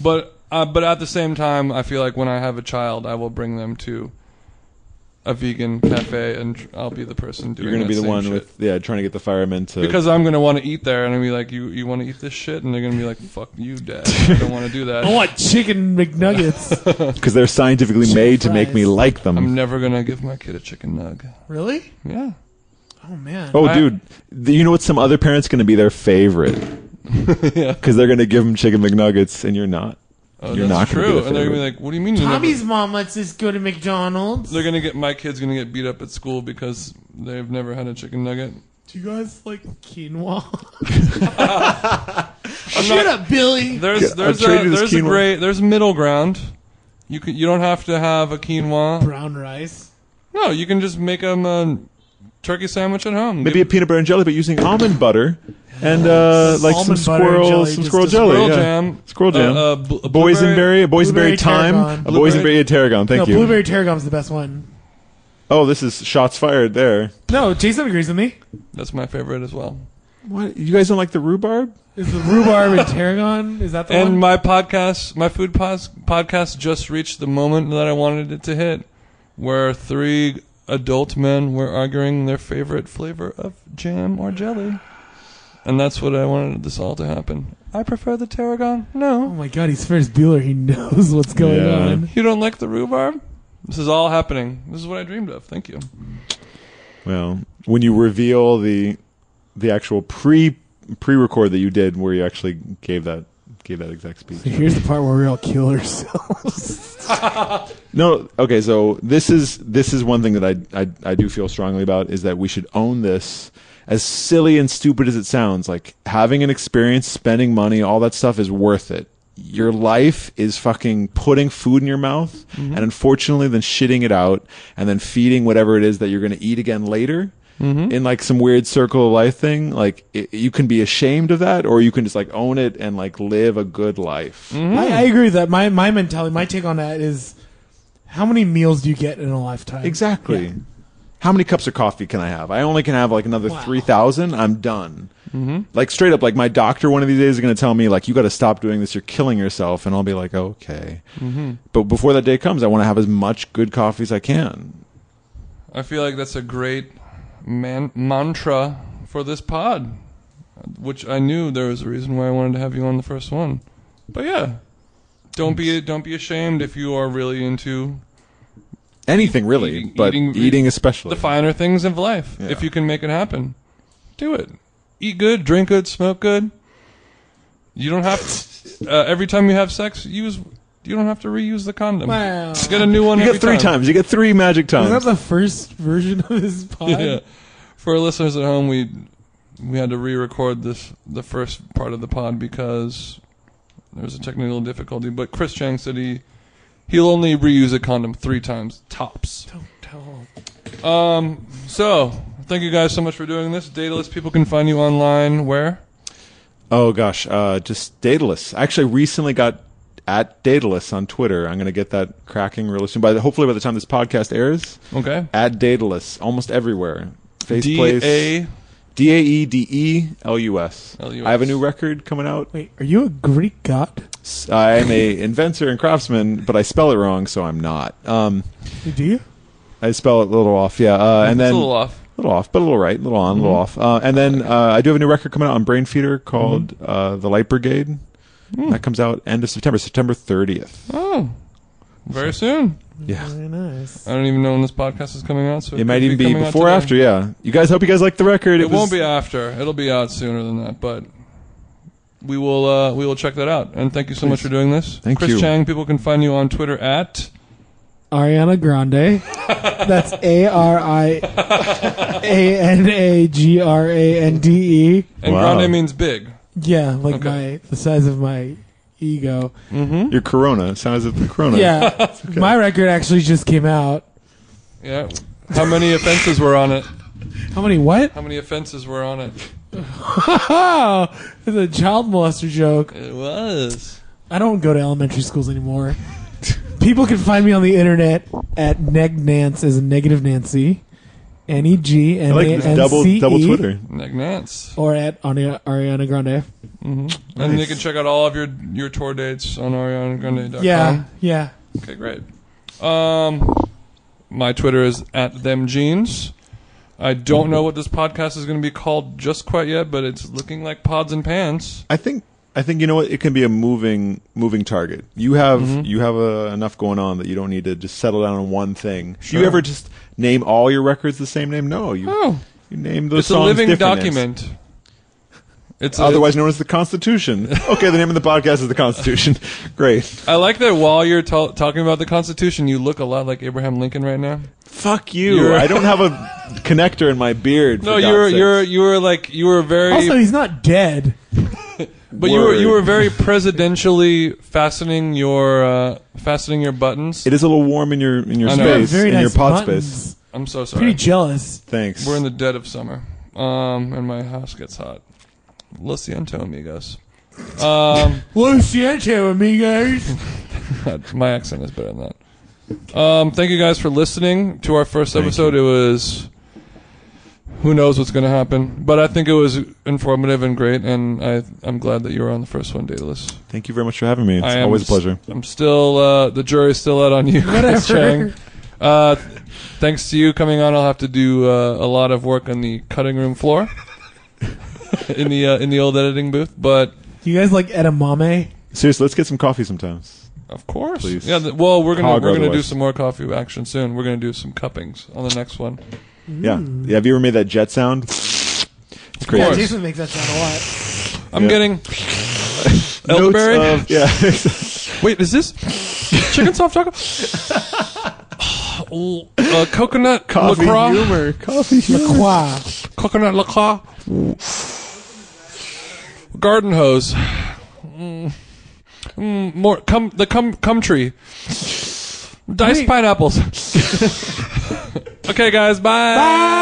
[SPEAKER 1] But uh, but at the same time, I feel like when I have a child, I will bring them to a vegan cafe, and tr- I'll be the person doing.
[SPEAKER 3] You're gonna
[SPEAKER 1] that
[SPEAKER 3] be the
[SPEAKER 1] same
[SPEAKER 3] one
[SPEAKER 1] shit.
[SPEAKER 3] with yeah, trying to get the firemen to
[SPEAKER 1] Because I'm gonna want to eat there, and I'm gonna be like, "You you want to eat this shit?" And they're gonna be like, "Fuck you, dad! I don't want to do that."
[SPEAKER 2] I want chicken McNuggets.
[SPEAKER 3] because they're scientifically made to make me
[SPEAKER 2] fries.
[SPEAKER 3] like them.
[SPEAKER 1] I'm never gonna give my kid a chicken nug.
[SPEAKER 2] really?
[SPEAKER 1] Yeah.
[SPEAKER 2] Oh man.
[SPEAKER 3] Oh,
[SPEAKER 1] I-
[SPEAKER 3] dude, th- you know what? Some other parent's going to be their favorite
[SPEAKER 1] yeah,
[SPEAKER 3] because they're going to give them chicken McNuggets, and you're not.
[SPEAKER 1] oh,
[SPEAKER 3] You're
[SPEAKER 1] that's
[SPEAKER 3] not gonna be
[SPEAKER 1] true.
[SPEAKER 3] the
[SPEAKER 1] and they're gonna be
[SPEAKER 3] favorite.
[SPEAKER 1] like, "What do you mean?" you never-"
[SPEAKER 2] Tommy's mom lets us go to McDonald's.
[SPEAKER 1] They're gonna get my kids gonna get beat up at school because they've never had a chicken nugget.
[SPEAKER 2] Do you guys like quinoa? Shut up, Billy.
[SPEAKER 1] There's
[SPEAKER 3] Yeah,
[SPEAKER 1] there's
[SPEAKER 3] I've
[SPEAKER 1] a,
[SPEAKER 3] traded his
[SPEAKER 1] there's a
[SPEAKER 3] quinoa.
[SPEAKER 1] gray there's middle ground. You can, you don't have to have a quinoa.
[SPEAKER 2] Brown rice.
[SPEAKER 1] No, you can just make them a turkey sandwich at home.
[SPEAKER 3] Maybe a peanut butter and jelly, but using almond butter and uh, like some
[SPEAKER 2] Almond butter and
[SPEAKER 3] squirrel,
[SPEAKER 2] jelly,
[SPEAKER 3] some
[SPEAKER 2] just
[SPEAKER 3] squirrel
[SPEAKER 2] a
[SPEAKER 3] jelly,
[SPEAKER 1] squirrel
[SPEAKER 3] yeah.
[SPEAKER 1] jam,
[SPEAKER 3] squirrel jam,
[SPEAKER 1] a, a bl- a
[SPEAKER 3] boysenberry, a
[SPEAKER 2] blueberry
[SPEAKER 3] boysenberry thyme,
[SPEAKER 2] tarragon.
[SPEAKER 3] a boysenberry and tarragon. Thank
[SPEAKER 2] no,
[SPEAKER 3] you.
[SPEAKER 2] blueberry tarragon's the best one.
[SPEAKER 3] Oh, this is shots fired there.
[SPEAKER 2] No, Jason agrees with me.
[SPEAKER 1] That's my favorite as well.
[SPEAKER 3] What? You guys don't like the rhubarb?
[SPEAKER 2] Is the rhubarb and tarragon? Is that the
[SPEAKER 1] And
[SPEAKER 2] one?
[SPEAKER 1] my podcast, my food pos- podcast, just reached the moment that I wanted it to hit, where three adult men were arguing their favorite flavor of jam or jelly, and that's what I wanted this all to happen. I prefer the tarragon.
[SPEAKER 2] oh
[SPEAKER 1] No,
[SPEAKER 2] my god, he's Ferris Bueller. He knows what's going
[SPEAKER 3] Yeah.
[SPEAKER 2] on.
[SPEAKER 1] you don't like the rhubarb. This is all happening. This is what I dreamed of. Thank you.
[SPEAKER 3] Well, when you reveal the the actual pre pre record that you did, where you actually gave that gave that exact
[SPEAKER 2] So
[SPEAKER 3] speech.
[SPEAKER 2] here's the part where we all kill ourselves.
[SPEAKER 3] No, okay. So this is this is one thing that I, I I do feel strongly about is that we should own this. As silly and stupid as it sounds, like having an experience, spending money, all that stuff is worth it. Your life is fucking putting food in your mouth, and unfortunately, then shitting it out, and then feeding whatever it is that you're going to eat again later. In like some weird circle of life thing, like it, you can be ashamed of that, or you can just like own it and like live a good life.
[SPEAKER 2] I, I agree with that. My my mentality, my take on that is, how many meals do you get in a lifetime?
[SPEAKER 3] Exactly. How many cups of coffee can I have? I only can have like another
[SPEAKER 2] Wow.
[SPEAKER 3] 3,000. I'm done.
[SPEAKER 1] Mm-hmm.
[SPEAKER 3] Like straight up, like my doctor one of these days is going to tell me, like, you got to stop doing this. You're killing yourself. And I'll be like, okay.
[SPEAKER 1] Mm-hmm.
[SPEAKER 3] But before that day comes, I want to have as much good coffee as I can.
[SPEAKER 1] I feel like that's a great man- mantra for this pod, which I knew there was a reason why I wanted to have you on the first one. But yeah, don't be don't be ashamed if you are really into
[SPEAKER 3] Anything really,
[SPEAKER 1] Eating-
[SPEAKER 3] but
[SPEAKER 1] eating-
[SPEAKER 3] eating,
[SPEAKER 1] the
[SPEAKER 3] especially.
[SPEAKER 1] finer things of life.
[SPEAKER 3] Yeah.
[SPEAKER 1] If you can make it happen, do it. Eat good, drink good, smoke good. You don't have uh, every time you have sex, use you don't have to reuse the condom.
[SPEAKER 2] Wow.
[SPEAKER 1] Get a new one
[SPEAKER 3] you
[SPEAKER 1] every
[SPEAKER 3] get three
[SPEAKER 1] time.
[SPEAKER 3] times. You get three magic
[SPEAKER 2] Is that
[SPEAKER 3] times.
[SPEAKER 2] the first version of this pod?
[SPEAKER 1] yeah. For our listeners at home, we we had to re-record this the first part of the pod because there was a technical difficulty. But Chris Chang said he he'll only reuse a condom three times tops.
[SPEAKER 2] Don't tell.
[SPEAKER 1] Um. So thank you guys so much for doing this. Dataless people can find you online where.
[SPEAKER 3] Oh gosh, uh, just Daedalus. I actually recently got at Daedalus on Twitter. I'm going to get that cracking really soon. By the, hopefully, by the time this podcast airs,
[SPEAKER 1] Okay.
[SPEAKER 3] at Daedalus almost everywhere. Face
[SPEAKER 1] D
[SPEAKER 3] place.
[SPEAKER 1] A.
[SPEAKER 3] D A E D E L U S.
[SPEAKER 1] LUS.
[SPEAKER 3] I have a new record coming out.
[SPEAKER 2] Wait, are you a Greek god?
[SPEAKER 3] S- I'm a inventor and craftsman, but I spell it wrong, so I'm not. Um,
[SPEAKER 2] Do you?
[SPEAKER 3] I spell it a little off, yeah. Uh, and
[SPEAKER 1] It's
[SPEAKER 3] then
[SPEAKER 1] a little off. Mm-hmm.
[SPEAKER 3] little off, but a little right, a little on, a little off. Uh, and then uh, I do have a new record coming out on Brain Feeder called
[SPEAKER 1] Mm-hmm.
[SPEAKER 3] uh, The Light Brigade.
[SPEAKER 1] Hmm.
[SPEAKER 3] That comes out end of September, September 30th.
[SPEAKER 1] Oh. Very soon.
[SPEAKER 3] Yeah.
[SPEAKER 2] Very nice.
[SPEAKER 1] I don't even know when this podcast is coming out. So
[SPEAKER 3] It might even be
[SPEAKER 1] coming out
[SPEAKER 3] before or
[SPEAKER 1] today.
[SPEAKER 3] after, yeah. You guys hope you guys like the record.
[SPEAKER 1] It,
[SPEAKER 3] was-
[SPEAKER 1] won't be after. It'll be out sooner than that, but we will uh, we will check that out. And thank you so much for doing this.
[SPEAKER 3] Thank
[SPEAKER 1] Chris
[SPEAKER 3] you.
[SPEAKER 1] Chang, people can find you on Twitter at
[SPEAKER 2] Ariana Grande. That's A R I A N A G R A N D E.
[SPEAKER 1] and
[SPEAKER 3] Wow.
[SPEAKER 1] Grande means big.
[SPEAKER 2] Yeah, like
[SPEAKER 1] Okay.
[SPEAKER 2] my the size of my ego.
[SPEAKER 1] Mm-hmm.
[SPEAKER 3] Your Corona. Sounds of the Corona.
[SPEAKER 2] Yeah, my record actually just came out.
[SPEAKER 1] Yeah. How many offenses were on it?
[SPEAKER 2] How many? What?
[SPEAKER 1] How many offenses were on it?
[SPEAKER 2] Oh, it's a child molester joke.
[SPEAKER 1] It was.
[SPEAKER 2] I don't go to elementary schools anymore. People can find me on the internet at neg nance as in negative Nancy, N E G
[SPEAKER 3] I
[SPEAKER 2] N
[SPEAKER 3] like
[SPEAKER 2] A
[SPEAKER 3] this double,
[SPEAKER 2] N C
[SPEAKER 3] double
[SPEAKER 2] E,
[SPEAKER 3] Twitter.
[SPEAKER 1] Nick Nance.
[SPEAKER 2] or at Ari- Ariana Grande.
[SPEAKER 1] hmm And you
[SPEAKER 3] Oh, Nice.
[SPEAKER 1] can check out all of your your tour dates on ArianaGrande.com.
[SPEAKER 2] Yeah, yeah.
[SPEAKER 1] Okay, great. Um, my Twitter is at them jeans. I don't know what this podcast is going to be called just quite yet, but it's looking like pods and pans.
[SPEAKER 3] I think I think you know what it can be a moving moving target. You have
[SPEAKER 1] Mm-hmm.
[SPEAKER 3] you have uh, enough going on that you don't need to just settle down on one thing. Do
[SPEAKER 1] Sure.
[SPEAKER 3] You ever just name all your records the same name? No, you
[SPEAKER 1] Oh,
[SPEAKER 3] You name those
[SPEAKER 1] it's a
[SPEAKER 3] songs
[SPEAKER 1] living
[SPEAKER 3] different names.
[SPEAKER 1] document. It's a-
[SPEAKER 3] Otherwise known as the Constitution. Okay, the name of the podcast is the Constitution. Great.
[SPEAKER 1] I like that while you're ta- talking about the Constitution, you look a lot like Abraham Lincoln right now.
[SPEAKER 3] Fuck you.
[SPEAKER 1] You're-
[SPEAKER 3] I don't have a connector in my beard.
[SPEAKER 1] No,
[SPEAKER 3] for
[SPEAKER 1] you were
[SPEAKER 3] God's
[SPEAKER 1] you were
[SPEAKER 3] sakes.
[SPEAKER 1] you were like you were very
[SPEAKER 2] Also, he's not dead.
[SPEAKER 1] but you were you
[SPEAKER 3] Word.
[SPEAKER 1] were very presidentially fastening your uh, fastening your buttons.
[SPEAKER 3] It is a little warm in your in your
[SPEAKER 1] I know.
[SPEAKER 3] space
[SPEAKER 2] Very
[SPEAKER 3] in
[SPEAKER 2] nice
[SPEAKER 3] your pod
[SPEAKER 2] buttons.
[SPEAKER 3] space.
[SPEAKER 1] I'm so
[SPEAKER 2] Pretty
[SPEAKER 1] sorry.
[SPEAKER 2] jealous.
[SPEAKER 3] Thanks.
[SPEAKER 1] We're in the dead of summer, um, and my house gets hot. Lo siento, amigos. Um,
[SPEAKER 2] Lo siento, amigos.
[SPEAKER 1] God, my accent is better than that. Um, thank you guys for listening to our first episode. It was who knows what's going to happen, but I think it was informative and great, and I I'm glad that you were on the first one, Daedalus.
[SPEAKER 3] Thank you very much for having me. It's
[SPEAKER 1] I am
[SPEAKER 3] always
[SPEAKER 1] s-
[SPEAKER 3] a pleasure.
[SPEAKER 1] I'm still uh, the jury's still out on you, Chris
[SPEAKER 2] Whatever.
[SPEAKER 1] Chang. Uh, thanks to you coming on, I'll have to do uh, a lot of work on the cutting room floor in the uh, in the old editing booth, but
[SPEAKER 2] You guys like edamame?
[SPEAKER 3] Seriously, let's get some coffee sometimes.
[SPEAKER 1] of course,
[SPEAKER 3] Please.
[SPEAKER 1] yeah. th- well, we're gonna
[SPEAKER 3] Hog
[SPEAKER 1] we're gonna do
[SPEAKER 3] otherwise.
[SPEAKER 1] some more coffee action soon. We're gonna do some cuppings on the next one.
[SPEAKER 3] Yeah. yeah. Have you ever made that jet sound? It's crazy.
[SPEAKER 1] Hmm. course.
[SPEAKER 2] Jason makes that sound a lot.
[SPEAKER 1] I'm
[SPEAKER 3] Yeah.
[SPEAKER 1] getting
[SPEAKER 3] Notes
[SPEAKER 1] elderberry.
[SPEAKER 3] of- yeah.
[SPEAKER 1] Wait, is this chicken soft taco? Oh, uh, coconut
[SPEAKER 3] Coffee
[SPEAKER 1] lacroix.
[SPEAKER 3] humor. Coffee humor.
[SPEAKER 2] Wow.
[SPEAKER 1] coconut liqueur, garden hose, mm, mm, more cum, the cum cum tree, diced
[SPEAKER 2] Wait.
[SPEAKER 1] pineapples. okay, guys, bye.